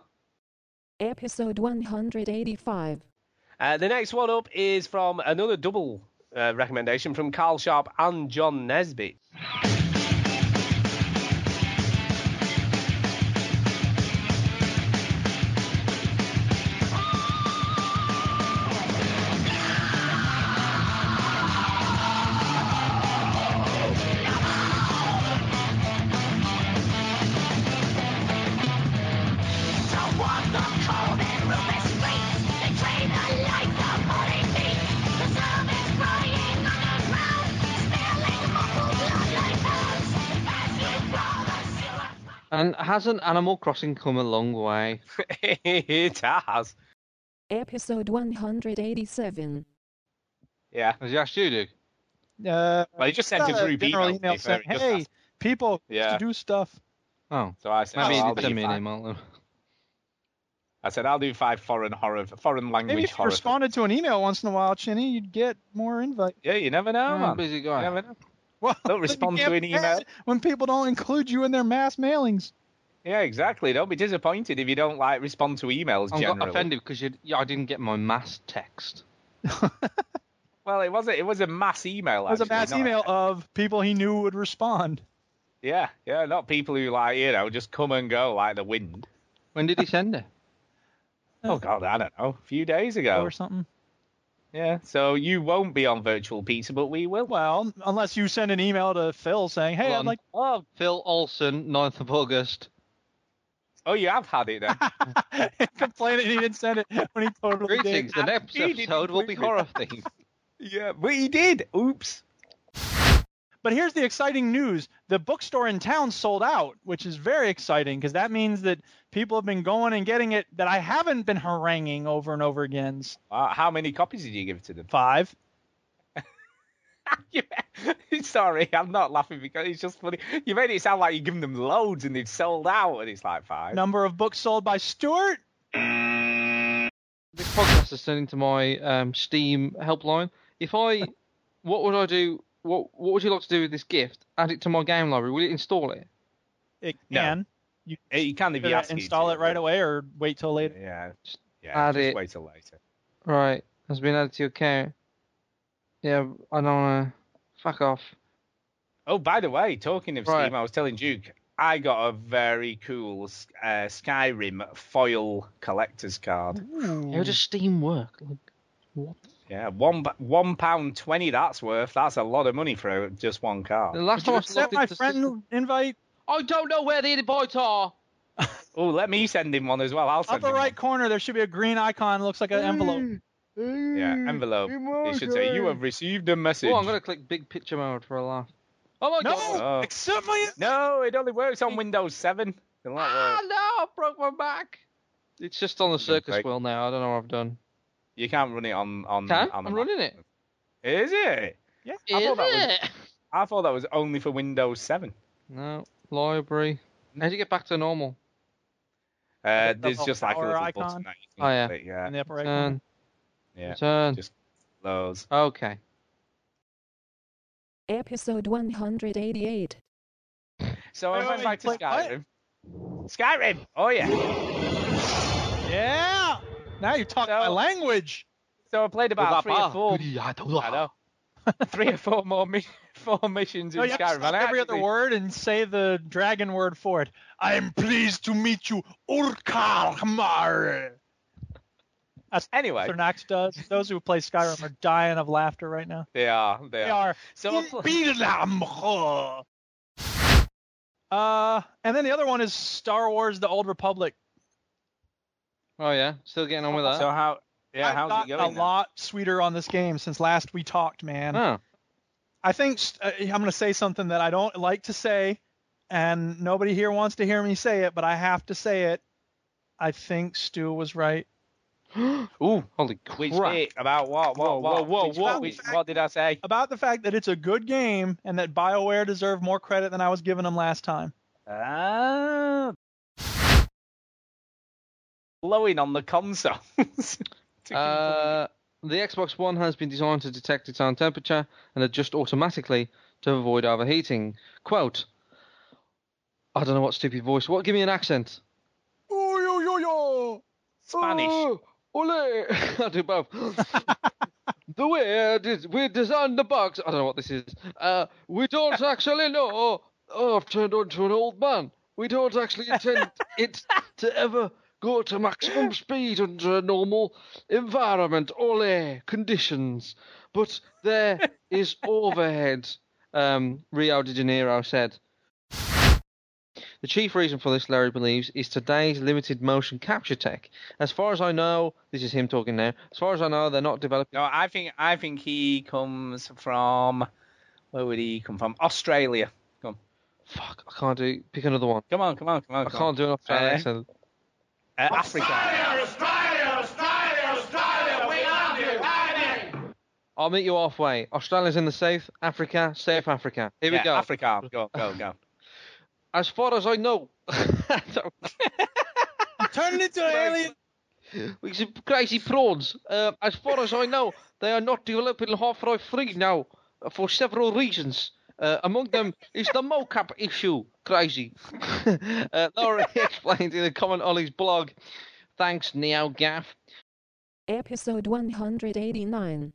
[SPEAKER 1] episode 185.
[SPEAKER 2] Uh, the next one up is from another double uh, recommendation from Carl Sharp and John Nesbitt.
[SPEAKER 3] And hasn't Animal Crossing come a long way?
[SPEAKER 2] *laughs* it has.
[SPEAKER 1] Episode 187.
[SPEAKER 2] Yeah.
[SPEAKER 3] Has he asked you, Duke?
[SPEAKER 8] Uh,
[SPEAKER 2] Well, he just sent
[SPEAKER 8] got
[SPEAKER 2] it
[SPEAKER 8] a
[SPEAKER 2] through
[SPEAKER 8] general
[SPEAKER 2] email,
[SPEAKER 8] email
[SPEAKER 2] to be fair,
[SPEAKER 8] saying,
[SPEAKER 2] he just
[SPEAKER 8] "Hey,
[SPEAKER 2] asked.
[SPEAKER 8] people,
[SPEAKER 2] Yeah. Mm,
[SPEAKER 8] to do stuff."
[SPEAKER 3] Oh.
[SPEAKER 2] So I said,
[SPEAKER 3] Maybe
[SPEAKER 2] oh, I'll
[SPEAKER 3] it's
[SPEAKER 2] do
[SPEAKER 3] a
[SPEAKER 2] five.
[SPEAKER 3] *laughs* minimal.
[SPEAKER 2] I said, I'll do five foreign horror, foreign language
[SPEAKER 8] Maybe if you
[SPEAKER 2] horror.
[SPEAKER 8] responded to an email once in a while, Chinny, you'd get more invite. *laughs*
[SPEAKER 2] yeah, you never know,
[SPEAKER 8] Oh,
[SPEAKER 2] man.
[SPEAKER 3] busy guy.
[SPEAKER 2] You never know.
[SPEAKER 8] Well, *laughs*
[SPEAKER 2] Don't
[SPEAKER 8] you
[SPEAKER 2] respond to
[SPEAKER 8] can't
[SPEAKER 2] an
[SPEAKER 8] be
[SPEAKER 2] email.
[SPEAKER 8] mad when people don't include you in their mass mailings.
[SPEAKER 2] Yeah, exactly. Don't be disappointed if you don't like respond to emails
[SPEAKER 3] I got
[SPEAKER 2] generally.
[SPEAKER 3] offended because you, yeah, I didn't get my mass text.
[SPEAKER 2] Well, it was a, it was a mass email.
[SPEAKER 8] It was a
[SPEAKER 2] actually,
[SPEAKER 8] mass
[SPEAKER 2] not-
[SPEAKER 8] email of people he knew would respond.
[SPEAKER 2] Yeah, yeah, not people who like you know just come and go like the wind.
[SPEAKER 3] When did he send it?
[SPEAKER 2] Oh God, I don't know. A few days ago.
[SPEAKER 8] or something.
[SPEAKER 2] Yeah. So you won't be on Virtual Pizza, but we will.
[SPEAKER 8] Well, unless you send an email to Phil saying, "Hey,
[SPEAKER 3] Hold
[SPEAKER 8] I'd
[SPEAKER 3] on.
[SPEAKER 8] like." *laughs*
[SPEAKER 2] Oh,
[SPEAKER 3] Phil Olson, 9th of August.
[SPEAKER 2] oh, you have had it
[SPEAKER 8] *laughs*
[SPEAKER 2] then.
[SPEAKER 8] complaining he didn't send it when he totally did.
[SPEAKER 3] Greetings. The next
[SPEAKER 2] He didn't
[SPEAKER 3] episode will be
[SPEAKER 2] include it.
[SPEAKER 3] horror themed.
[SPEAKER 2] yeah, but he did. Oops.
[SPEAKER 8] But here's the exciting news: the bookstore in town sold out, which is very exciting because that means that people have been going and getting it that I haven't been haranguing over and over again.
[SPEAKER 2] Wow, how many copies did you give to them? *laughs*
[SPEAKER 8] Five.
[SPEAKER 2] Sorry, I'm not laughing because it's just funny. You made it sound like you've given them loads and they've sold out, and it's like five.
[SPEAKER 8] Number of books sold by Stuart.
[SPEAKER 3] This podcast is turning to my um, Steam helpline. If I, what would I do? What What would you like to do with this gift? Add it to my game library. Will it install it?
[SPEAKER 8] It
[SPEAKER 2] No.
[SPEAKER 8] can
[SPEAKER 2] Eh, You can if you
[SPEAKER 8] Should I
[SPEAKER 2] ask it
[SPEAKER 8] install
[SPEAKER 2] to,
[SPEAKER 8] it right
[SPEAKER 2] but-
[SPEAKER 8] away or wait till later.
[SPEAKER 2] Yeah, yeah.
[SPEAKER 3] Add
[SPEAKER 2] just
[SPEAKER 3] it.
[SPEAKER 2] wait till later.
[SPEAKER 3] Right, has been added to your account. Yeah, I don't wanna. Fuck off.
[SPEAKER 2] Oh, by the way, talking of
[SPEAKER 3] Right.
[SPEAKER 2] Steam, I was telling Duke, I got a very cool uh, Skyrim foil collector's
[SPEAKER 3] Mm-hmm.
[SPEAKER 2] card.
[SPEAKER 8] *laughs*
[SPEAKER 3] How does Steam work? Like, what?
[SPEAKER 2] Yeah, one bu- one pound twenty. That's worth. That's a lot of money for just one
[SPEAKER 3] The
[SPEAKER 2] card.
[SPEAKER 3] last
[SPEAKER 8] Did you
[SPEAKER 3] time I
[SPEAKER 8] accept
[SPEAKER 3] looked
[SPEAKER 8] my
[SPEAKER 3] into Steam-
[SPEAKER 8] friend invite?
[SPEAKER 3] I don't know where the invites are.
[SPEAKER 2] Oh, let me send him one as well. I'll send
[SPEAKER 8] Upper
[SPEAKER 2] him
[SPEAKER 8] right
[SPEAKER 2] one.
[SPEAKER 8] corner, there should be a green icon. Looks like an
[SPEAKER 3] Mm.
[SPEAKER 8] envelope.
[SPEAKER 2] Yeah, envelope. It should say you have received a message.
[SPEAKER 3] Oh, I'm gonna click big picture mode for a laugh. Oh my god!
[SPEAKER 2] Oh.
[SPEAKER 8] No, accept my.
[SPEAKER 2] No, it only works on Windows Seven. It'll not
[SPEAKER 3] Ah,
[SPEAKER 2] work.
[SPEAKER 3] no! I broke my back. It's just on the circus
[SPEAKER 2] break-
[SPEAKER 3] wheel now. I don't know what I've done.
[SPEAKER 2] You can't run it on on.
[SPEAKER 3] Can?
[SPEAKER 2] on the Mac.
[SPEAKER 3] I'm running it.
[SPEAKER 2] Is it? I thought that was- I thought that was only for Windows Seven.
[SPEAKER 3] No, library. How do you get back to normal?
[SPEAKER 2] Uh,
[SPEAKER 8] The
[SPEAKER 2] there's
[SPEAKER 8] little
[SPEAKER 2] just like a
[SPEAKER 8] power
[SPEAKER 2] little
[SPEAKER 8] icon?
[SPEAKER 2] button that you
[SPEAKER 3] Oh, yeah.
[SPEAKER 2] can click, yeah.
[SPEAKER 8] In the upper right corner.
[SPEAKER 3] Turn,
[SPEAKER 2] Yeah,
[SPEAKER 3] turn.
[SPEAKER 2] just- those.
[SPEAKER 3] Okay.
[SPEAKER 1] Episode 188.
[SPEAKER 2] So
[SPEAKER 8] Wait,
[SPEAKER 2] I
[SPEAKER 8] wait,
[SPEAKER 2] went
[SPEAKER 8] wait,
[SPEAKER 2] back to
[SPEAKER 8] click what?
[SPEAKER 2] Skyrim. Skyrim. Oh yeah.
[SPEAKER 8] Yeah. Now you're talking
[SPEAKER 2] No.
[SPEAKER 8] my language.
[SPEAKER 2] So I played about three or four. I know. *laughs* three or four more mi- *laughs* four missions in
[SPEAKER 8] No, you have to
[SPEAKER 2] Skyrim.
[SPEAKER 8] stop
[SPEAKER 2] and I
[SPEAKER 8] every other
[SPEAKER 2] actually-
[SPEAKER 8] word and say the dragon word for it. I am pleased to meet you, Urkar Hamar. That's
[SPEAKER 2] Anyway,
[SPEAKER 8] what Sir Knox does. Those who play Skyrim are dying of laughter right now.
[SPEAKER 2] they are. They,
[SPEAKER 8] They
[SPEAKER 2] are.
[SPEAKER 8] are.
[SPEAKER 2] So I pl-
[SPEAKER 8] Billam. Uh, and then the other one is Star Wars: The Old Republic.
[SPEAKER 3] Oh yeah, still getting on with that.
[SPEAKER 2] so how? Yeah,
[SPEAKER 8] I've
[SPEAKER 2] how's it
[SPEAKER 8] gotten
[SPEAKER 2] going?
[SPEAKER 8] a
[SPEAKER 2] now?
[SPEAKER 8] lot sweeter on this game since last we talked, man.
[SPEAKER 3] Oh.
[SPEAKER 2] um,
[SPEAKER 8] I think st- uh, I'm going to say something that I don't like to say, and nobody here wants to hear me say it, but I have to say it. I think Stu was right.
[SPEAKER 3] Oh. *gasps* Ooh, holy crap!
[SPEAKER 2] Which bit? About what? What? What?
[SPEAKER 3] whoa,
[SPEAKER 2] Which-
[SPEAKER 8] whoa.
[SPEAKER 2] Which, what did I say?
[SPEAKER 8] About the fact that it's a good game and that BioWare deserved more credit than I was giving them
[SPEAKER 12] *laughs*
[SPEAKER 8] last time.
[SPEAKER 2] Ah. Blowing on the consoles. *laughs* To
[SPEAKER 3] Uh, the Xbox One has been designed to detect its own temperature and adjust automatically to avoid overheating. Quote. I don't know what stupid voice. What? Give me an accent.
[SPEAKER 8] Oh, yo, yo, yo.
[SPEAKER 13] Spanish.
[SPEAKER 3] Oh, ole! *laughs* I'll do both. the way it is- we designed the box, I don't know what this is. Uh, we don't actually know. Oh, I've turned into an old man. We don't actually intend it to ever go to maximum speed under a normal environment, ole conditions. But there is overhead. Um, Rio de Janeiro said. The chief reason for this, Larry believes, is today's limited motion capture tech. As far as I know, this is him talking now. As far as I know, they're not developing.
[SPEAKER 2] No, I think I think he comes from where would he come from? Australia. Come.
[SPEAKER 3] Fuck, I can't do. Pick another one.
[SPEAKER 2] Come on, come on, come on.
[SPEAKER 3] I
[SPEAKER 2] come
[SPEAKER 3] can't
[SPEAKER 2] on.
[SPEAKER 3] do an Australian
[SPEAKER 2] Uh,
[SPEAKER 3] accent.
[SPEAKER 2] uh, Africa.
[SPEAKER 3] I'll meet you halfway. Australia's in the south. Africa, South Africa. Here
[SPEAKER 2] Yeah,
[SPEAKER 3] we go.
[SPEAKER 2] Africa. Go, go, go.
[SPEAKER 3] As far as I know, *laughs*
[SPEAKER 8] turning into an alien.
[SPEAKER 3] We some crazy prawns. Uh, as far as I know, they are not developing Half-Life 3 now uh, for several reasons. Uh, among them is the mocap issue. Crazy. *laughs* uh, Laura *laughs* explained in a comment on his blog. Thanks, Neo Gaff.
[SPEAKER 1] Episode 189.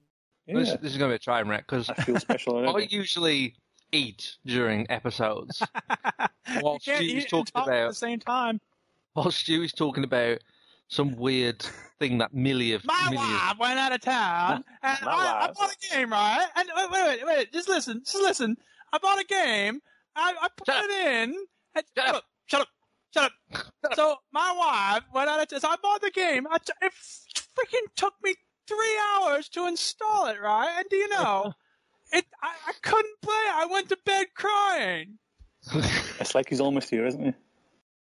[SPEAKER 12] This, this is going to be a train wreck because I feel special.
[SPEAKER 3] *laughs*
[SPEAKER 12] I usually eat during *laughs* episodes while Stu is talking
[SPEAKER 8] at the
[SPEAKER 12] about
[SPEAKER 8] same time.
[SPEAKER 12] while Stu is talking about some weird thing that Millie of
[SPEAKER 8] My
[SPEAKER 12] Millie of-
[SPEAKER 8] wife went out of *laughs* town, and
[SPEAKER 12] My
[SPEAKER 8] I, I
[SPEAKER 12] wife.
[SPEAKER 8] bought a game, right? And wait, wait, wait, wait, just listen, just listen. I bought a game. I, I put it in. and- shut, up. shut up, shut up, So my wife went out of town. So I bought the game. I t- it freaking took me three hours to install it, right? And do you *laughs* know? It, I, I couldn't play. it. I went to bed crying.
[SPEAKER 14] It's like he's almost here, isn't he?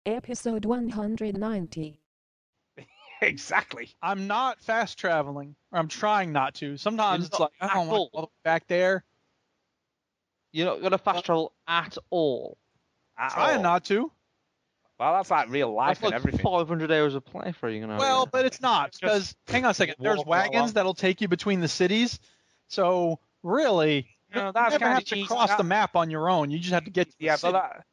[SPEAKER 1] Episode 190.
[SPEAKER 2] Exactly.
[SPEAKER 8] I'm not fast traveling, or I'm trying not to. Sometimes it's like I don't want to go back there.
[SPEAKER 3] You're not gonna fast travel at all.
[SPEAKER 8] Trying not to.
[SPEAKER 2] Well, that's like real life
[SPEAKER 3] That's
[SPEAKER 2] and
[SPEAKER 3] like
[SPEAKER 2] everything.
[SPEAKER 3] 500 hours of playthrough. You're gonna. have.
[SPEAKER 8] Well, but it's not because hang on a second. There's
[SPEAKER 3] walk along.
[SPEAKER 8] wagons that'll take you between the cities, so really, you,
[SPEAKER 2] No, that's
[SPEAKER 8] never
[SPEAKER 2] kinda
[SPEAKER 8] have to
[SPEAKER 2] cheating.
[SPEAKER 8] cross the
[SPEAKER 2] That-
[SPEAKER 8] map on your own. You just have to get. To the
[SPEAKER 2] Yeah, but
[SPEAKER 8] city.
[SPEAKER 2] that.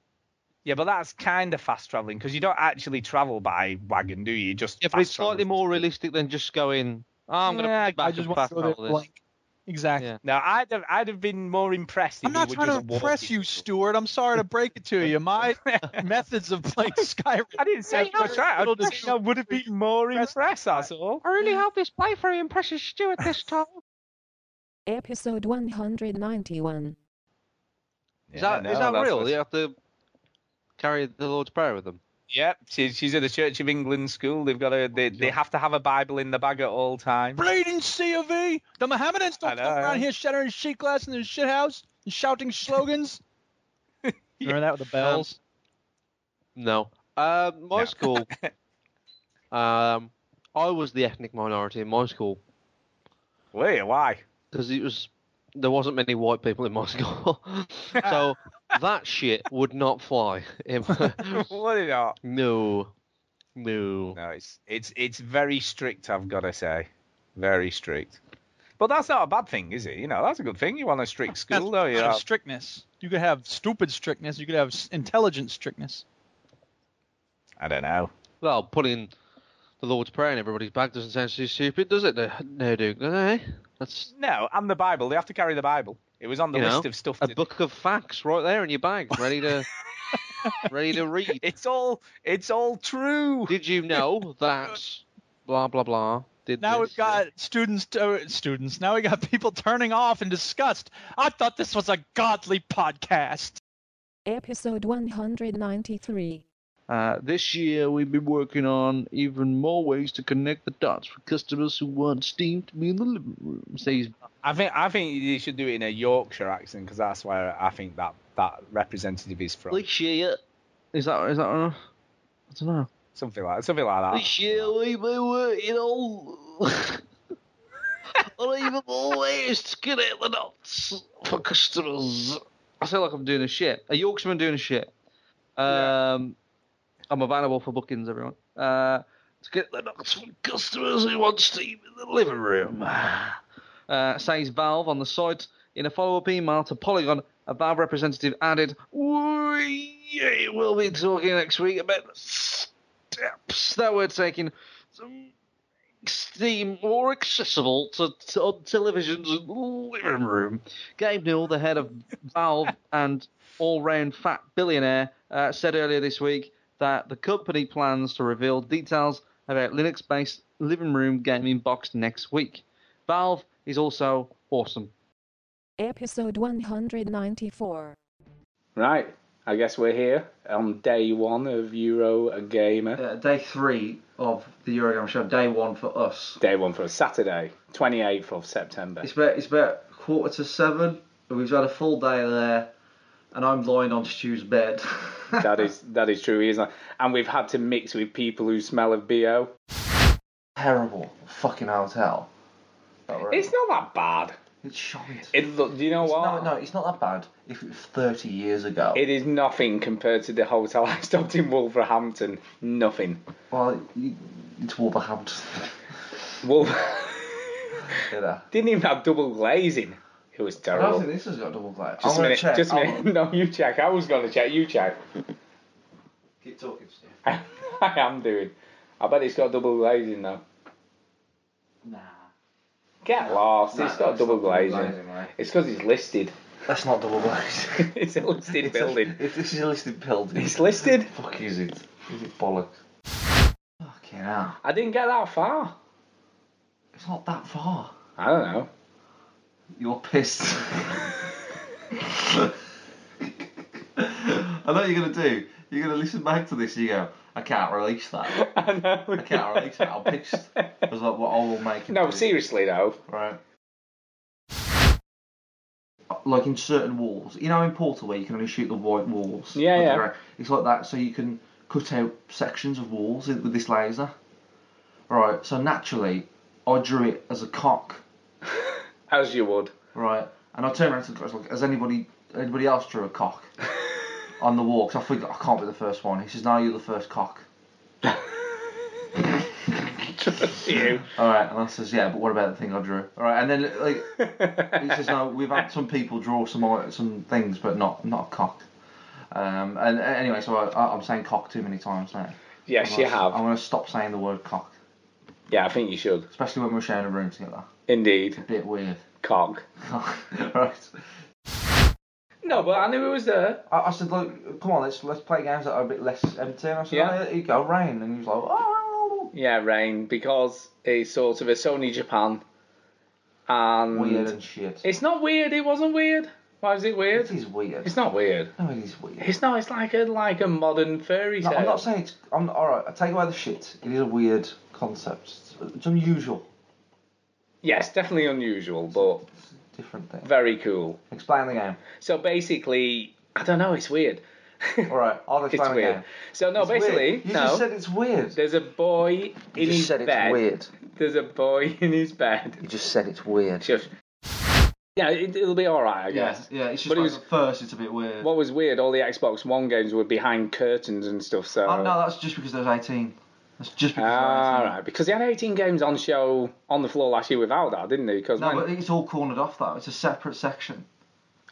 [SPEAKER 2] Yeah, but that's kind of fast traveling because you don't actually travel by wagon, do you? You Just
[SPEAKER 3] yeah, but it's slightly more realistic than just going. Oh, I'm gonna
[SPEAKER 2] Yeah,
[SPEAKER 3] push back
[SPEAKER 2] I just
[SPEAKER 3] and
[SPEAKER 2] want
[SPEAKER 3] fast
[SPEAKER 2] to go there
[SPEAKER 3] travel this.
[SPEAKER 8] blank. Exactly.
[SPEAKER 2] No, I'd have, I'd have been more impressed. If
[SPEAKER 8] I'm not
[SPEAKER 2] you were
[SPEAKER 8] trying
[SPEAKER 2] just
[SPEAKER 8] to impress
[SPEAKER 2] walking.
[SPEAKER 8] you, Stuart. I'm sorry to break
[SPEAKER 2] *laughs*
[SPEAKER 8] it to you. My methods of playing Skyrim.
[SPEAKER 2] I didn't say I was trying. I just said I
[SPEAKER 8] would have been
[SPEAKER 2] more impressed. That's all.
[SPEAKER 3] I really hope this playthrough impresses Stuart this time.
[SPEAKER 1] Episode 191.
[SPEAKER 3] is that,
[SPEAKER 2] no,
[SPEAKER 3] is that
[SPEAKER 2] that's
[SPEAKER 3] real?
[SPEAKER 2] what's-
[SPEAKER 3] You have to carry the Lord's Prayer with them.
[SPEAKER 2] Yep, she's she's at the Church of England school. They've got a they, they have to have a Bible in the bag at all
[SPEAKER 3] *laughs*
[SPEAKER 2] times.
[SPEAKER 8] Bleeding C of E. The Mohammedans don't
[SPEAKER 2] know,
[SPEAKER 8] come around
[SPEAKER 2] eh?
[SPEAKER 8] here shattering sheet glass in the shit house and
[SPEAKER 2] *laughs*
[SPEAKER 8] shouting slogans. Remember that with the
[SPEAKER 2] Um,
[SPEAKER 8] bells?
[SPEAKER 3] No. Um, my school. um, I was the ethnic minority in my school.
[SPEAKER 2] Wait, why?
[SPEAKER 3] Because it was there wasn't many white people in my *laughs* school, so that shit would not fly. In my-
[SPEAKER 2] *laughs* *laughs*
[SPEAKER 3] *laughs*
[SPEAKER 2] what is that?
[SPEAKER 3] no, no.
[SPEAKER 2] No, it's it's it's very strict. I've got to say, very strict. But that's not a bad thing, is it? You know, that's a good thing. You want a strict school, don't you?
[SPEAKER 8] Out of strictness. You could have stupid strictness. You could have s- intelligent strictness.
[SPEAKER 2] I don't know.
[SPEAKER 3] Well, putting the Lord's Prayer in everybody's bag doesn't sound too stupid, does it? No, no, Duke. No, no. eh? That's
[SPEAKER 2] No, and the Bible. They have to carry the Bible. It was on the
[SPEAKER 3] you
[SPEAKER 2] list
[SPEAKER 3] know,
[SPEAKER 2] of stuff.
[SPEAKER 3] A
[SPEAKER 2] to-
[SPEAKER 3] book of facts right there in your bag,
[SPEAKER 2] *laughs*
[SPEAKER 3] ready to ready to read.
[SPEAKER 2] It's all it's all true.
[SPEAKER 3] Did you know that blah blah blah? Did
[SPEAKER 8] Now
[SPEAKER 3] this?
[SPEAKER 8] we've got students, uh, students. Now we got *laughs* people turning off in disgust. I thought this was a godly podcast.
[SPEAKER 1] Episode 193.
[SPEAKER 14] Uh, this year, we've been working on even more ways to connect the dots for customers who want Steam to be in the living room. Says
[SPEAKER 2] I think I think you should do it in a Yorkshire accent because that's where I think that that representative is from.
[SPEAKER 3] This year, is that is that enough? I don't know.
[SPEAKER 2] Something like something like that.
[SPEAKER 3] This year we've been working *laughs* on on even more ways to connect the dots for customers. I feel like I'm doing a shit. A Yorkshireman doing a shit. Um, I'm available for bookings, everyone. Uh, to get the dots for customers who want Steam in the living room. Uh, says Valve on the site. In a follow up email to Polygon, a Valve representative added, "We- yeah, We'll be talking next week about the steps that we're taking
[SPEAKER 15] Steam more accessible to, to on televisions in the living room.
[SPEAKER 16] Gabe Newell, the head of
[SPEAKER 2] *laughs*
[SPEAKER 16] Valve and all-round fat billionaire, uh, said earlier this week that the company plans to reveal details about Linux-based living room gaming box next week. Valve is also awesome.
[SPEAKER 1] Episode 194.
[SPEAKER 2] Right. I guess we're here on day one of Euro a Gamer.
[SPEAKER 3] Uh, day three of the Eurogame show, day one for us.
[SPEAKER 2] Day one for us, Saturday, 28th of September.
[SPEAKER 3] It's about, it's about quarter to seven. We've had a full day there, and I'm lying on Stu's bed. *laughs*
[SPEAKER 2] that is that is true, isn't it? And we've had to mix with people who smell of BO.
[SPEAKER 3] Terrible fucking hotel. That we're in.
[SPEAKER 2] It's not that bad.
[SPEAKER 3] It's shite.
[SPEAKER 2] It look, do you know
[SPEAKER 3] It's
[SPEAKER 2] what?
[SPEAKER 3] No, no, it's not that bad. If it was 30 years ago.
[SPEAKER 2] It is nothing compared to the hotel *laughs* I stopped in Wolverhampton. Nothing.
[SPEAKER 3] Well, you- it's Wolverhampton.
[SPEAKER 2] Wolf
[SPEAKER 3] *laughs* you know.
[SPEAKER 2] didn't even have double glazing. It was
[SPEAKER 3] I
[SPEAKER 2] terrible.
[SPEAKER 3] don't think this has got double Oh, glazed.
[SPEAKER 2] Just a
[SPEAKER 3] I'm gonna
[SPEAKER 2] minute.
[SPEAKER 3] check.
[SPEAKER 2] Just a
[SPEAKER 3] I'll-
[SPEAKER 2] minute. *laughs* No, you check. I was going to check. You check.
[SPEAKER 3] Keep talking, Steve.
[SPEAKER 2] *laughs* I am doing. I bet it's got double glazing though.
[SPEAKER 3] Nah.
[SPEAKER 2] Get lost.
[SPEAKER 3] No,
[SPEAKER 2] it's got
[SPEAKER 3] that's
[SPEAKER 2] double
[SPEAKER 3] not double
[SPEAKER 2] glazing.
[SPEAKER 3] glazing, mate.
[SPEAKER 2] It's because it's listed. *laughs*
[SPEAKER 3] That's not double *laughs* glazed.
[SPEAKER 2] it's a listed *laughs* building.
[SPEAKER 3] if this is a listed building.
[SPEAKER 2] It's listed.
[SPEAKER 3] Fuck is it? Is it bollocks? Fucking hell.
[SPEAKER 2] I didn't get that far.
[SPEAKER 3] It's not that far.
[SPEAKER 2] I don't know. *laughs*
[SPEAKER 3] You're pissed. I know what you're going to do. You're going to listen back to this and you go, I can't release that.
[SPEAKER 2] I know. I
[SPEAKER 3] can't release that. I'm pissed.
[SPEAKER 2] *laughs*
[SPEAKER 3] I was like, what I will make it.
[SPEAKER 2] No, seriously though. *laughs*
[SPEAKER 3] Right. Like in certain walls. You know in Portal where you can only shoot the white walls?
[SPEAKER 2] Yeah,
[SPEAKER 3] With the
[SPEAKER 2] yeah.
[SPEAKER 3] gra- It's like that, so you can cut out sections of walls i- with this laser. Right, so naturally, I drew it as a cock.
[SPEAKER 2] As you would. *laughs*
[SPEAKER 3] Right, and I turned around to the guys, like, has anybody anybody else drew
[SPEAKER 2] *laughs*
[SPEAKER 3] a cock on the wall? 'Cause I figured I can't be the first one. He says, no, you're the first cock.
[SPEAKER 2] *laughs* you.
[SPEAKER 3] All right, and I says, yeah, but what about the thing I drew? All right, and then like he says, no, we've had some people draw some i- some things, but not not a cock. Um, and uh, anyway, so I, I- I'm saying cock too many times now.
[SPEAKER 2] Yes,
[SPEAKER 3] I'm
[SPEAKER 2] you
[SPEAKER 3] gonna-
[SPEAKER 2] have.
[SPEAKER 3] I'm gonna stop saying the word cock,
[SPEAKER 2] Yeah, I think you should.
[SPEAKER 3] especially when we're sharing a room together.
[SPEAKER 2] Indeed.
[SPEAKER 3] Bit weird. *laughs*
[SPEAKER 2] Cock.
[SPEAKER 3] right.
[SPEAKER 2] No, but I knew it was there.
[SPEAKER 3] I, I said, look, come on, let's let's play games that are a bit less empty. And I said,
[SPEAKER 2] Yeah.
[SPEAKER 3] oh, here you go, rain, and he was like, oh,
[SPEAKER 2] Yeah, Rain, because it's sort of a Sony Japan. And
[SPEAKER 3] weird and shit.
[SPEAKER 2] It's not weird. Mm. It wasn't weird. Why is it weird? It
[SPEAKER 3] is weird.
[SPEAKER 2] It's not weird.
[SPEAKER 3] No, it is weird.
[SPEAKER 2] It's not. It's like a like a modern fairy
[SPEAKER 3] No,
[SPEAKER 2] tale.
[SPEAKER 3] I'm not saying it's. I'm all right. I take away the shit. It is a weird concept. It's, it's unusual.
[SPEAKER 2] Yes, definitely unusual, but
[SPEAKER 3] different thing.
[SPEAKER 2] Very cool.
[SPEAKER 3] Explain the game.
[SPEAKER 2] So basically, I don't know. It's weird. *laughs*
[SPEAKER 3] All right, I'll
[SPEAKER 2] It's
[SPEAKER 3] explain the
[SPEAKER 2] weird.
[SPEAKER 3] game.
[SPEAKER 2] So no,
[SPEAKER 3] It's weird.
[SPEAKER 2] basically,
[SPEAKER 3] You
[SPEAKER 2] no.
[SPEAKER 3] just said it's weird.
[SPEAKER 2] There's a boy in
[SPEAKER 3] just
[SPEAKER 2] his
[SPEAKER 3] said it's
[SPEAKER 2] bed.
[SPEAKER 3] weird.
[SPEAKER 2] There's a boy *laughs* in his bed.
[SPEAKER 3] You just said it's weird.
[SPEAKER 2] Just, yeah, it, it'll be all right, I guess.
[SPEAKER 3] Yeah, yeah, it's just
[SPEAKER 2] But it
[SPEAKER 3] like
[SPEAKER 2] was-
[SPEAKER 3] at first it's a bit weird.
[SPEAKER 2] What was weird? All the Xbox One games were behind curtains and stuff. So
[SPEAKER 3] Oh, no, that's just because I was 18. That's just because I
[SPEAKER 2] All
[SPEAKER 3] was 18.
[SPEAKER 2] right, because he had 18 games on show on the floor last year without that, didn't he? Because
[SPEAKER 3] No, but it's all cornered off though. It's a separate section.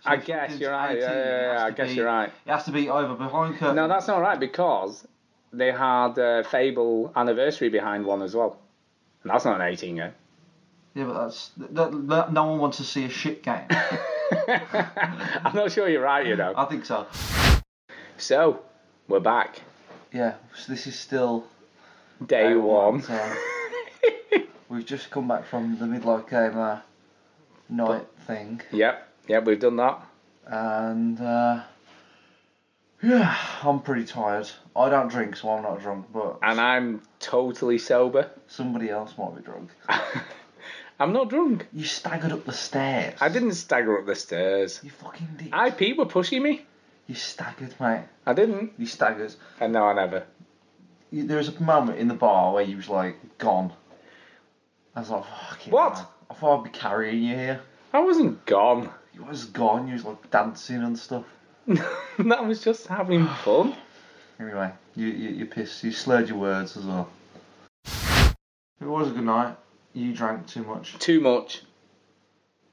[SPEAKER 2] I guess you're right. Yeah,
[SPEAKER 3] 18, it
[SPEAKER 2] yeah,
[SPEAKER 3] has
[SPEAKER 2] yeah, I
[SPEAKER 3] to
[SPEAKER 2] guess
[SPEAKER 3] be-
[SPEAKER 2] you're right.
[SPEAKER 3] It has to be over behind curtain.
[SPEAKER 2] No, that's not right because they had uh, Fable Anniversary behind one as well, and that's not an 18 game. *laughs*
[SPEAKER 3] Yeah, but that's that, that, no one wants to see a shit game.
[SPEAKER 2] *laughs* I'm not sure you're right, you know.
[SPEAKER 3] I think so.
[SPEAKER 2] So we're back,
[SPEAKER 3] yeah, so this is still
[SPEAKER 2] day one.
[SPEAKER 3] So
[SPEAKER 2] *laughs*
[SPEAKER 3] we've just come back from the midlife gamer night thing,
[SPEAKER 2] Yep, yep, we've done that.
[SPEAKER 3] and uh, yeah, I'm pretty tired. I don't drink, so I'm not drunk, but
[SPEAKER 2] and I'm totally sober.
[SPEAKER 3] Somebody else might be drunk.
[SPEAKER 2] I'm not drunk.
[SPEAKER 3] You staggered up the stairs.
[SPEAKER 2] I didn't stagger up the stairs. You
[SPEAKER 3] fucking did.
[SPEAKER 2] IP were pushing me.
[SPEAKER 3] You staggered, mate.
[SPEAKER 2] I didn't.
[SPEAKER 3] You staggered.
[SPEAKER 2] And no, I never.
[SPEAKER 3] You, there was a moment in the bar where you was like gone. I was like, fucking. What? I thought I'd be carrying you here.
[SPEAKER 2] I wasn't gone. *laughs*
[SPEAKER 3] You was gone. You was like dancing and stuff.
[SPEAKER 2] that was just having
[SPEAKER 3] *sighs*
[SPEAKER 2] fun.
[SPEAKER 3] Anyway, you you, you pissed. You slurred your words as well. It was a good night. You drank too much.
[SPEAKER 2] Too much.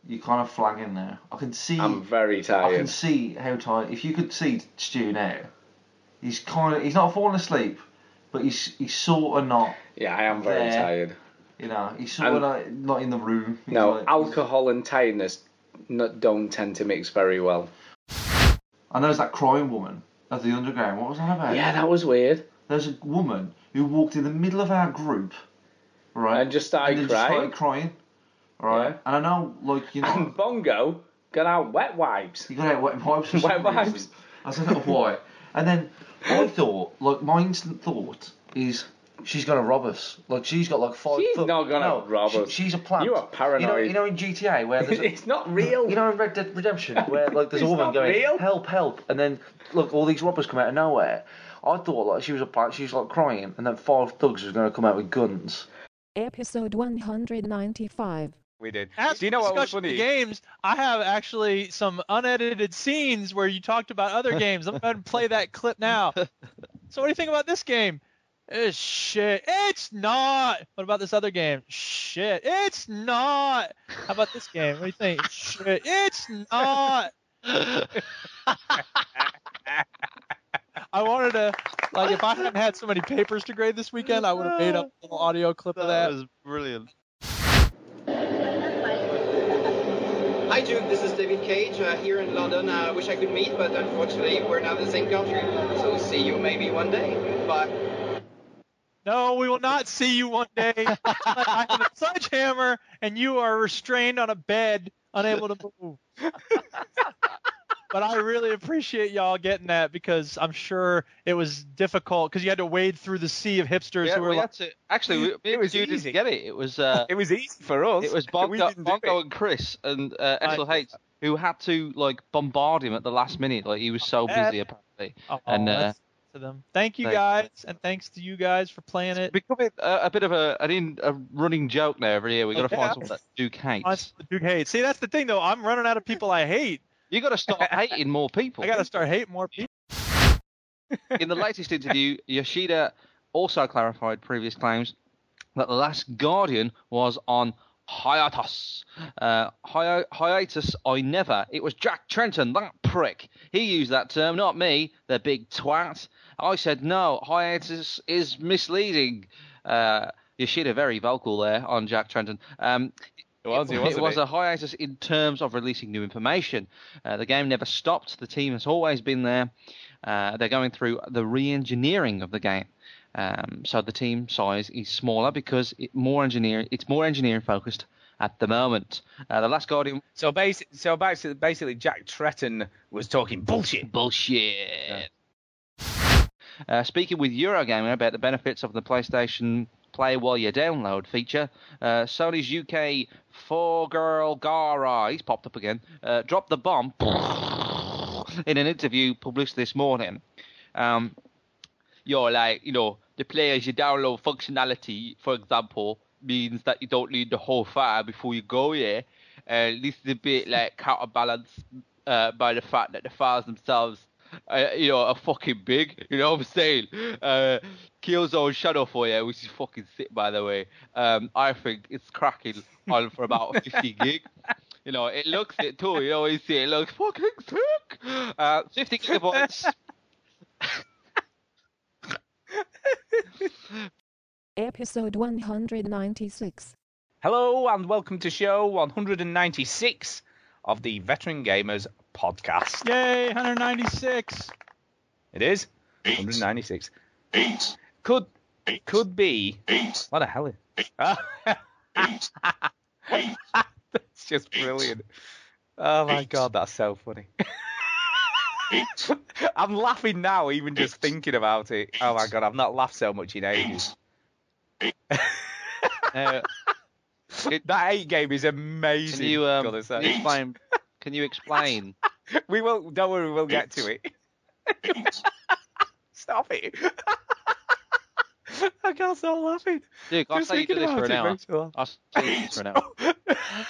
[SPEAKER 3] You're kind of flagging there. I can see.
[SPEAKER 2] I'm very
[SPEAKER 3] I can
[SPEAKER 2] tired.
[SPEAKER 3] see how tired. If you could see Stu now, he's kind of he's not falling asleep, but he's he's sort of not.
[SPEAKER 2] Yeah, I am very
[SPEAKER 3] there.
[SPEAKER 2] tired.
[SPEAKER 3] You know, he's sort of
[SPEAKER 2] And-
[SPEAKER 3] like not in the room. He's
[SPEAKER 2] No,
[SPEAKER 3] like-
[SPEAKER 2] alcohol and tiredness n- don't tend to mix very well.
[SPEAKER 3] I know it's that crying woman of the underground. What was that about?
[SPEAKER 2] Yeah, that was weird.
[SPEAKER 3] There's a woman who walked in the middle of our group, right?
[SPEAKER 2] And just started
[SPEAKER 3] then
[SPEAKER 2] crying.
[SPEAKER 3] started crying, right? And I know, like you know,
[SPEAKER 2] And Bongo got out wet
[SPEAKER 3] *laughs*
[SPEAKER 2] wipes.
[SPEAKER 3] You got out wet wipes. for
[SPEAKER 2] *laughs* Wet
[SPEAKER 3] some reason.
[SPEAKER 2] wipes.
[SPEAKER 3] I don't know why. And then I thought, like, my instant thought is she's gonna rob us. Like, she's got like five.
[SPEAKER 2] She's not gonna
[SPEAKER 3] no,
[SPEAKER 2] rob
[SPEAKER 3] she-
[SPEAKER 2] us.
[SPEAKER 3] She's a plant.
[SPEAKER 2] You are paranoid.
[SPEAKER 3] You know, you know in GTA where there's
[SPEAKER 2] *laughs*
[SPEAKER 3] a,
[SPEAKER 2] It's not real.
[SPEAKER 3] You know in Red Dead Redemption where like there's a
[SPEAKER 2] It's
[SPEAKER 3] woman
[SPEAKER 2] not
[SPEAKER 3] going
[SPEAKER 2] real.
[SPEAKER 3] help help, and then look all these robbers come out of nowhere. I thought like she was a plant. She was like crying, and then five thugs was gonna come out with guns.
[SPEAKER 1] Episode 195.
[SPEAKER 17] We did.
[SPEAKER 8] After
[SPEAKER 17] Do you know what was
[SPEAKER 8] discussion of
[SPEAKER 17] funny?
[SPEAKER 8] the games, I have actually some unedited scenes where you talked about
[SPEAKER 17] *laughs*
[SPEAKER 8] other games. I'm going to play that clip now. So what do you think about this game? It's shit. It's not. What about this other game? Shit. It's not. How about this game? What do you think? Shit. It's not. I wanted to, like, if I hadn't had so many papers to grade this weekend, I would have
[SPEAKER 17] *laughs*
[SPEAKER 8] made up a little audio clip of that.
[SPEAKER 18] That was brilliant.
[SPEAKER 19] Hi, Jude. This is David Cage uh, here in London. I wish I could meet, but unfortunately, we're not in the same country. So see you maybe one day. Bye.
[SPEAKER 8] No, we will not see you one day. I have a sledgehammer, and you are restrained on a bed, unable to move. but I really appreciate y'all getting that because I'm sure it was difficult because you had to wade through the sea of hipsters
[SPEAKER 14] Yeah,
[SPEAKER 8] who were
[SPEAKER 14] we
[SPEAKER 8] like,
[SPEAKER 14] had to, actually, we, me and you didn't get it. It was uh,
[SPEAKER 17] it was easy for us.
[SPEAKER 14] It was
[SPEAKER 17] We
[SPEAKER 14] Bongo,
[SPEAKER 17] didn't do
[SPEAKER 14] Bongo
[SPEAKER 17] it.
[SPEAKER 14] and Chris and uh, Ethel Hates who had to like bombard him at the last minute. Like he was so
[SPEAKER 8] Yeah.
[SPEAKER 14] busy apparently.
[SPEAKER 8] Oh,
[SPEAKER 14] and uh,
[SPEAKER 8] that's- to them. Thank you
[SPEAKER 14] Thanks.
[SPEAKER 8] guys, and thanks to you guys for playing it.
[SPEAKER 14] becoming a, a bit of a an in, a running joke now every year. We got to
[SPEAKER 8] Yeah.
[SPEAKER 14] find someone that Duke hates.
[SPEAKER 8] Honestly, Duke hates. See, that's the thing though. I'm running out of people I hate.
[SPEAKER 14] You got to start hating more people.
[SPEAKER 8] I got to start hating more people.
[SPEAKER 14] In the latest interview, Yoshida also clarified previous claims that The Last Guardian was on hiatus. Uh, hi- hiatus, I never. It was Jack Trenton, that prick. He used that term, not me, the big twat. I said, no, hiatus is misleading. Uh, Yoshida very vocal there on Jack Trenton. Um, it
[SPEAKER 17] was, he wasn't
[SPEAKER 14] it was
[SPEAKER 17] he?
[SPEAKER 14] a hiatus in terms of releasing new information. Uh, the game never stopped. The team has always been there. Uh, they're going through the re-engineering of the game. Um, so the team size is smaller because it more engineer it's more engineering focused at the moment. Uh, the last Guardian
[SPEAKER 17] So basi- so basically, basically, Jack Tretton was talking bullshit.
[SPEAKER 14] Bullshit. Uh, speaking with Eurogamer about the benefits of the PlayStation Play While You Download feature, uh, Sony's UK four girl Gara, he's popped up again, uh, dropped the bomb *laughs* in an interview published this morning. Um, you're like, you know, the players you download functionality, for example, means that you don't need the whole file before you go yeah. And this is a bit like counterbalanced uh, by the fact that the files themselves, uh, you know, are fucking big. You know what I'm saying? Uh, Killzone Shadow for you, which is fucking sick by the way. Um, I think it's cracking on for about 50 gig. You know, it looks it too. You always see it looks fucking sick. Uh, 50 gigabytes.
[SPEAKER 1] Episode 196.
[SPEAKER 17] Hello and welcome to show 196 of the Veteran Gamers podcast.
[SPEAKER 8] Yay, 196.
[SPEAKER 17] It is 196. Eight. Could could be. What the hell? Is... *laughs* that's just brilliant. Oh my god, that's so funny. *laughs* I'm laughing now, even just thinking about it. Oh my god, I've not laughed so much in ages. *laughs* that eight game is amazing.
[SPEAKER 14] Uh, Can you, um,
[SPEAKER 17] gotta say.
[SPEAKER 14] can you explain? Can you explain?
[SPEAKER 17] *laughs* we will. Don't worry, we'll get to it. Stop it! I can't stop laughing.
[SPEAKER 14] Dude, I
[SPEAKER 17] Just
[SPEAKER 14] say you do
[SPEAKER 17] thinking
[SPEAKER 14] this for
[SPEAKER 17] about
[SPEAKER 14] an
[SPEAKER 17] it
[SPEAKER 14] hour.
[SPEAKER 17] makes me laugh.
[SPEAKER 14] I say you do this for an hour.
[SPEAKER 17] *laughs*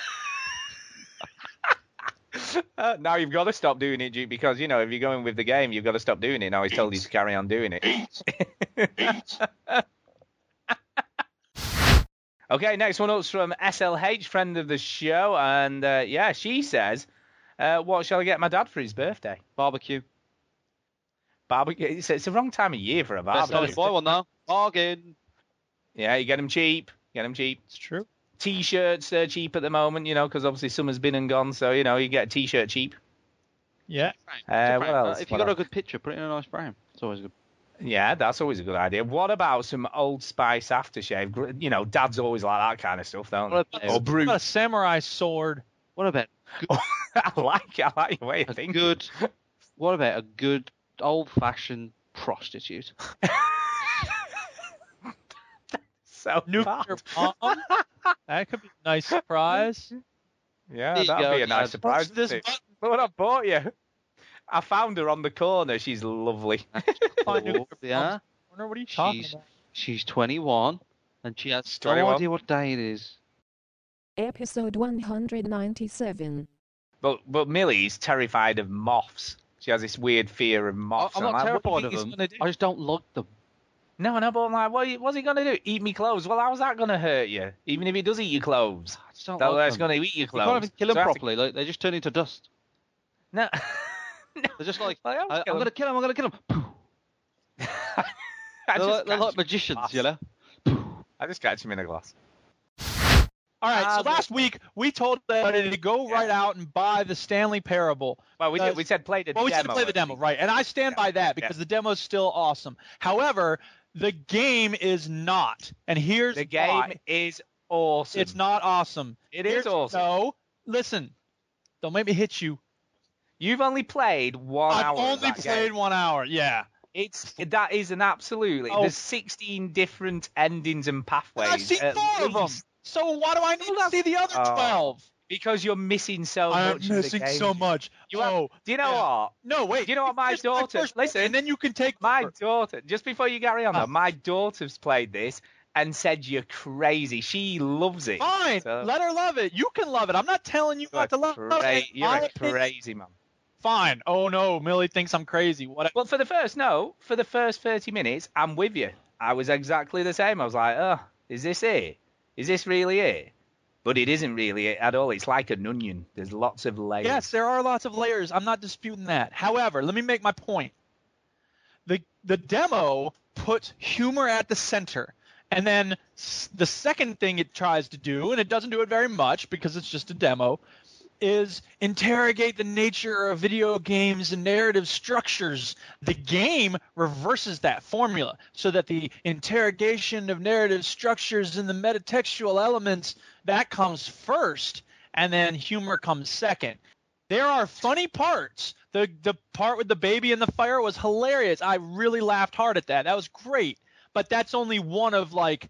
[SPEAKER 17] Uh, now you've got to stop doing it, Duke, because you know if you're going with the game, you've got to stop doing it. Now he's told you to carry on doing it. *laughs* okay, next one up's from SLH, friend of the show, and uh, yeah, she says, uh, "What shall I get my dad for his birthday?"
[SPEAKER 14] Barbecue. Barbecue. It's, it's the wrong time of year for a
[SPEAKER 3] Best
[SPEAKER 14] barbecue.
[SPEAKER 3] time to buy one now. Bargain.
[SPEAKER 14] Yeah, you get them cheap. Get them cheap.
[SPEAKER 3] It's true.
[SPEAKER 14] T-shirts they're cheap at the moment, you know, because obviously summer's been and gone. So you know, you get a T-shirt cheap.
[SPEAKER 8] Yeah.
[SPEAKER 14] Uh, what else?
[SPEAKER 3] if
[SPEAKER 14] What
[SPEAKER 3] you got a
[SPEAKER 14] else?
[SPEAKER 3] good picture, put it in a nice frame. It's always good.
[SPEAKER 14] Yeah, that's always a good idea. What about some Old Spice aftershave? Gr- You know, dads always like that kind of stuff, don't
[SPEAKER 8] What
[SPEAKER 14] they?
[SPEAKER 8] about,
[SPEAKER 14] Or Brute.
[SPEAKER 8] a samurai sword?
[SPEAKER 3] What about
[SPEAKER 14] *laughs* I like I like your way of
[SPEAKER 3] a
[SPEAKER 14] thinking.
[SPEAKER 3] good? What about a good old-fashioned prostitute?
[SPEAKER 14] *laughs* So
[SPEAKER 8] Nuclear bomb? Um, *laughs* that could be a nice surprise.
[SPEAKER 14] Yeah,
[SPEAKER 3] There you
[SPEAKER 14] Ah, that'd
[SPEAKER 3] go,
[SPEAKER 14] be a nice
[SPEAKER 3] Chad.
[SPEAKER 14] surprise.
[SPEAKER 8] Press this
[SPEAKER 14] wouldn't it? Look what I bought you. I found her on the corner. She's lovely.
[SPEAKER 8] Find nuclear
[SPEAKER 3] yeah.
[SPEAKER 8] bombs in the corner? What are you talking
[SPEAKER 3] She's
[SPEAKER 8] about?
[SPEAKER 3] she's 21 and she has no
[SPEAKER 14] 21.
[SPEAKER 3] idea what day it is.
[SPEAKER 1] Episode 197.
[SPEAKER 14] But but Millie's terrified of moths. She has this weird fear of
[SPEAKER 3] I,
[SPEAKER 14] moths.
[SPEAKER 3] am
[SPEAKER 14] I'm
[SPEAKER 3] not
[SPEAKER 14] like, what do you
[SPEAKER 3] terrified
[SPEAKER 14] think
[SPEAKER 3] of
[SPEAKER 14] he's
[SPEAKER 3] them.
[SPEAKER 14] gonna do?
[SPEAKER 3] I just don't like them.
[SPEAKER 14] No, no, but I'm like, what, what's he going to do? Eat me clothes? Well, how's that going to hurt you? Even if he does eat your clothes,
[SPEAKER 3] I just don't
[SPEAKER 14] that's
[SPEAKER 3] like them.
[SPEAKER 14] going to eat your
[SPEAKER 3] You
[SPEAKER 14] clothes.
[SPEAKER 3] can't even kill them
[SPEAKER 14] So I have to-
[SPEAKER 3] properly. Like they just turn into dust.
[SPEAKER 14] No. *laughs*
[SPEAKER 3] They're just like,
[SPEAKER 14] Like, I'll
[SPEAKER 3] I, am
[SPEAKER 14] kill *laughs*
[SPEAKER 3] gonna
[SPEAKER 14] them.
[SPEAKER 3] kill him. I'm gonna kill him.
[SPEAKER 14] I
[SPEAKER 3] They're,
[SPEAKER 14] just
[SPEAKER 3] like, they're
[SPEAKER 14] catch
[SPEAKER 3] like
[SPEAKER 14] him
[SPEAKER 3] magicians,
[SPEAKER 14] glass.
[SPEAKER 3] you know.
[SPEAKER 14] I just catch him in a glass.
[SPEAKER 8] All right.
[SPEAKER 14] Ah,
[SPEAKER 8] so
[SPEAKER 14] but-
[SPEAKER 8] last week we told everybody to go right out and buy the Stanley Parable.
[SPEAKER 14] Well, we,
[SPEAKER 8] Uh,
[SPEAKER 14] did, we said play the
[SPEAKER 8] well, we
[SPEAKER 14] demo.
[SPEAKER 8] should play the demo, right? And I stand by that because the demo's still awesome. However, the game is not. And here's
[SPEAKER 14] The game
[SPEAKER 8] why.
[SPEAKER 14] is awesome.
[SPEAKER 8] It's not awesome.
[SPEAKER 14] It is
[SPEAKER 8] Here's-
[SPEAKER 14] awesome.
[SPEAKER 8] No, listen. Don't make me hit you.
[SPEAKER 14] You've only played one
[SPEAKER 8] I've
[SPEAKER 14] hour. of
[SPEAKER 8] only
[SPEAKER 14] that game.
[SPEAKER 8] played one hour. Yeah.
[SPEAKER 14] It's that is an absolutely.
[SPEAKER 8] Oh.
[SPEAKER 14] There's 16 different endings and pathways.
[SPEAKER 8] I've seen
[SPEAKER 14] at
[SPEAKER 8] four of them.
[SPEAKER 14] least,
[SPEAKER 8] So why do I need to see the other
[SPEAKER 14] Oh,
[SPEAKER 8] twelve?
[SPEAKER 14] because you're missing so
[SPEAKER 8] I'm
[SPEAKER 14] much. of the
[SPEAKER 8] missing
[SPEAKER 14] game.
[SPEAKER 8] so much.
[SPEAKER 14] You have-
[SPEAKER 8] oh,
[SPEAKER 14] Do you know
[SPEAKER 8] yeah.
[SPEAKER 14] what?
[SPEAKER 8] no, wait.
[SPEAKER 14] Do you know what my
[SPEAKER 8] Here's my
[SPEAKER 14] daughter-
[SPEAKER 8] first-
[SPEAKER 14] listen.
[SPEAKER 8] and then you can take
[SPEAKER 14] My
[SPEAKER 8] over.
[SPEAKER 14] daughter, just before you carry on,
[SPEAKER 8] Oh.
[SPEAKER 14] though, my daughter's played this and said you're crazy. She loves it.
[SPEAKER 8] Fine,
[SPEAKER 14] So-
[SPEAKER 8] let her love it. You can love it. I'm not telling you
[SPEAKER 14] You're
[SPEAKER 8] not
[SPEAKER 14] a,
[SPEAKER 8] to love
[SPEAKER 14] cra-
[SPEAKER 8] it.
[SPEAKER 14] you're
[SPEAKER 8] My
[SPEAKER 14] a
[SPEAKER 8] opinion-
[SPEAKER 14] crazy man.
[SPEAKER 8] Fine. Oh no, Millie thinks I'm crazy. What?
[SPEAKER 14] Well, for the first no, for the first 30 minutes, I'm with you. I was exactly the same. I was like, oh, is this it? Is this really it? But it isn't really it at all. It's like an onion. There's lots of layers.
[SPEAKER 8] Yes, there are lots of layers. I'm not disputing that. However, let me make my point. The the demo puts humor at the center. And then s- the second thing it tries to do, and it doesn't do it very much because it's just a demo, is interrogate the nature of video games and narrative structures. The game reverses that formula so that the interrogation of narrative structures and the metatextual elements that comes first and then humor comes second. There are funny parts. The the part with the baby and the fire was hilarious. I really laughed hard at that. That was great. But that's only one of like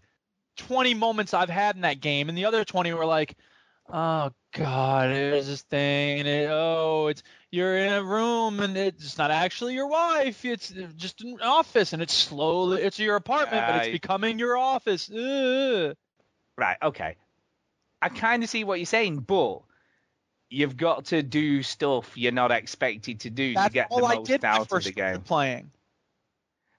[SPEAKER 8] 20 moments I've had in that game and the other 20 were like oh god, there's this thing and it, oh, it's you're in a room and it's not actually your wife. It's just an office and it's slowly it's your apartment but
[SPEAKER 14] I-
[SPEAKER 8] it's becoming your office. Ugh.
[SPEAKER 14] Right, okay. I kind of see what you're saying, but you've got to do stuff you're not expected to do
[SPEAKER 8] That's
[SPEAKER 14] to get the
[SPEAKER 8] all I
[SPEAKER 14] most
[SPEAKER 8] did when I
[SPEAKER 14] out of
[SPEAKER 8] first
[SPEAKER 14] the
[SPEAKER 8] started
[SPEAKER 14] game.
[SPEAKER 8] playing.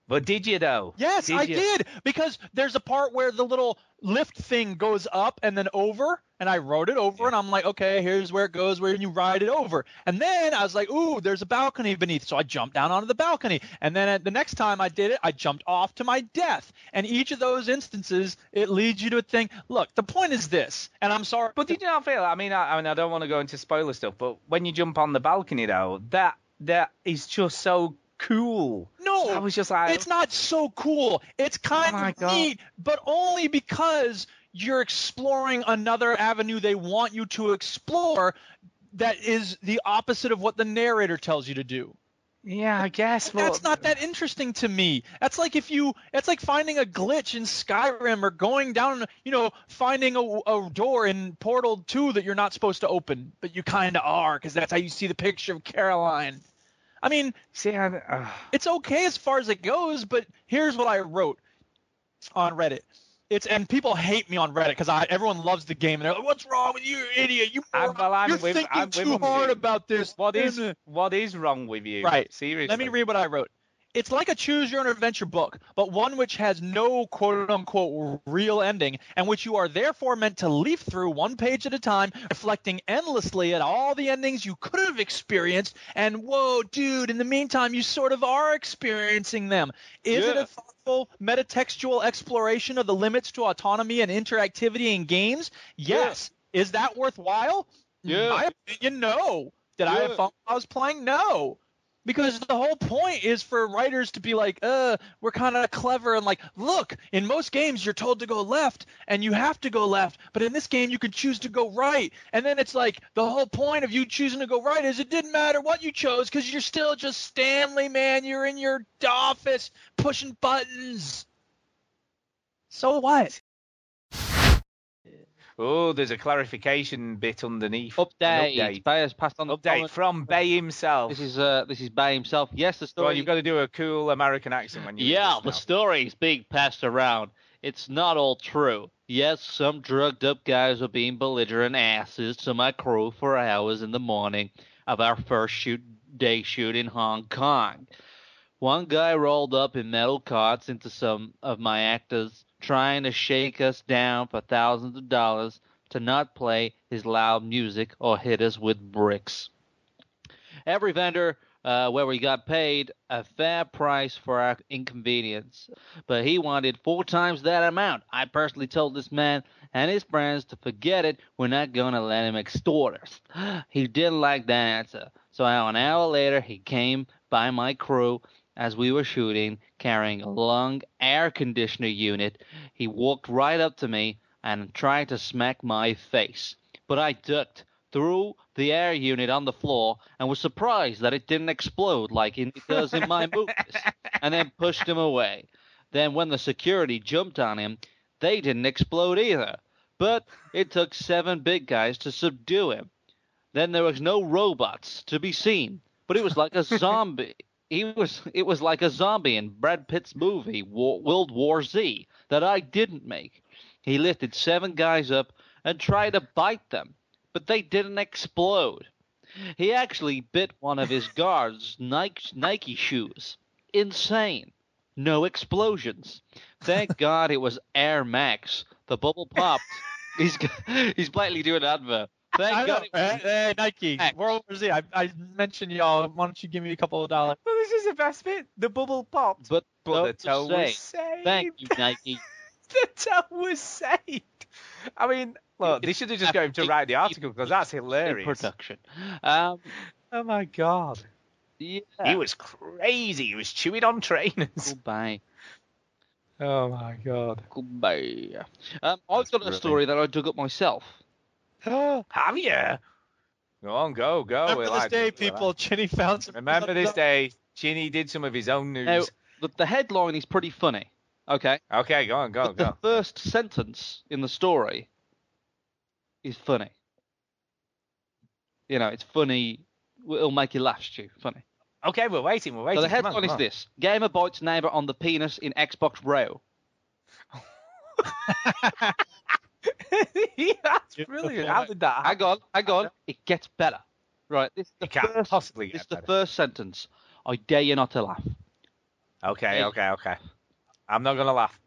[SPEAKER 14] But did you though?
[SPEAKER 8] Yes,
[SPEAKER 14] Did
[SPEAKER 8] I
[SPEAKER 14] you?
[SPEAKER 8] did because there's a part where the little lift thing goes up and then over, and I rode it over, and I'm like, okay, here's where it goes, where you ride it over, and then I was like, ooh, there's a balcony beneath, so I jumped down onto the balcony, and then at the next time I did it, I jumped off to my death, and each of those instances, it leads you to a thing. Look, the point is this, and I'm sorry,
[SPEAKER 14] But did you not feel? I mean, I, I mean, I don't want to go into spoiler stuff, but when you jump on the balcony though, that that is just so cool.
[SPEAKER 8] No,
[SPEAKER 14] I was just like, Oh
[SPEAKER 8] it's not so cool. It's kind
[SPEAKER 14] my
[SPEAKER 8] of
[SPEAKER 14] God.
[SPEAKER 8] neat, but only because you're exploring another avenue they want you to explore that is the opposite of what the narrator tells you to do.
[SPEAKER 14] yeah, I guess.
[SPEAKER 8] But that's
[SPEAKER 14] but-
[SPEAKER 8] not that interesting to me. That's like if you that's like finding a glitch in Skyrim or going down, you know, finding a, a door in Portal 2 that you're not supposed to open, but you kind of are cuz that's how you see the picture of Caroline. I mean,
[SPEAKER 14] See, I, uh,
[SPEAKER 8] it's okay as far as it goes, but here's what I wrote on Reddit. It's and people hate me on Reddit because I everyone loves the game and they're like, "What's wrong with you, you idiot? You
[SPEAKER 14] I'm-
[SPEAKER 8] moron.
[SPEAKER 14] well, I'm
[SPEAKER 8] you're
[SPEAKER 14] with-
[SPEAKER 8] thinking
[SPEAKER 14] I'm with
[SPEAKER 8] too
[SPEAKER 14] them,
[SPEAKER 8] hard
[SPEAKER 14] dude.
[SPEAKER 8] about this." uh,
[SPEAKER 14] what is what is wrong with you?
[SPEAKER 8] Right.
[SPEAKER 14] Seriously.
[SPEAKER 8] Let me read what I wrote. It's like a choose your own adventure book, but one which has no quote unquote real ending and which you are therefore meant to leaf through one page at a time, reflecting endlessly at all the endings you could have experienced. And whoa, dude, in the meantime, you sort of are experiencing them. Is it
[SPEAKER 20] Yeah.
[SPEAKER 8] a thoughtful, metatextual exploration of the limits to autonomy and interactivity in games? Yes. Is that worthwhile?
[SPEAKER 20] Yeah.
[SPEAKER 8] My opinion, no. Did I have
[SPEAKER 20] Yeah.
[SPEAKER 8] fun while I was playing? No. Because the whole point is for writers to be like, uh, we're kind of clever and like, look, in most games you're told to go left and you have to go left, but in this game you can choose to go right. And then it's like the whole point of you choosing to go right is it didn't matter what you chose because you're still just Stanley, man. You're in your office pushing buttons. So what?
[SPEAKER 14] Oh, there's a clarification bit underneath.
[SPEAKER 8] Oh,
[SPEAKER 3] Update.
[SPEAKER 14] An
[SPEAKER 3] Bay has passed on the
[SPEAKER 14] update
[SPEAKER 3] comment.
[SPEAKER 14] from Bay himself.
[SPEAKER 3] This is uh, this is Bay himself. Yes, the story.
[SPEAKER 14] Well, you've got to do a cool American accent when you. read
[SPEAKER 20] Yeah,
[SPEAKER 14] this
[SPEAKER 20] the
[SPEAKER 14] now.
[SPEAKER 20] story's being passed around. It's not all true. Yes, some drugged up guys were being belligerent asses to my crew for hours in the morning of our first shoot day shoot in Hong Kong. One guy rolled up in metal carts into some of my actors, trying to shake us down for thousands of dollars to not play his loud music or hit us with bricks every vendor uh, where we got paid a fair price for our inconvenience. But he wanted four times that amount. I personally told this man and his friends to forget it. We're not going to let him extort us. *gasps* He didn't like that answer. So an hour later, he came by my crew as we were shooting, carrying a long air conditioner unit. He walked right up to me and tried to smack my face. But I ducked threw the air unit on the floor and was surprised that it didn't explode like it does in *laughs* my movies, and then pushed him away. Then, when the security jumped on him, they didn't explode either. But it took seven big guys to subdue him. Then there was no robots to be seen, but it was like a zombie. He was it was like a zombie in Brad Pitt's movie War, World War Z that I didn't make. He lifted seven guys up and tried to bite them, but they didn't explode. He actually bit one of his guards' Nike, Nike shoes. Insane. No explosions. *laughs* Thank God it was Air Max. The bubble popped. *laughs* he's he's blatantly doing an advert. Thank
[SPEAKER 8] I
[SPEAKER 20] God
[SPEAKER 8] know,
[SPEAKER 20] it was
[SPEAKER 8] right? Hey, Nike, World War Z. I, I mentioned y'all. Why don't you give me a couple of
[SPEAKER 14] *laughs*
[SPEAKER 8] dollars?
[SPEAKER 14] Well, this is the best bit. The bubble popped.
[SPEAKER 20] But,
[SPEAKER 14] but the toe
[SPEAKER 20] don't
[SPEAKER 14] was
[SPEAKER 20] say.
[SPEAKER 14] saved.
[SPEAKER 20] Thank you, Nike.
[SPEAKER 14] the toe was saved. I mean, look, they should have just got him to write the article because that's hilarious.
[SPEAKER 20] production. Um,
[SPEAKER 14] oh my god.
[SPEAKER 20] Yeah.
[SPEAKER 14] He was crazy. He was chewing on trainers.
[SPEAKER 20] Goodbye.
[SPEAKER 8] Oh my *gasps* god.
[SPEAKER 20] Goodbye. Um, I've got a
[SPEAKER 14] brilliant.
[SPEAKER 20] story that I dug up myself.
[SPEAKER 14] Have you? *laughs* Go on, go, go.
[SPEAKER 8] Remember
[SPEAKER 14] we
[SPEAKER 8] this
[SPEAKER 14] like
[SPEAKER 8] day,
[SPEAKER 14] it, we like
[SPEAKER 8] people.
[SPEAKER 14] it.
[SPEAKER 8] Chinny found some.
[SPEAKER 14] Remember this day, Chinny did some of his own news.
[SPEAKER 20] Now, the, the headline is pretty funny. Okay.
[SPEAKER 14] Okay, go on, go on,
[SPEAKER 20] But
[SPEAKER 14] go
[SPEAKER 20] the
[SPEAKER 14] on.
[SPEAKER 20] first sentence in the story is funny. You know, it's funny. It'll make you laugh, Stu. Funny.
[SPEAKER 14] Okay, we're waiting, we're waiting.
[SPEAKER 20] So the
[SPEAKER 14] Come on,
[SPEAKER 20] headline
[SPEAKER 14] come
[SPEAKER 20] is
[SPEAKER 14] on.
[SPEAKER 20] this: Gamer bites neighbor on the penis in Xbox row.
[SPEAKER 14] *laughs* That's brilliant. How did that
[SPEAKER 20] Hang on, hang on. It gets better. Right. This is the
[SPEAKER 14] can't
[SPEAKER 20] first,
[SPEAKER 14] possibly
[SPEAKER 20] This is
[SPEAKER 14] get
[SPEAKER 20] the
[SPEAKER 14] better.
[SPEAKER 20] first sentence. I dare you not to laugh.
[SPEAKER 14] Okay, okay, okay. I'm not gonna laugh.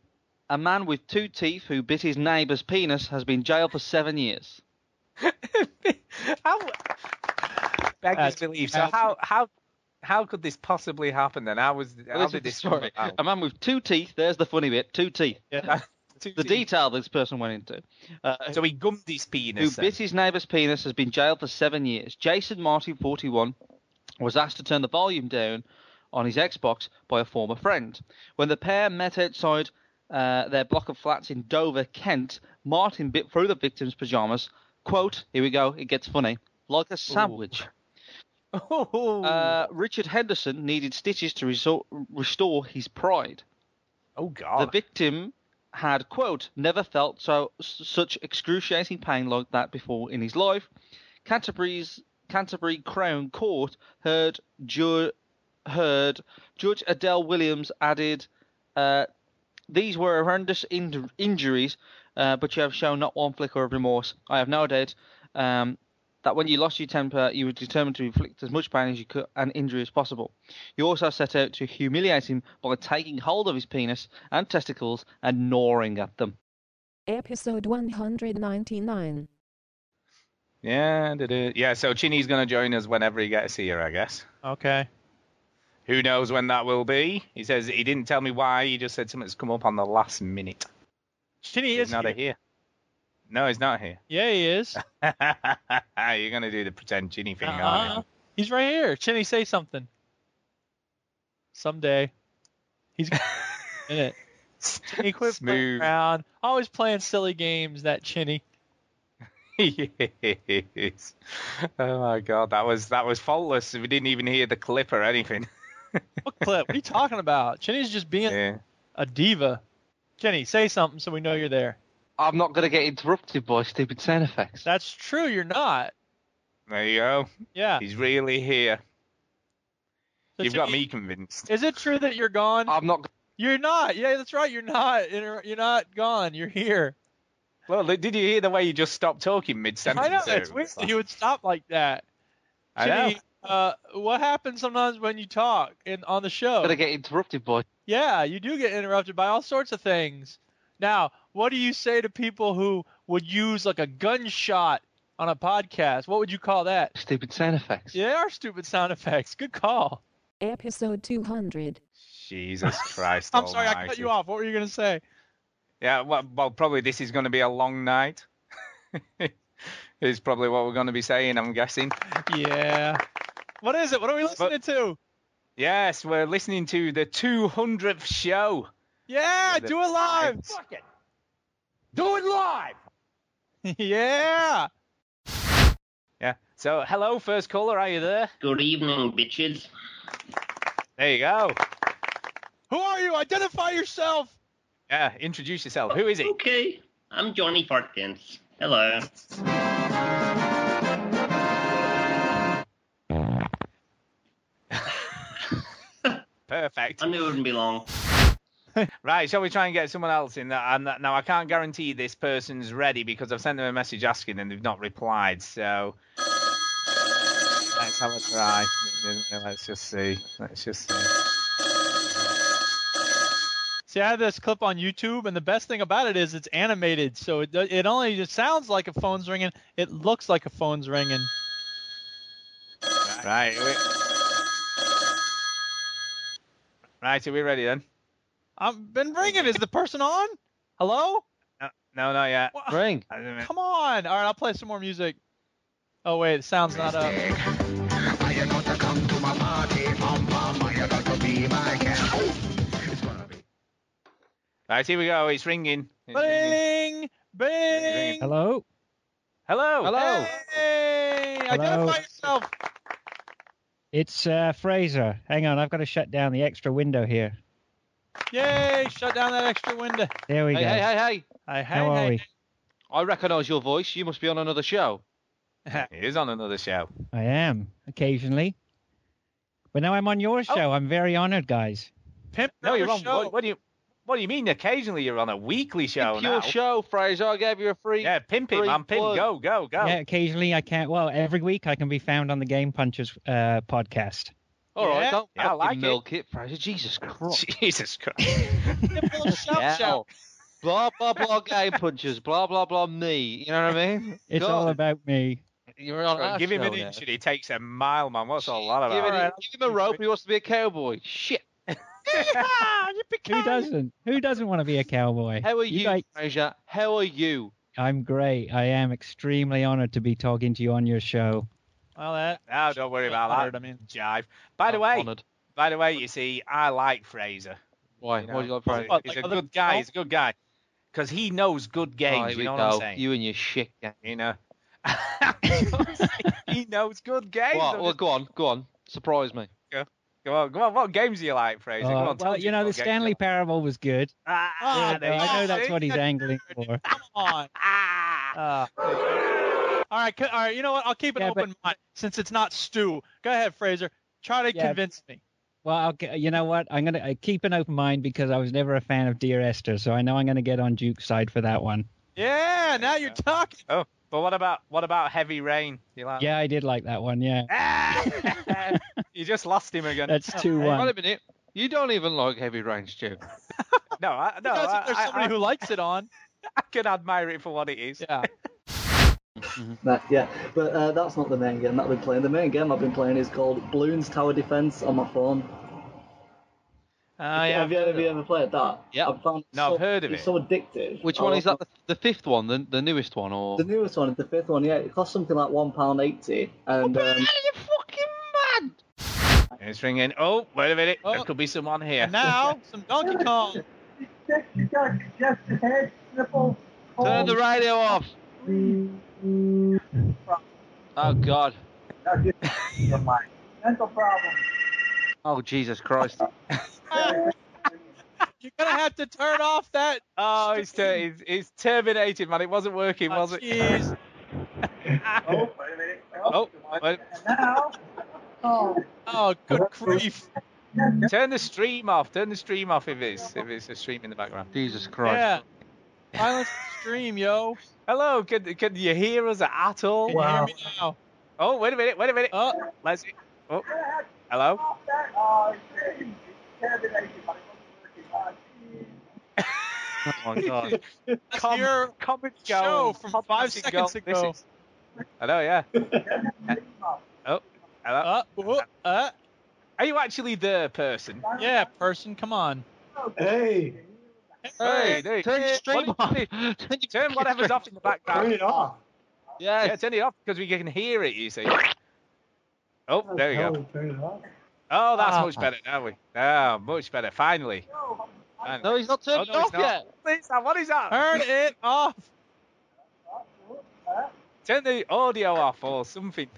[SPEAKER 20] A man with two teeth who bit his neighbour's penis has been jailed for seven years.
[SPEAKER 14] *laughs* Beggars
[SPEAKER 20] That's-
[SPEAKER 14] belief. So
[SPEAKER 20] that's-
[SPEAKER 14] how how how could this possibly happen? Then how was how
[SPEAKER 20] This is
[SPEAKER 14] did
[SPEAKER 20] the
[SPEAKER 14] this come
[SPEAKER 20] story. *laughs*
[SPEAKER 14] about?
[SPEAKER 20] A man with two teeth. There's the funny bit. Two teeth. the
[SPEAKER 14] teeth.
[SPEAKER 20] detail this person went into. Uh,
[SPEAKER 14] So he gummed his
[SPEAKER 20] who
[SPEAKER 14] penis. then.
[SPEAKER 20] bit his neighbour's penis has been jailed for seven years. Jason Martin, 41, was asked to turn the volume down on his Xbox by a former friend. When the pair met outside uh, their block of flats in Dover, Kent, Martin bit through the victim's pyjamas. Quote, here we go, it gets funny, like a sandwich. Uh, Richard Henderson needed stitches to resor- restore his pride.
[SPEAKER 14] Oh God!
[SPEAKER 20] The victim had quote never felt so s- such excruciating pain like that before in his life. Canterbury's Canterbury Crown Court heard ju- heard Judge Adele Williams added, uh, "These were horrendous inj- injuries, uh, but you have shown not one flicker of remorse. I have no doubt um,
[SPEAKER 21] that when you lost your temper, you were determined to inflict as much pain as you could and injury as possible. You also set out to humiliate him by taking hold of his penis and testicles and gnawing at them.
[SPEAKER 1] Episode 199.
[SPEAKER 14] Yeah, da-da. yeah. So Chinny's gonna join us whenever he gets here, I guess.
[SPEAKER 8] Okay.
[SPEAKER 14] Who knows when that will be? He says he didn't tell me why. He just said something's come up on the last minute.
[SPEAKER 8] Shinny
[SPEAKER 14] He's
[SPEAKER 8] is
[SPEAKER 14] not
[SPEAKER 8] here.
[SPEAKER 14] here. No, he's not here. Ah,
[SPEAKER 8] Yeah, he is.
[SPEAKER 14] You're gonna do the pretend Chinny thing, aren't
[SPEAKER 20] Uh-huh.
[SPEAKER 8] Uh-uh. He's right here. Chinny, say something. Someday. He's in it.
[SPEAKER 14] *laughs*
[SPEAKER 8] Chinny, quit playing
[SPEAKER 14] Smooth.
[SPEAKER 8] around. Always playing silly games, that Chinny.
[SPEAKER 14] you? *laughs* yes. Oh my god, that was that was faultless. We didn't even hear the clip or anything.
[SPEAKER 8] What clip? What are you talking about? Chinny's just being
[SPEAKER 14] Yeah.
[SPEAKER 8] a diva. Chinny, say something so we know you're there.
[SPEAKER 3] I'm not going to get interrupted by stupid sound effects.
[SPEAKER 8] That's true, you're not.
[SPEAKER 14] There you go.
[SPEAKER 20] Ah.
[SPEAKER 8] Yeah.
[SPEAKER 14] He's really here.
[SPEAKER 8] So
[SPEAKER 14] You've got
[SPEAKER 8] Chinny,
[SPEAKER 14] me convinced.
[SPEAKER 8] Is it true that you're gone?
[SPEAKER 3] I'm not.
[SPEAKER 8] You're not. Yeah, that's right. You're not. Inter- You're not gone. You're here.
[SPEAKER 14] *laughs* Well, look, did you hear the way you just stopped talking mid sentence?
[SPEAKER 8] I know. It's weird that you would stop like that.
[SPEAKER 14] I know.
[SPEAKER 8] Jimmy, Uh, what happens sometimes when you talk in on the show?
[SPEAKER 3] I'm going to get interrupted by.
[SPEAKER 8] Yeah, you do get interrupted by all sorts of things. Now, what do you say to people who would use like a gunshot on a podcast? What would you call that?
[SPEAKER 3] Stupid sound effects.
[SPEAKER 8] Yeah, they are stupid sound effects. Good call.
[SPEAKER 1] Episode 200.
[SPEAKER 8] *laughs*
[SPEAKER 14] Jesus Christ.
[SPEAKER 8] I'm sorry, I
[SPEAKER 14] almighty.
[SPEAKER 8] cut you off. What were you going to say?
[SPEAKER 14] Yeah, well, well probably this is going to be a long night. *laughs* is probably what we're going to be saying, I'm guessing.
[SPEAKER 8] Yeah. What is it? What are we listening to?
[SPEAKER 14] Yes, we're listening to the 200th show.
[SPEAKER 8] Yeah,
[SPEAKER 14] The
[SPEAKER 8] do it live.
[SPEAKER 14] times.
[SPEAKER 8] Fuck it.
[SPEAKER 14] Do it live.
[SPEAKER 8] *laughs* yeah.
[SPEAKER 14] Yeah. So, hello, first caller. Are you there?
[SPEAKER 22] Good evening, bitches.
[SPEAKER 14] There you go.
[SPEAKER 8] Who are you? Identify yourself.
[SPEAKER 14] Yeah, introduce yourself. Who is it?
[SPEAKER 22] Okay, I'm Johnny Fartkins. Hello.
[SPEAKER 14] Perfect.
[SPEAKER 22] I knew it wouldn't be long.
[SPEAKER 14] Right, shall we try and get someone else in? That, and that, now I can't guarantee this person's ready because I've sent them a message asking and they've not replied. So let's have a try. Let's just see. Let's just see.
[SPEAKER 8] See, I have this clip on YouTube, and the best thing about it is it's animated, so it do- it only just sounds like a phone's ringing. It looks like a phone's ringing.
[SPEAKER 14] Right. we- Right, are we ready then?
[SPEAKER 8] I've been ringing. Is the person on? Hello?
[SPEAKER 14] No, not yet.
[SPEAKER 3] Ring.
[SPEAKER 8] Come on. All right, I'll play some more music. Oh wait, the sound's not up.
[SPEAKER 14] Right, here we go. It's ringing. It's ringing.
[SPEAKER 8] Bing, bing.
[SPEAKER 21] Oh.
[SPEAKER 23] Hello.
[SPEAKER 14] Hello.
[SPEAKER 23] Hello.
[SPEAKER 8] Hey, identify yourself.
[SPEAKER 23] It's uh, Fraser. Hang on, I've got to shut down the extra window here.
[SPEAKER 8] Yay! Shut down that extra window.
[SPEAKER 23] There we
[SPEAKER 3] Hey,
[SPEAKER 23] go.
[SPEAKER 3] hey, hey, hey.
[SPEAKER 8] Uh, Hey,
[SPEAKER 23] How are we?
[SPEAKER 3] I recognise your voice. You must be on another show.
[SPEAKER 14] He is on another show.
[SPEAKER 23] I am occasionally, but now I'm on your show. I'm very honored, guys.
[SPEAKER 8] Pimp
[SPEAKER 14] No, you're
[SPEAKER 8] another
[SPEAKER 14] on.
[SPEAKER 8] show. *laughs*
[SPEAKER 14] What, what do you? What do you mean? Occasionally, you're on a weekly show
[SPEAKER 3] Pimp
[SPEAKER 14] now.
[SPEAKER 3] your show, Fraser. I gave you a free.
[SPEAKER 14] Yeah, pimp him,
[SPEAKER 3] free
[SPEAKER 14] man. Pimp.
[SPEAKER 3] plug.
[SPEAKER 14] Go, go, go.
[SPEAKER 23] Yeah, occasionally I can't. Well, every week I can be found on the Game Punchers uh, podcast.
[SPEAKER 3] All right,
[SPEAKER 8] Yeah,
[SPEAKER 3] don't
[SPEAKER 14] yeah, I
[SPEAKER 3] fucking
[SPEAKER 14] like it.
[SPEAKER 3] milk it. Fraser. Jesus Christ.
[SPEAKER 14] *laughs* Jesus Christ.
[SPEAKER 3] *laughs*
[SPEAKER 8] Little shout
[SPEAKER 3] Yeah.
[SPEAKER 8] shout.
[SPEAKER 3] blah blah blah game punches, blah blah blah me. You know what I mean?
[SPEAKER 23] *laughs* It's
[SPEAKER 3] God,
[SPEAKER 23] all about me.
[SPEAKER 3] you're on our
[SPEAKER 14] give him
[SPEAKER 3] show
[SPEAKER 14] an
[SPEAKER 3] now.
[SPEAKER 14] inch and he takes a mile, man. What's all that
[SPEAKER 3] Give,
[SPEAKER 14] about?
[SPEAKER 3] him- give him a rope. He wants to be a cowboy. Shit.
[SPEAKER 8] Ah,
[SPEAKER 23] *laughs* Who doesn't? Who doesn't want to be a cowboy?
[SPEAKER 3] How are you,
[SPEAKER 23] guys-
[SPEAKER 3] Fraser? How are you?
[SPEAKER 23] I'm great. I am extremely honored to be talking to you on your show.
[SPEAKER 8] Well, that.
[SPEAKER 14] No, don't worry about
[SPEAKER 8] Honored,
[SPEAKER 14] that.
[SPEAKER 8] I mean,
[SPEAKER 14] Jive. By the
[SPEAKER 3] I'm
[SPEAKER 14] way,
[SPEAKER 3] honoured.
[SPEAKER 14] by the way, you see, I like Fraser.
[SPEAKER 3] Why?
[SPEAKER 14] You
[SPEAKER 3] Why
[SPEAKER 14] know,
[SPEAKER 3] do you like Fraser?
[SPEAKER 8] What,
[SPEAKER 14] he's
[SPEAKER 8] like
[SPEAKER 14] a
[SPEAKER 8] other
[SPEAKER 14] good guy. He's a good guy. Because he knows good
[SPEAKER 3] Oh,
[SPEAKER 14] games.
[SPEAKER 3] here
[SPEAKER 14] you know
[SPEAKER 3] we
[SPEAKER 14] what I'm
[SPEAKER 3] go.
[SPEAKER 14] saying?
[SPEAKER 3] You and your shit. Game.
[SPEAKER 14] You know. *laughs* he knows good games.
[SPEAKER 3] What?
[SPEAKER 14] I'm
[SPEAKER 3] Well,
[SPEAKER 14] just-
[SPEAKER 3] go on, go on. Surprise me.
[SPEAKER 14] Come on, come on. What games do you like, Fraser?
[SPEAKER 23] Uh,
[SPEAKER 14] Come on, tell
[SPEAKER 23] well,
[SPEAKER 14] us
[SPEAKER 23] you know, the
[SPEAKER 14] what games
[SPEAKER 23] Stanley
[SPEAKER 14] you like.
[SPEAKER 23] Parable was good.
[SPEAKER 14] Ah,
[SPEAKER 8] Yeah,
[SPEAKER 14] there
[SPEAKER 23] I
[SPEAKER 14] you
[SPEAKER 23] know- I
[SPEAKER 14] go.
[SPEAKER 23] know that's
[SPEAKER 14] See? *laughs*
[SPEAKER 23] what he's angling for.
[SPEAKER 8] Come on.
[SPEAKER 14] Ah.
[SPEAKER 8] All right, c- all right. You know what? I'll keep an
[SPEAKER 23] Yeah, but-
[SPEAKER 8] open mind since it's not Stu. Go ahead, Fraser. Try to
[SPEAKER 23] Yeah.
[SPEAKER 8] convince me.
[SPEAKER 23] Well, okay, you know what? I'm gonna I keep an open mind because I was never a fan of Dear Esther, so I know I'm gonna get on Duke's side for that one.
[SPEAKER 8] Yeah, now you're talking.
[SPEAKER 14] Oh, But what about what about Heavy Rain? You like?
[SPEAKER 24] Yeah, I did like that one. Yeah.
[SPEAKER 23] *laughs*
[SPEAKER 14] that? you just lost him again.
[SPEAKER 24] That's two
[SPEAKER 14] Hey,
[SPEAKER 24] one.
[SPEAKER 20] Wait a minute. You don't even like heavy rain, Stu.
[SPEAKER 14] No, I, no.
[SPEAKER 8] Because if
[SPEAKER 14] I-
[SPEAKER 8] there's
[SPEAKER 14] I-
[SPEAKER 8] somebody
[SPEAKER 14] I-
[SPEAKER 8] who likes it on.
[SPEAKER 23] *laughs*
[SPEAKER 14] I can admire it for what it is.
[SPEAKER 20] Yeah.
[SPEAKER 25] That, yeah, but uh, that's not the main game that I've been playing. The main game I've been playing is called Bloons Tower Defense on my phone.
[SPEAKER 8] Uh,
[SPEAKER 14] yeah,
[SPEAKER 25] have, you, have you ever played that?
[SPEAKER 20] Yeah.
[SPEAKER 25] I've found
[SPEAKER 20] No,
[SPEAKER 25] so,
[SPEAKER 20] I've heard of
[SPEAKER 25] it's
[SPEAKER 20] it.
[SPEAKER 25] so addictive.
[SPEAKER 20] Which
[SPEAKER 25] I
[SPEAKER 20] one
[SPEAKER 25] love
[SPEAKER 20] is that? The, the fifth one, the, the newest one, or
[SPEAKER 25] The newest one, the fifth one, yeah, it costs something like one pound eighty, and um,
[SPEAKER 14] It's ringing. Oh, wait a minute. There could be someone here.
[SPEAKER 8] Now some
[SPEAKER 23] *laughs*
[SPEAKER 8] Donkey Kong.
[SPEAKER 20] turn the radio off. Oh God. *laughs*
[SPEAKER 3] Mental problem.
[SPEAKER 20] Oh Jesus Christ.
[SPEAKER 8] You're gonna have to turn off that.
[SPEAKER 14] Oh, it's, ter- it's, it's terminated, man. It wasn't working, was it?
[SPEAKER 8] Uh,
[SPEAKER 14] *laughs*
[SPEAKER 8] Jeez.
[SPEAKER 14] oh,
[SPEAKER 3] wait a minute.
[SPEAKER 14] Oh, wait.
[SPEAKER 3] Oh.
[SPEAKER 8] Oh,
[SPEAKER 23] *laughs*
[SPEAKER 8] good grief.
[SPEAKER 14] Turn the stream off. Turn the stream off if it's if it's a stream in the background.
[SPEAKER 20] Jesus
[SPEAKER 8] Yeah. Silence the stream, yo.
[SPEAKER 14] Hello. Can can you hear us at all?
[SPEAKER 8] Can you hear me now?
[SPEAKER 14] Oh, wait a minute. Wait a minute.
[SPEAKER 8] Oh,
[SPEAKER 14] let's. Oh, hello.
[SPEAKER 20] Oh my
[SPEAKER 25] *laughs*
[SPEAKER 20] God.
[SPEAKER 8] That's
[SPEAKER 14] Com-
[SPEAKER 8] your
[SPEAKER 14] comedy
[SPEAKER 8] show
[SPEAKER 14] gold.
[SPEAKER 8] from
[SPEAKER 14] Comedy
[SPEAKER 8] five seconds
[SPEAKER 14] gold.
[SPEAKER 8] ago.
[SPEAKER 14] This Hello. Yeah. oh. Hello.
[SPEAKER 8] Uh, whoa, uh,
[SPEAKER 14] Are you actually the person?
[SPEAKER 8] yeah, person, come on.
[SPEAKER 3] Hey.
[SPEAKER 14] Hey, there you
[SPEAKER 20] turn your stream
[SPEAKER 14] What-
[SPEAKER 20] *laughs* off.
[SPEAKER 14] Turn whatever's off in the background.
[SPEAKER 3] Turn it off.
[SPEAKER 20] Yes.
[SPEAKER 14] Yeah, turn it off because we can hear it. You see. Oh, there you
[SPEAKER 3] Hell,
[SPEAKER 14] go.
[SPEAKER 3] Turn it off.
[SPEAKER 14] Oh, that's
[SPEAKER 20] Ah.
[SPEAKER 14] much better now. We. Oh, much better. Finally. Finally.
[SPEAKER 20] No, he's not turned
[SPEAKER 14] Oh,
[SPEAKER 20] it
[SPEAKER 14] no, he's
[SPEAKER 20] off
[SPEAKER 14] not.
[SPEAKER 20] yet.
[SPEAKER 14] What is that? What is that?
[SPEAKER 8] Turn it off.
[SPEAKER 14] Turn the audio off or something.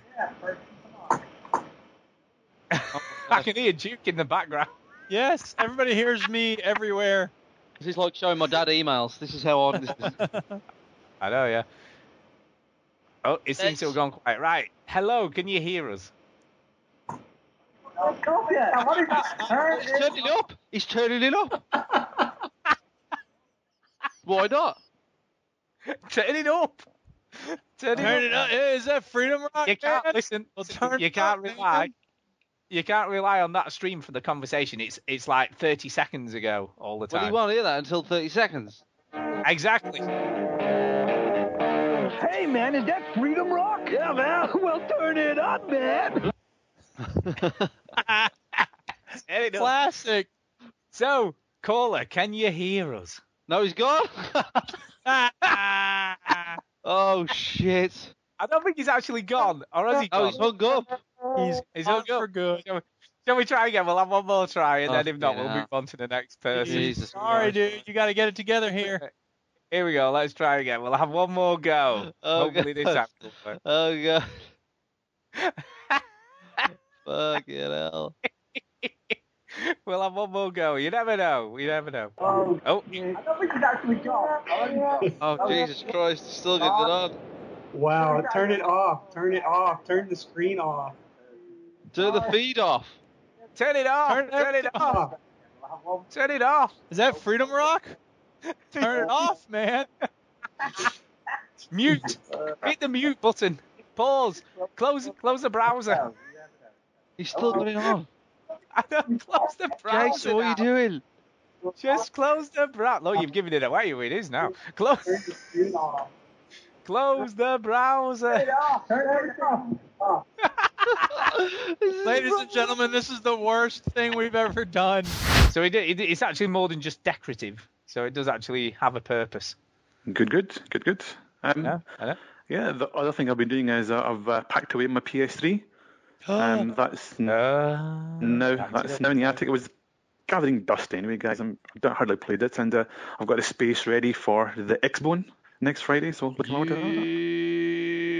[SPEAKER 20] Oh,
[SPEAKER 14] I can hear Duke in the background.
[SPEAKER 8] Yes, everybody hears me everywhere.
[SPEAKER 20] This is like showing my dad emails. This is how odd this is.
[SPEAKER 14] I know, yeah. Oh, it seems to have gone quite right. Hello, can you hear us?
[SPEAKER 20] He's turning it up. He's turning
[SPEAKER 14] *laughs*
[SPEAKER 20] it up. Why not?
[SPEAKER 14] Turn it up. *laughs* Turn it
[SPEAKER 8] Turn
[SPEAKER 14] up.
[SPEAKER 8] it up. Hey, is that Freedom Rock?
[SPEAKER 14] You can't *laughs*
[SPEAKER 8] band?
[SPEAKER 14] listen.
[SPEAKER 8] Well, turn
[SPEAKER 14] you
[SPEAKER 8] it
[SPEAKER 14] can't
[SPEAKER 8] up, man.
[SPEAKER 14] rely. You can't rely on that stream for the conversation. It's it's like 30 seconds ago all the
[SPEAKER 20] Well, he
[SPEAKER 14] time.
[SPEAKER 20] won't hear that until 30 seconds.
[SPEAKER 14] exactly.
[SPEAKER 3] Hey man, is that Freedom Rock? Yeah man. *laughs* Well, turn it up, man.
[SPEAKER 14] Turn it up.
[SPEAKER 8] Classic.
[SPEAKER 14] So, caller, can you hear us?
[SPEAKER 20] No, he's gone. *laughs*
[SPEAKER 14] I
[SPEAKER 20] oh, shit.
[SPEAKER 14] don't think he's actually gone, or has he gone?
[SPEAKER 20] Oh, he's hung up.
[SPEAKER 8] *laughs* He's,
[SPEAKER 14] He's
[SPEAKER 8] on
[SPEAKER 14] hung up.
[SPEAKER 8] for good.
[SPEAKER 14] Shall we try again? We'll have one more try, and then
[SPEAKER 20] Oh,
[SPEAKER 14] if not, we'll
[SPEAKER 20] yeah.
[SPEAKER 14] move on to the next person.
[SPEAKER 20] Jesus
[SPEAKER 8] Sorry,
[SPEAKER 20] Christ.
[SPEAKER 8] dude. You got to get it together here.
[SPEAKER 14] Here we go. Let's try again. We'll have one more go.
[SPEAKER 20] Oh,
[SPEAKER 14] Hopefully this
[SPEAKER 20] God.
[SPEAKER 14] time. will work.
[SPEAKER 20] Oh,
[SPEAKER 14] *laughs*
[SPEAKER 20] God. Fucking hell.
[SPEAKER 14] We'll have one more go. You never know. We never know.
[SPEAKER 3] Oh,
[SPEAKER 14] Oh,
[SPEAKER 3] I don't think he's actually gone.
[SPEAKER 20] Oh, Jesus Christ. He's still getting it on.
[SPEAKER 3] Wow, turn it off. Turn it off. Turn the screen off.
[SPEAKER 20] Turn the feed off.
[SPEAKER 14] turn it off. Turn,
[SPEAKER 8] Turn
[SPEAKER 14] it off. Turn it off.
[SPEAKER 8] Is that Freedom Rock? *laughs* Turn it off, man.
[SPEAKER 14] *laughs* Mute. Hit the mute button. Pause. Close. Close the browser.
[SPEAKER 20] He's still getting on.
[SPEAKER 14] *laughs* I don't close the browser.
[SPEAKER 20] Jason, what are you
[SPEAKER 14] now.
[SPEAKER 20] doing?
[SPEAKER 14] Just close the browser. Look, you've given it away. It is now. *laughs* Close. Close the browser.
[SPEAKER 8] Ladies and gentlemen, this is the worst thing we've ever done.
[SPEAKER 14] So it, it, it's actually more than just decorative. So it does actually have a purpose.
[SPEAKER 26] Good, good, good, good. Um,
[SPEAKER 14] Yeah, I know.
[SPEAKER 26] yeah, the other thing I've been doing is uh, I've uh, packed away my PS3.
[SPEAKER 20] Oh.
[SPEAKER 26] Um, that's
[SPEAKER 14] Uh,
[SPEAKER 26] n- no,
[SPEAKER 14] packed it
[SPEAKER 26] that's
[SPEAKER 14] up.
[SPEAKER 26] now in the attic. It was gathering dust anyway, guys. I'm, I don't hardly played it, and uh, I've got a space ready for the X-Bone next Friday. So looking forward to that.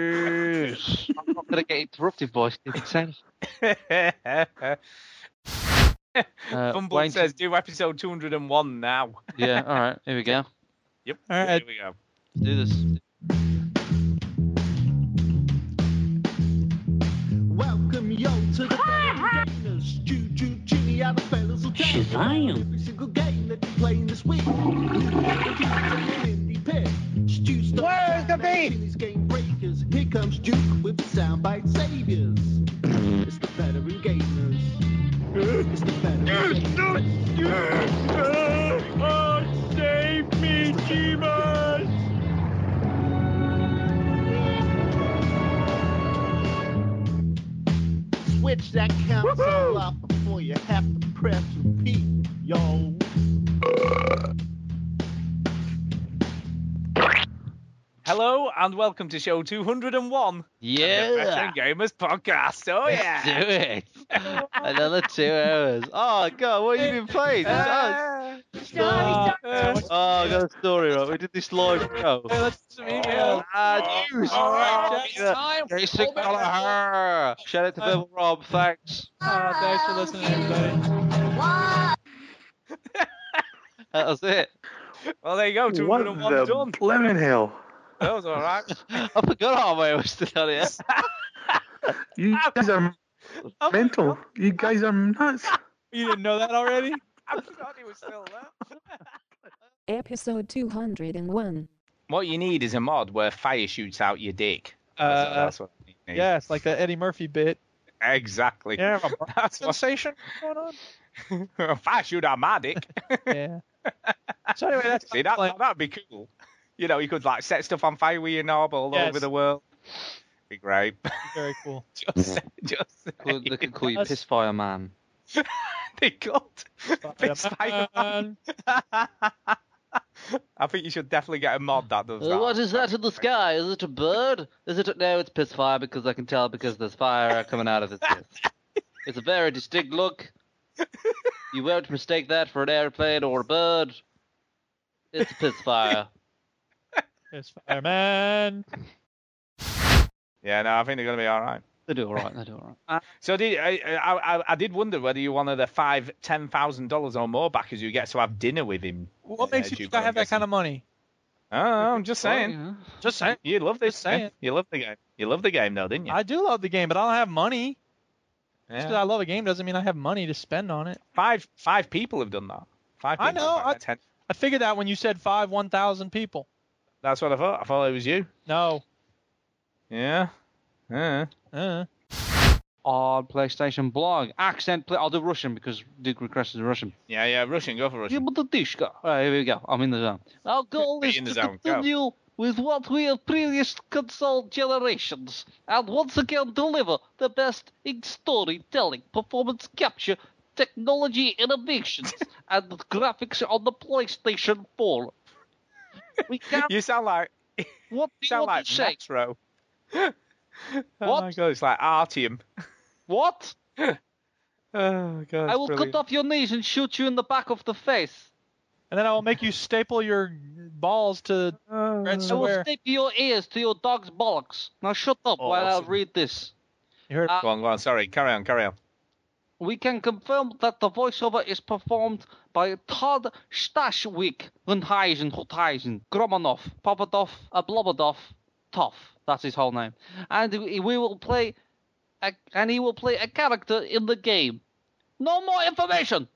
[SPEAKER 20] I'm not going to get interrupted by stupid sound. Uh,
[SPEAKER 14] Bumble
[SPEAKER 20] Wayne-
[SPEAKER 14] says do episode 201 now.
[SPEAKER 20] Yeah, all right. Here we go.
[SPEAKER 14] Yep.
[SPEAKER 8] All right.
[SPEAKER 14] Here we go.
[SPEAKER 20] Let's do this.
[SPEAKER 27] Welcome from yo to the gainers. Juju, Jimmy, I'm a fellas will take
[SPEAKER 28] Shazam.
[SPEAKER 27] every single game that we play in this week. Where's the beef? Game breakers. Here comes Duke with the soundbite saviors. It's the veteran gamers. It's the veteran gamers. Save me, G-Man! Switch that console off before you have to press repeat, yo.
[SPEAKER 14] Hello and welcome to show 201.
[SPEAKER 29] Yeah.
[SPEAKER 14] Of the Veteran Gamers Podcast. Oh, yeah.
[SPEAKER 29] Do it. Another two hours. Oh God, what have you been playing? Oh,
[SPEAKER 20] Ah,
[SPEAKER 14] Sorry,
[SPEAKER 29] oh, I got a story right. We did this live show.
[SPEAKER 14] Oh.
[SPEAKER 20] Uh,
[SPEAKER 29] Ah, news.
[SPEAKER 20] All right, Jack,
[SPEAKER 29] Yeah.
[SPEAKER 20] time.
[SPEAKER 29] Jason Gallagher. Shout out to Verbal Rob. Thanks.
[SPEAKER 20] Oh, thanks for listening, everybody.
[SPEAKER 29] That was it.
[SPEAKER 14] Well, there you go.
[SPEAKER 3] What
[SPEAKER 14] 201
[SPEAKER 3] the
[SPEAKER 14] done.
[SPEAKER 3] blimmin' hell?
[SPEAKER 14] That was all right.
[SPEAKER 29] I forgot how my was still on it.
[SPEAKER 3] You guys are mental. You guys are nuts.
[SPEAKER 8] You didn't know that already?
[SPEAKER 14] I forgot he was still there.
[SPEAKER 1] Episode 201.
[SPEAKER 14] What you need is a mod where fire shoots out your dick.
[SPEAKER 8] Uh,
[SPEAKER 14] that's what you need.
[SPEAKER 8] Yeah, it's like that Eddie Murphy bit.
[SPEAKER 14] Exactly.
[SPEAKER 8] Yeah, *laughs*
[SPEAKER 14] That's
[SPEAKER 8] sensation going on.
[SPEAKER 14] what *laughs* fire shoot out my dick.
[SPEAKER 8] *laughs* yeah. So anyway, that's
[SPEAKER 14] See that that'd be cool. You know, you could like set stuff on fire with your knob all
[SPEAKER 8] Yes.
[SPEAKER 14] over the world. Be great. *laughs*
[SPEAKER 8] very cool.
[SPEAKER 29] *laughs*
[SPEAKER 14] just, just *laughs*
[SPEAKER 20] Cool, they could call you
[SPEAKER 14] That's-
[SPEAKER 20] Piss Fire Man.
[SPEAKER 14] they got *laughs* Spider-Man. I think you should definitely get a mod that does
[SPEAKER 29] Uh,
[SPEAKER 14] that.
[SPEAKER 29] What is that in the sky? Is it a bird? Is it a... No, it's piss fire because I can tell because there's fire coming out of its piss. It's a very distinct look. You won't mistake that for an airplane or a bird. It's a piss fire.
[SPEAKER 8] There's Fireman.
[SPEAKER 14] Yeah, no, I think they're gonna be all right.
[SPEAKER 29] They do all right. They do all right.
[SPEAKER 14] So did I, I? I- I did wonder whether you wanted the five, ten thousand dollars or more back as you get to have dinner with him.
[SPEAKER 8] What makes
[SPEAKER 14] Uh,
[SPEAKER 8] you
[SPEAKER 14] Duke,
[SPEAKER 8] think I
[SPEAKER 14] I'm
[SPEAKER 8] have that kind of money?
[SPEAKER 14] Oh, I'm just
[SPEAKER 8] Well,
[SPEAKER 14] saying.
[SPEAKER 8] Just saying.
[SPEAKER 14] You love this.
[SPEAKER 8] Just
[SPEAKER 14] game.
[SPEAKER 8] saying.
[SPEAKER 14] You love the game. You love the game, though, didn't you?
[SPEAKER 8] I do love the game, but I don't have money. Just uh,
[SPEAKER 14] Yeah.
[SPEAKER 8] because I love a game doesn't mean I have money to spend on it.
[SPEAKER 14] Five, five people have done that. Five. People
[SPEAKER 8] I know,
[SPEAKER 14] have done
[SPEAKER 8] I-
[SPEAKER 14] that. Ten-
[SPEAKER 8] I figured that when you said five, one thousand people.
[SPEAKER 14] That's what I thought. I thought it was you.
[SPEAKER 8] No.
[SPEAKER 14] Yeah. Yeah.
[SPEAKER 8] Uh,
[SPEAKER 20] On PlayStation blog, accent. Play- I'll do Russian because Duke requested Russian.
[SPEAKER 14] Yeah, yeah. Russian, go for
[SPEAKER 20] Yeah,
[SPEAKER 14] Russian.
[SPEAKER 20] but the dish. All right, here we go. I'm in the zone. Our goal is
[SPEAKER 14] in the
[SPEAKER 20] to
[SPEAKER 14] zone, go.
[SPEAKER 20] continue with what we have previous console generations, and once again deliver the best in storytelling, performance capture, technology
[SPEAKER 14] *laughs*
[SPEAKER 20] innovations, and graphics on the PlayStation 4. We can't.
[SPEAKER 14] You sound like
[SPEAKER 20] What do you
[SPEAKER 14] sound
[SPEAKER 20] want
[SPEAKER 14] like
[SPEAKER 20] to say?
[SPEAKER 14] retro. *laughs* Oh my
[SPEAKER 20] What?
[SPEAKER 14] god, it's like Artium.
[SPEAKER 20] What?
[SPEAKER 14] Oh *sighs* god.
[SPEAKER 20] I will
[SPEAKER 14] brilliant.
[SPEAKER 20] cut off your knees and shoot you in the back of the face.
[SPEAKER 8] and then I will make you staple your balls
[SPEAKER 14] *sighs*
[SPEAKER 8] to red
[SPEAKER 20] I will
[SPEAKER 8] square.
[SPEAKER 20] stick your ears to your dog's bollocks. Now shut up
[SPEAKER 14] Oh,
[SPEAKER 20] while I read this.
[SPEAKER 8] You heard-
[SPEAKER 20] Uh,
[SPEAKER 14] Go on, go on. Sorry, carry on, carry on.
[SPEAKER 20] we can confirm that the voiceover is performed by Todd Stashwick, Lundheisen, Hotheisen, Gromanov, Papadov, Ablobadov, Toff. That's his whole name. And we we will play, a, and he will play a character in the game. No more information.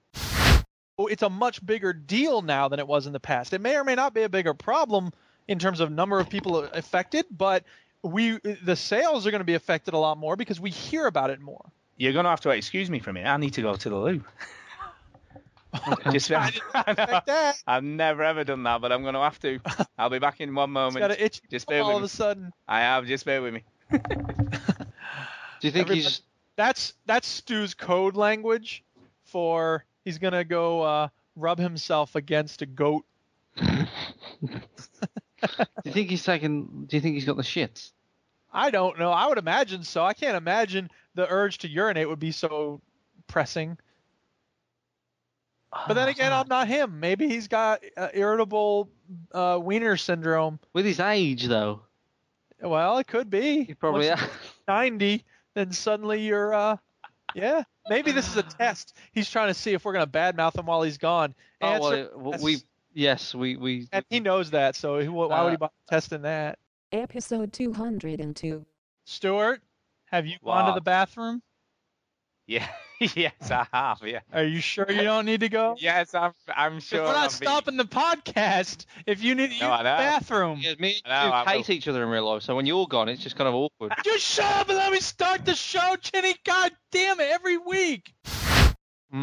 [SPEAKER 8] Oh, it's a much bigger deal now than it was in the past. It may or may not be a bigger problem in terms of number of people affected, but we the sales are going to be affected a lot more because we hear about it
[SPEAKER 14] *laughs*
[SPEAKER 8] more.
[SPEAKER 14] You're gonna have to excuse me for a minute. I need to go to the loo. Just, I know.
[SPEAKER 8] that.
[SPEAKER 14] *laughs* I've never ever done that, but I'm gonna have to. I'll be back in one
[SPEAKER 8] It's
[SPEAKER 14] moment.
[SPEAKER 8] got to itch
[SPEAKER 14] just bear
[SPEAKER 8] all
[SPEAKER 14] with
[SPEAKER 8] of a
[SPEAKER 14] me.
[SPEAKER 8] sudden.
[SPEAKER 14] I have. Just bear with me.
[SPEAKER 20] Do you think
[SPEAKER 8] Everybody-
[SPEAKER 20] he's?
[SPEAKER 8] That's that's Stu's code language for he's gonna go uh, rub himself against a goat.
[SPEAKER 20] Do you think he's taking? Do you think he's got the shits?
[SPEAKER 8] I don't know. I would imagine so. I can't imagine the urge to urinate would be so pressing. But then again, I'm not him. Maybe he's got uh, irritable uh, wiener syndrome.
[SPEAKER 20] With his age though,
[SPEAKER 8] Well, it could be.
[SPEAKER 20] he probably.
[SPEAKER 8] Once you're 90, then suddenly you're, uh, yeah. Maybe this is a test. He's trying to see if we're going to badmouth him while he's gone.
[SPEAKER 20] Oh, well,
[SPEAKER 8] Answer
[SPEAKER 20] it- well,
[SPEAKER 8] yes.
[SPEAKER 20] we yes, we we
[SPEAKER 8] And he knows that, so he, why would he
[SPEAKER 20] Uh,
[SPEAKER 8] bother testing that?
[SPEAKER 1] Episode 202.
[SPEAKER 8] Stuart, have you gone to
[SPEAKER 14] Wow.
[SPEAKER 8] the bathroom?
[SPEAKER 14] Yeah. *laughs* yes, I have. Yeah.
[SPEAKER 8] Are you sure you don't need to
[SPEAKER 14] *laughs*
[SPEAKER 8] go?
[SPEAKER 14] Yes, I'm. I'm sure.
[SPEAKER 8] We're
[SPEAKER 14] I'm
[SPEAKER 8] not
[SPEAKER 14] being-
[SPEAKER 8] stopping the podcast if you need to use
[SPEAKER 14] I
[SPEAKER 8] the
[SPEAKER 14] know.
[SPEAKER 8] bathroom.
[SPEAKER 20] Because me
[SPEAKER 14] I know,
[SPEAKER 20] and
[SPEAKER 14] I
[SPEAKER 20] you hate each other in real life, so when you're gone, it's just kind of awkward.
[SPEAKER 8] You shut up and let me start the show, Chinny. God damn it, every week.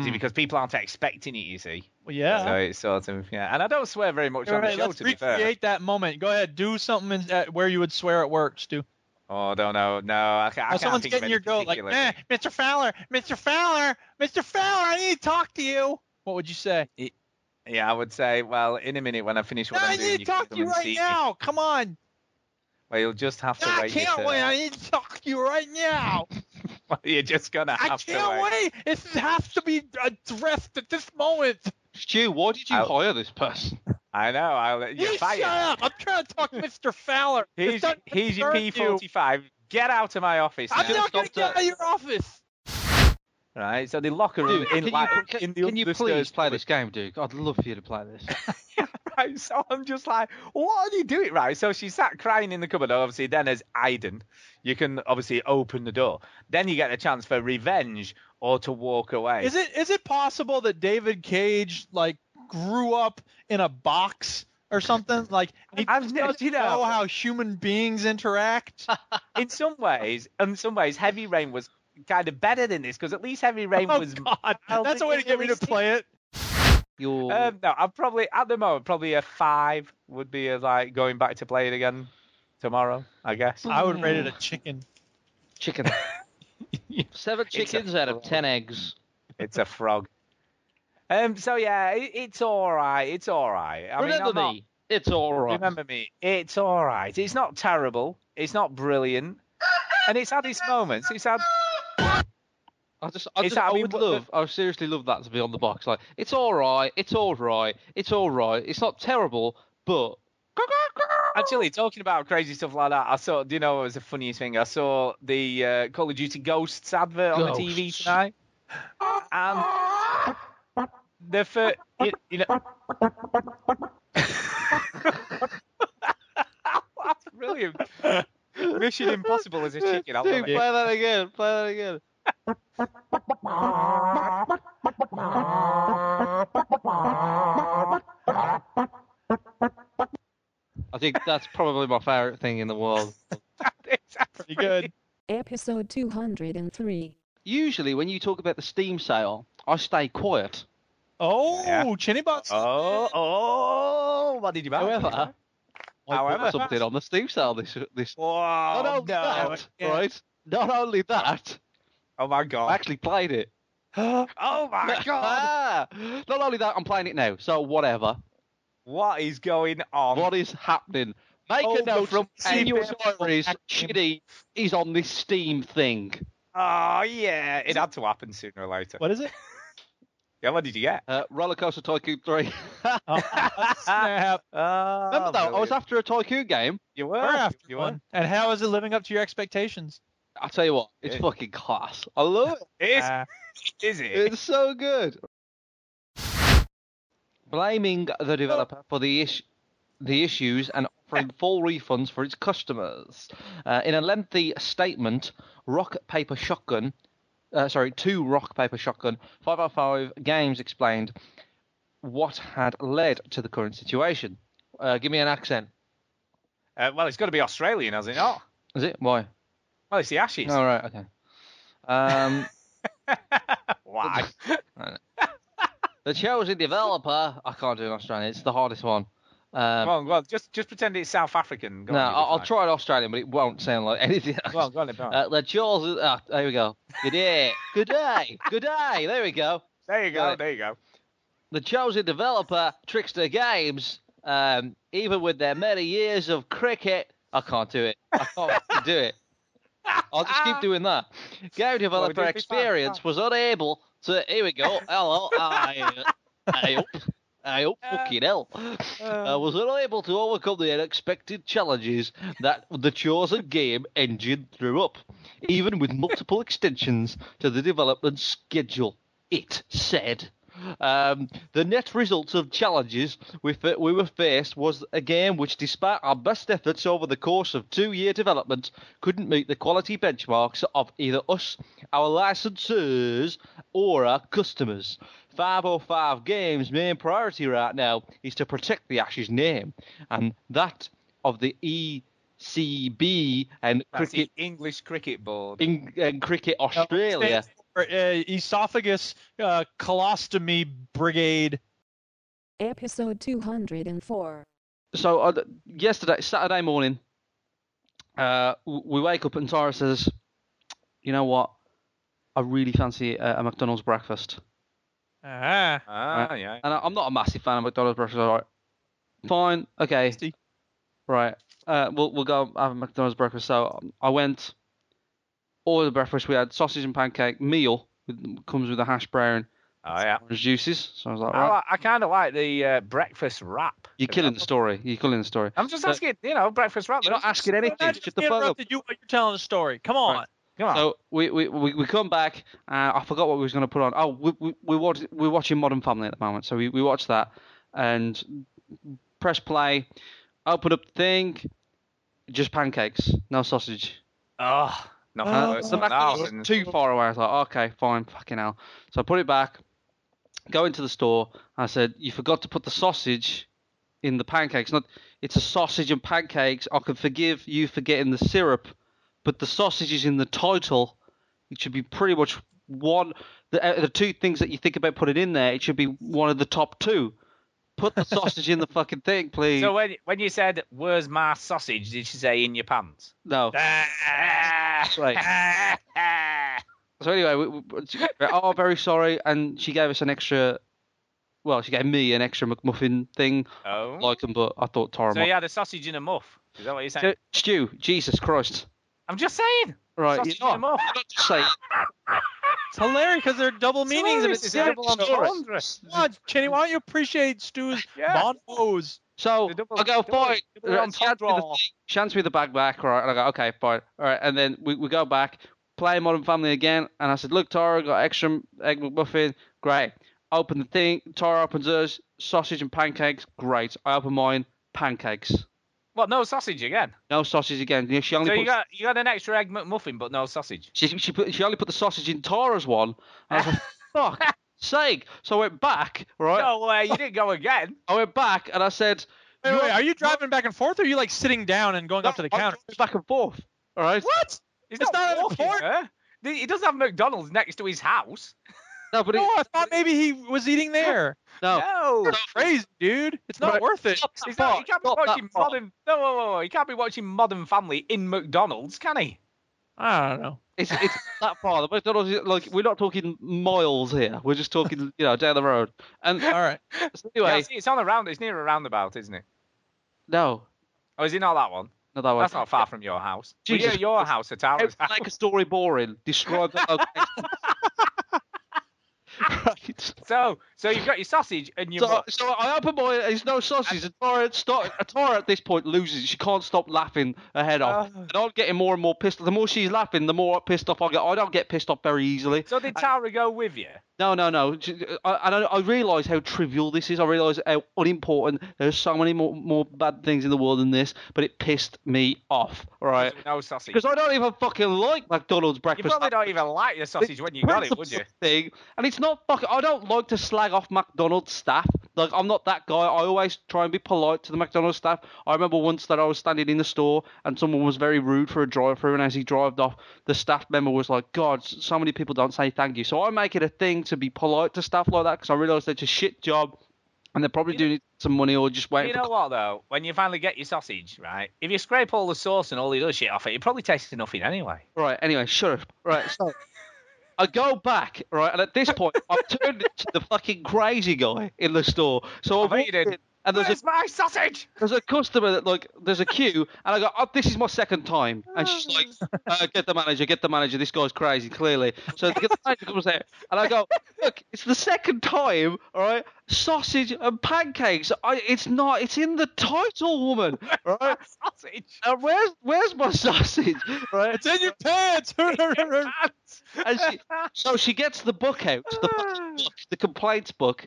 [SPEAKER 14] See, because people aren't expecting it, you see.
[SPEAKER 8] Well, yeah.
[SPEAKER 14] So it's sort of yeah, and I don't swear very much
[SPEAKER 8] All
[SPEAKER 14] on the
[SPEAKER 8] right,
[SPEAKER 14] show
[SPEAKER 8] let's
[SPEAKER 14] to be fair.
[SPEAKER 8] recreate that moment. Go ahead, do something in, uh, where you would swear at work, Stu.
[SPEAKER 14] Oh, I don't know. No, I, ca- I
[SPEAKER 8] Oh,
[SPEAKER 14] can't
[SPEAKER 8] someone's
[SPEAKER 14] think of
[SPEAKER 8] getting
[SPEAKER 14] any
[SPEAKER 8] your goat, like,
[SPEAKER 14] particular-
[SPEAKER 8] eh, Mr. Fowler, Mr. Fowler, Mr. Fowler, I need to talk to you. What would you say?
[SPEAKER 14] Yeah, I would say, well, in a minute when I finish what
[SPEAKER 8] No,
[SPEAKER 14] I'm
[SPEAKER 8] I
[SPEAKER 14] doing,
[SPEAKER 8] need to
[SPEAKER 14] you can
[SPEAKER 8] talk to
[SPEAKER 14] come
[SPEAKER 8] you
[SPEAKER 14] and see
[SPEAKER 8] right
[SPEAKER 14] me.
[SPEAKER 8] now. Come on.
[SPEAKER 14] Well, you'll just have to
[SPEAKER 8] I
[SPEAKER 14] wait. your
[SPEAKER 8] can't
[SPEAKER 14] turn.
[SPEAKER 8] wait. I need to talk to you right now.
[SPEAKER 14] *laughs* Well, You're just gonna have
[SPEAKER 8] I
[SPEAKER 14] to
[SPEAKER 8] can't wait. It has to be addressed at this moment.
[SPEAKER 20] Stu, why did you hire
[SPEAKER 14] *laughs*
[SPEAKER 20] this person?
[SPEAKER 14] I know. I'll, you're
[SPEAKER 8] you
[SPEAKER 14] fired.
[SPEAKER 8] shut up. I'm trying to talk to Mr. Fowler. It
[SPEAKER 14] Here's,
[SPEAKER 8] doesn't
[SPEAKER 14] here's your
[SPEAKER 8] concern you.
[SPEAKER 14] P45. Get out of my office.
[SPEAKER 8] I'm
[SPEAKER 14] now.
[SPEAKER 8] not going to get out of your office.
[SPEAKER 14] Right, so the locker room
[SPEAKER 20] Dude,
[SPEAKER 14] in,
[SPEAKER 20] can you-
[SPEAKER 14] like, in the
[SPEAKER 20] Can you please play this game, Duke? I'd love for you to play this.
[SPEAKER 14] *laughs* Right, so I'm just like, what are you doing? Right, so she sat crying in the cupboard. Obviously, then as Aiden, you can obviously open the door. Then you get a chance for revenge or to walk away.
[SPEAKER 8] Is it is it possible that David Cage like grew up in a box or something? Like he
[SPEAKER 14] I've never-
[SPEAKER 8] doesn't
[SPEAKER 14] you know-
[SPEAKER 8] know how human beings interact.
[SPEAKER 14] in some ways? In some ways, Heavy Rain was kind of better than this because at least Heavy Rain
[SPEAKER 8] *laughs* Oh,
[SPEAKER 14] was.
[SPEAKER 8] God,
[SPEAKER 14] mildly
[SPEAKER 8] that's a way to get me to
[SPEAKER 14] realistic.
[SPEAKER 8] play it.
[SPEAKER 20] Your
[SPEAKER 14] Um, no, I'm probably at the moment probably a five would be a, like going back to play it again tomorrow. I guess
[SPEAKER 8] I would rate it a chicken.
[SPEAKER 14] *laughs*
[SPEAKER 20] chicken. Seven chickens out of ten eggs.
[SPEAKER 14] It's a frog. Um. So yeah, it, it's all right. It's all right. I mean,
[SPEAKER 20] Remember
[SPEAKER 14] I'm not-
[SPEAKER 20] me. It's all right.
[SPEAKER 14] Remember me. It's all right. It's not terrible. It's not brilliant. And it's had its moments. It's had.
[SPEAKER 20] I just, I,
[SPEAKER 14] It's
[SPEAKER 20] just,
[SPEAKER 14] that- I
[SPEAKER 20] I
[SPEAKER 14] mean,
[SPEAKER 20] would
[SPEAKER 14] what the-
[SPEAKER 20] love, I would seriously love that to be on the box. Like, it's all right, it's all right, it's all right. It's not terrible, but
[SPEAKER 14] Actually, talking about crazy stuff like that, I saw. Do you know what was the funniest thing? I saw the uh, Call of Duty Ghosts advert on the TV
[SPEAKER 20] Ghosts.
[SPEAKER 14] tonight, and the first, you, you know. *laughs* That's brilliant. Mission Impossible as a chicken. I love
[SPEAKER 20] Dude,
[SPEAKER 14] it. *laughs*
[SPEAKER 20] play that again. Play that again. I think that's probably my favorite thing in the world.
[SPEAKER 14] *laughs*
[SPEAKER 8] Pretty good.
[SPEAKER 1] Episode 203.
[SPEAKER 20] Usually, when you talk about the Steam sale, I stay quiet.
[SPEAKER 8] Oh, Chinny Box.
[SPEAKER 14] Oh, oh! What did you buy?
[SPEAKER 20] However, I
[SPEAKER 14] However. Oh,
[SPEAKER 20] bought something on the Steam sale this this.
[SPEAKER 14] Wow!
[SPEAKER 20] not only that, right? Not only that,
[SPEAKER 14] Oh my
[SPEAKER 20] I
[SPEAKER 14] god!
[SPEAKER 20] actually played it. Ah,
[SPEAKER 14] Oh
[SPEAKER 20] *laughs*
[SPEAKER 14] my god!
[SPEAKER 20] Not only that, I'm playing it now. So whatever.
[SPEAKER 14] What is going on?
[SPEAKER 20] What is happening? Make
[SPEAKER 14] Oh,
[SPEAKER 20] a note
[SPEAKER 14] from
[SPEAKER 20] from in your
[SPEAKER 14] CBS
[SPEAKER 20] diaries. Chitty is on this Steam thing.
[SPEAKER 14] Oh yeah, it had to happen sooner or later.
[SPEAKER 8] *gasps* What is
[SPEAKER 14] *laughs*
[SPEAKER 8] it?
[SPEAKER 14] Yeah, what did you get?
[SPEAKER 20] Uh, Rollercoaster Tycoon *laughs* 3.
[SPEAKER 8] Oh, snap.
[SPEAKER 14] Uh,
[SPEAKER 20] Remember though, I was after a Tycoon game.
[SPEAKER 14] you *laughs* were.
[SPEAKER 8] We're after
[SPEAKER 14] you were.
[SPEAKER 8] one. And how is it living up to your expectations?
[SPEAKER 20] I tell you what, it's
[SPEAKER 14] Yeah.
[SPEAKER 20] fucking class. I love it.
[SPEAKER 14] Is
[SPEAKER 8] Uh,
[SPEAKER 14] *laughs* is it?
[SPEAKER 20] It's so good. Blaming the developer for the issue. The issues and offering full refunds for its customers. Uh, in a lengthy statement, Rock Paper Shotgun, uh, sorry, two Rock Paper Shotgun 505 Games explained what had led to the current situation. Uh, give me an accent.
[SPEAKER 14] Uh, well, it's got to be Australian, has it not?
[SPEAKER 20] Is it? Why?
[SPEAKER 14] Well, it's the Ashes.
[SPEAKER 20] All right. Okay. Um, *laughs*
[SPEAKER 14] Why?
[SPEAKER 20] the chosen developer. I can't do an Australian. It's the hardest one. *laughs* Um,
[SPEAKER 14] Come on, well, just just pretend it's South African. Go
[SPEAKER 20] no,
[SPEAKER 14] on, you'll be
[SPEAKER 20] I'll, I'll
[SPEAKER 14] fine.
[SPEAKER 20] try an Australian, but it won't sound like anything. Else.
[SPEAKER 14] Go on, go on, go on.
[SPEAKER 20] Uh, the chosen. Ah, there we go. Good day. Good day. Good day. There we go.
[SPEAKER 14] there you go.
[SPEAKER 20] got it.
[SPEAKER 14] There you go.
[SPEAKER 20] The chosen developer, Trickster Games. Um, even with their many years of cricket, I can't do it. I can't do it. I'll just keep doing that. Game
[SPEAKER 14] do it
[SPEAKER 20] developer
[SPEAKER 14] big time.
[SPEAKER 20] experience was unable to. Here we go. Hello.
[SPEAKER 14] *laughs*
[SPEAKER 20] I, I hope. I
[SPEAKER 14] Uh,
[SPEAKER 20] hope fucking hell. I was unable to overcome the unexpected challenges that the chosen game engine threw up, even with multiple extensions to the development schedule. It said. Um, the net results of challenges we, fa- we were faced was a game which, despite our best efforts over the course of two year development, couldn't meet the quality benchmarks of either us, our licensors, or our customers. 505 Games' main priority right now is to protect the Ashes name and that of the ECB and
[SPEAKER 14] That's
[SPEAKER 20] Cricket
[SPEAKER 14] the English Cricket Board.
[SPEAKER 20] in, and Cricket Australia.
[SPEAKER 8] Or, uh, esophagus uh, colostomy brigade.
[SPEAKER 1] Episode 204.
[SPEAKER 20] So uh, yesterday, Saturday morning, uh, w- we wake up and Tara says, "You know what? I really fancy a, a McDonald's breakfast."
[SPEAKER 8] Ah,
[SPEAKER 14] ah,
[SPEAKER 20] Right?
[SPEAKER 14] yeah.
[SPEAKER 20] And I, I'm not a massive fan of McDonald's breakfast. All right. Fine. Okay. Right. Uh, we'll we'll go have a McDonald's breakfast. So um, I went. Ordered breakfast. We had sausage and pancake meal. With, comes with a hash brown.
[SPEAKER 14] Oh yeah.
[SPEAKER 20] Orange juices. So I was like,
[SPEAKER 14] I,
[SPEAKER 20] right.
[SPEAKER 14] li- I kind of like the uh, breakfast wrap.
[SPEAKER 20] You're killing the story. You're killing the story.
[SPEAKER 14] I'm just
[SPEAKER 20] So-
[SPEAKER 14] asking, you know, breakfast wrap.
[SPEAKER 20] You're not asking anything. Shut the fuck up.
[SPEAKER 8] Interrupted you. You're telling the story. Come on.
[SPEAKER 14] Come on.
[SPEAKER 20] So we, we, we, we come back. Uh, I forgot what we was going to put on. Oh, we, we, we watch, we're watching Modern Family at the moment. So we, we watch that and press play, open up the thing, just pancakes, no sausage.
[SPEAKER 14] Oh, no.
[SPEAKER 20] Uh, the McDonald's was too far away. I was like, okay, fine, fucking hell. So I put it back, go into the store. I said, you forgot to put the sausage in the pancakes. Not, it's a sausage and pancakes. I can forgive you for getting the syrup, but the sausage is in the title. It should be pretty much one. The, uh, the two things that you think about putting in there, it should be one of the top two. Put the sausage in the fucking thing, please.
[SPEAKER 14] So when when you said "Where's my sausage?" did she say "in your
[SPEAKER 20] *laughs*
[SPEAKER 14] pants"?
[SPEAKER 20] no. Right. so anyway, we, we, she- oh, very sorry, and she gave us an extra. Well, she gave me an extra McMuffin thing.
[SPEAKER 14] *laughs* Oh.
[SPEAKER 20] Like them, but I thought Tara.
[SPEAKER 14] So
[SPEAKER 20] might-
[SPEAKER 14] you had a sausage in a muff. Is that what you're saying?
[SPEAKER 20] So, Stu, Jesus Christ!
[SPEAKER 14] I'm just saying.
[SPEAKER 20] Right,
[SPEAKER 14] sausage
[SPEAKER 20] you're
[SPEAKER 14] in a muff.
[SPEAKER 20] Just say
[SPEAKER 8] It's hilarious because there are double
[SPEAKER 14] It's
[SPEAKER 8] meanings and
[SPEAKER 14] hilarious,
[SPEAKER 8] it's
[SPEAKER 14] it's a double entendre.
[SPEAKER 8] Come on, Kenny, why don't you appreciate Stu's
[SPEAKER 14] *laughs* Yeah.
[SPEAKER 8] bonbos?
[SPEAKER 20] so.
[SPEAKER 8] double-
[SPEAKER 20] I go
[SPEAKER 8] double-
[SPEAKER 20] fine.
[SPEAKER 8] double
[SPEAKER 20] right, She hands, me the
[SPEAKER 8] entendre.
[SPEAKER 20] thing, she hands me the bag back, right? And I go, okay, fine, all right. And then we, we go back, play Modern Family again, and I said, look, Tara, got extra egg McMuffin, great. Open the thing. Tara opens hers, sausage and pancakes, great. I open mine, pancakes.
[SPEAKER 14] Well, no sausage again.
[SPEAKER 20] No sausage again. Yeah, She only
[SPEAKER 14] So
[SPEAKER 20] put,
[SPEAKER 14] you got you got an extra egg McMuffin, but no sausage.
[SPEAKER 20] she, she put she only put the sausage in Tara's one. And
[SPEAKER 14] *laughs*
[SPEAKER 20] I was like, fuck sake. So I went back, right?
[SPEAKER 14] No way, you didn't go again. *laughs*
[SPEAKER 20] I went back and I said,
[SPEAKER 8] Wait, wait, are you driving back and forth or are you like sitting down and going up to the counter?
[SPEAKER 20] back and forth. All right.
[SPEAKER 14] What? He's
[SPEAKER 8] It's not an
[SPEAKER 14] walking,
[SPEAKER 8] important-
[SPEAKER 14] huh? He he doesn't have McDonald's next to his house.
[SPEAKER 20] No, but it,
[SPEAKER 8] No, I thought maybe he was eating there.
[SPEAKER 20] no.
[SPEAKER 14] No,
[SPEAKER 8] Crazy, dude. It's not
[SPEAKER 20] Right.
[SPEAKER 8] worth it.
[SPEAKER 20] Stop that
[SPEAKER 14] he's not, he
[SPEAKER 20] part,
[SPEAKER 14] can't be
[SPEAKER 20] stop that
[SPEAKER 14] watching
[SPEAKER 20] part.
[SPEAKER 14] modern. No, whoa, whoa, whoa, he can't be watching Modern Family in McDonald's, can he?
[SPEAKER 8] I don't know.
[SPEAKER 20] It's it's that far. The McDonald's is- like we're not talking miles here. We're just talking you know down the road. And uh,
[SPEAKER 8] All *laughs* right.
[SPEAKER 20] so anyway,
[SPEAKER 14] Yeah, see, it's on a round. It's near a roundabout, isn't it?
[SPEAKER 20] no,
[SPEAKER 14] Oh, is it not that one?
[SPEAKER 20] not that one.
[SPEAKER 14] That's not far from your house. Were you
[SPEAKER 20] Jesus
[SPEAKER 14] at your house, at Tara's house? *laughs*
[SPEAKER 20] Make a story boring. Describe the location.
[SPEAKER 14] *laughs*
[SPEAKER 20] *laughs* right.
[SPEAKER 14] So, so you've got your sausage and your
[SPEAKER 20] So,
[SPEAKER 14] muff.
[SPEAKER 20] so I open my. There's no sausage. And Tara, start, Tara at this point loses. She can't stop laughing her head off.
[SPEAKER 14] Oh.
[SPEAKER 20] and I'm getting more and more pissed. The more she's laughing, the more pissed off I get. I don't get pissed off very easily.
[SPEAKER 14] So did Tara go with you?
[SPEAKER 20] No, no, no. She- I, I, don't- I realise how trivial this is. I realise how unimportant. There's so many more, more bad things in the world than this, but it pissed me off. All right.
[SPEAKER 14] No sausage.
[SPEAKER 20] Uh, Because I don't even fucking like McDonald's
[SPEAKER 14] You
[SPEAKER 20] breakfast.
[SPEAKER 14] probably don't even like your sausage when you got it, would you?
[SPEAKER 20] *laughs* Thing, and it's not fucking. I don't like to slag off McDonald's staff. Like I'm not that guy. I always try and be polite to the McDonald's staff. I remember once that I was standing in the store and someone was very rude for a drive-through, and as he drove off, the staff member was like, "God, s- so many people don't say thank you." So I make it a thing to be polite to staff like that because I realise they're just shit job, and they're probably doing it for some money or just waiting.
[SPEAKER 14] You
[SPEAKER 20] for
[SPEAKER 14] know what though? When you finally get your sausage, right? If you scrape all the sauce and all the other shit off it, it probably tastes nothing anyway.
[SPEAKER 20] Right, anyway, shut up. Right, so I go back, right, and at this point, I've turned into the fucking crazy guy in the store. So
[SPEAKER 14] I
[SPEAKER 20] I've
[SPEAKER 14] bet you
[SPEAKER 20] walked
[SPEAKER 14] did.
[SPEAKER 20] in, And there's
[SPEAKER 14] Where's
[SPEAKER 20] a,
[SPEAKER 14] my sausage? *laughs*
[SPEAKER 20] there's a customer that like there's a queue, and I go, oh, "This is my second time," and she's like, *laughs* uh, "Get the manager, get the manager. This guy's crazy, clearly." So the manager comes out, and I go, "Look, it's the second time, all right? Sausage and pancakes. I, it's not. It's in the title, woman. All right?
[SPEAKER 14] sausage.
[SPEAKER 20] And where's where's my sausage? Right? It's
[SPEAKER 8] in your pants. *laughs*
[SPEAKER 20] and she, so she gets the book out, the,
[SPEAKER 8] *sighs*
[SPEAKER 20] book, the complaints book,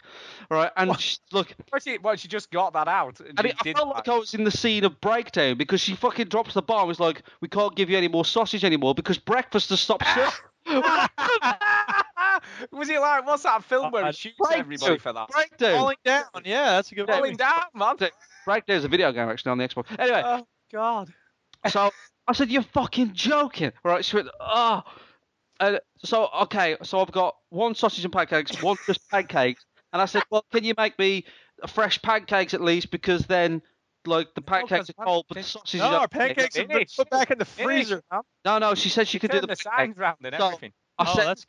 [SPEAKER 20] all right? And she, look,
[SPEAKER 14] Well, she, well, she just got that out. and
[SPEAKER 20] I
[SPEAKER 14] she
[SPEAKER 20] mean, I
[SPEAKER 14] did
[SPEAKER 20] felt like I was in the scene of breakdown because she fucking drops the bomb. It's like we can't give you any more sausage anymore because breakfast
[SPEAKER 8] *sighs*
[SPEAKER 20] has stopped. serving."
[SPEAKER 14] *laughs* was it like what's that film where he shoots everybody for that?
[SPEAKER 20] Breakdown.
[SPEAKER 14] Falling
[SPEAKER 8] down. Yeah, that's a good.
[SPEAKER 14] Falling down, man.
[SPEAKER 20] Breakdown's a video game actually on the Xbox. Anyway,
[SPEAKER 8] Uh,
[SPEAKER 14] Oh God.
[SPEAKER 8] *laughs*
[SPEAKER 20] so I said, "You're fucking joking, right?" She went, "Ah." And so okay, so I've got one sausage and pancakes, one
[SPEAKER 8] *laughs*
[SPEAKER 20] just pancakes, and I said, "Well, can you make me fresh pancakes at least because then." Like the pancakes are cold, but the sausage
[SPEAKER 8] No,
[SPEAKER 20] is
[SPEAKER 8] our pancakes have been put back in the freezer.
[SPEAKER 20] No, no, she said she could do the
[SPEAKER 14] Turn the signs round and
[SPEAKER 20] So,
[SPEAKER 14] everything.
[SPEAKER 20] I
[SPEAKER 8] Oh,
[SPEAKER 20] said,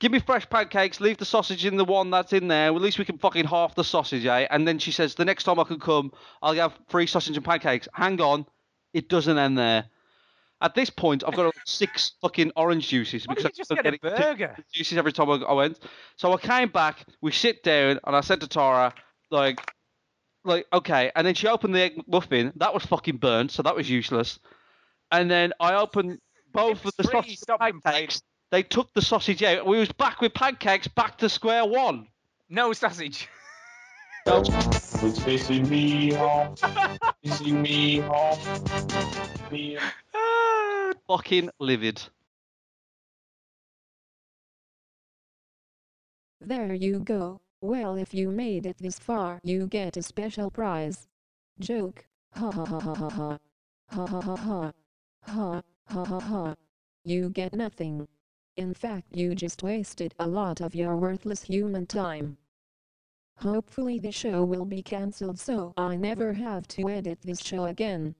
[SPEAKER 20] give me fresh pancakes, leave the sausage in the one that's in there. At least we can fucking half the sausage, eh? And then she says, the next time I can come, I'll have free sausage and pancakes. Hang on, it doesn't end there. At this point, I've got like
[SPEAKER 14] *laughs*
[SPEAKER 20] six fucking orange juices because
[SPEAKER 14] you just
[SPEAKER 20] I kept
[SPEAKER 14] get a
[SPEAKER 20] getting two
[SPEAKER 14] burger?
[SPEAKER 20] juices every time I I went. So I came back, we sit down, and I said to Tara, like, like okay. And then she opened the egg muffin. That was fucking burnt, so that was useless. And then I opened both of the sausage pancakes. They took the sausage out. We was back with pancakes, back to square one.
[SPEAKER 14] No sausage.
[SPEAKER 30] It's facing me off. Facing me off.
[SPEAKER 20] Fucking livid.
[SPEAKER 1] There you go. Well, if you made it this far, you get a special prize. Joke. Ha ha ha ha ha ha. Ha ha ha ha. Ha ha ha ha. You get nothing. In fact, you just wasted a lot of your worthless human time. Hopefully, the show will be cancelled so I never have to edit this show again.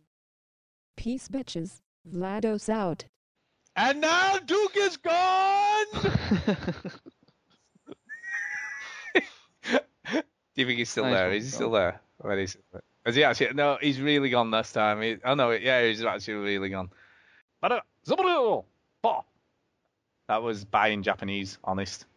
[SPEAKER 1] Peace, bitches. Vlados out.
[SPEAKER 8] And now Duke is gone.
[SPEAKER 14] Do you think he's still
[SPEAKER 31] Nice
[SPEAKER 14] there?
[SPEAKER 31] one,
[SPEAKER 14] Is he
[SPEAKER 31] Tom.
[SPEAKER 14] still there? Where is, is he actually? No, he's really gone this time. He, oh no, yeah, he's actually really gone. But uh, Zaburio! Bah! That was by in Japanese, honest.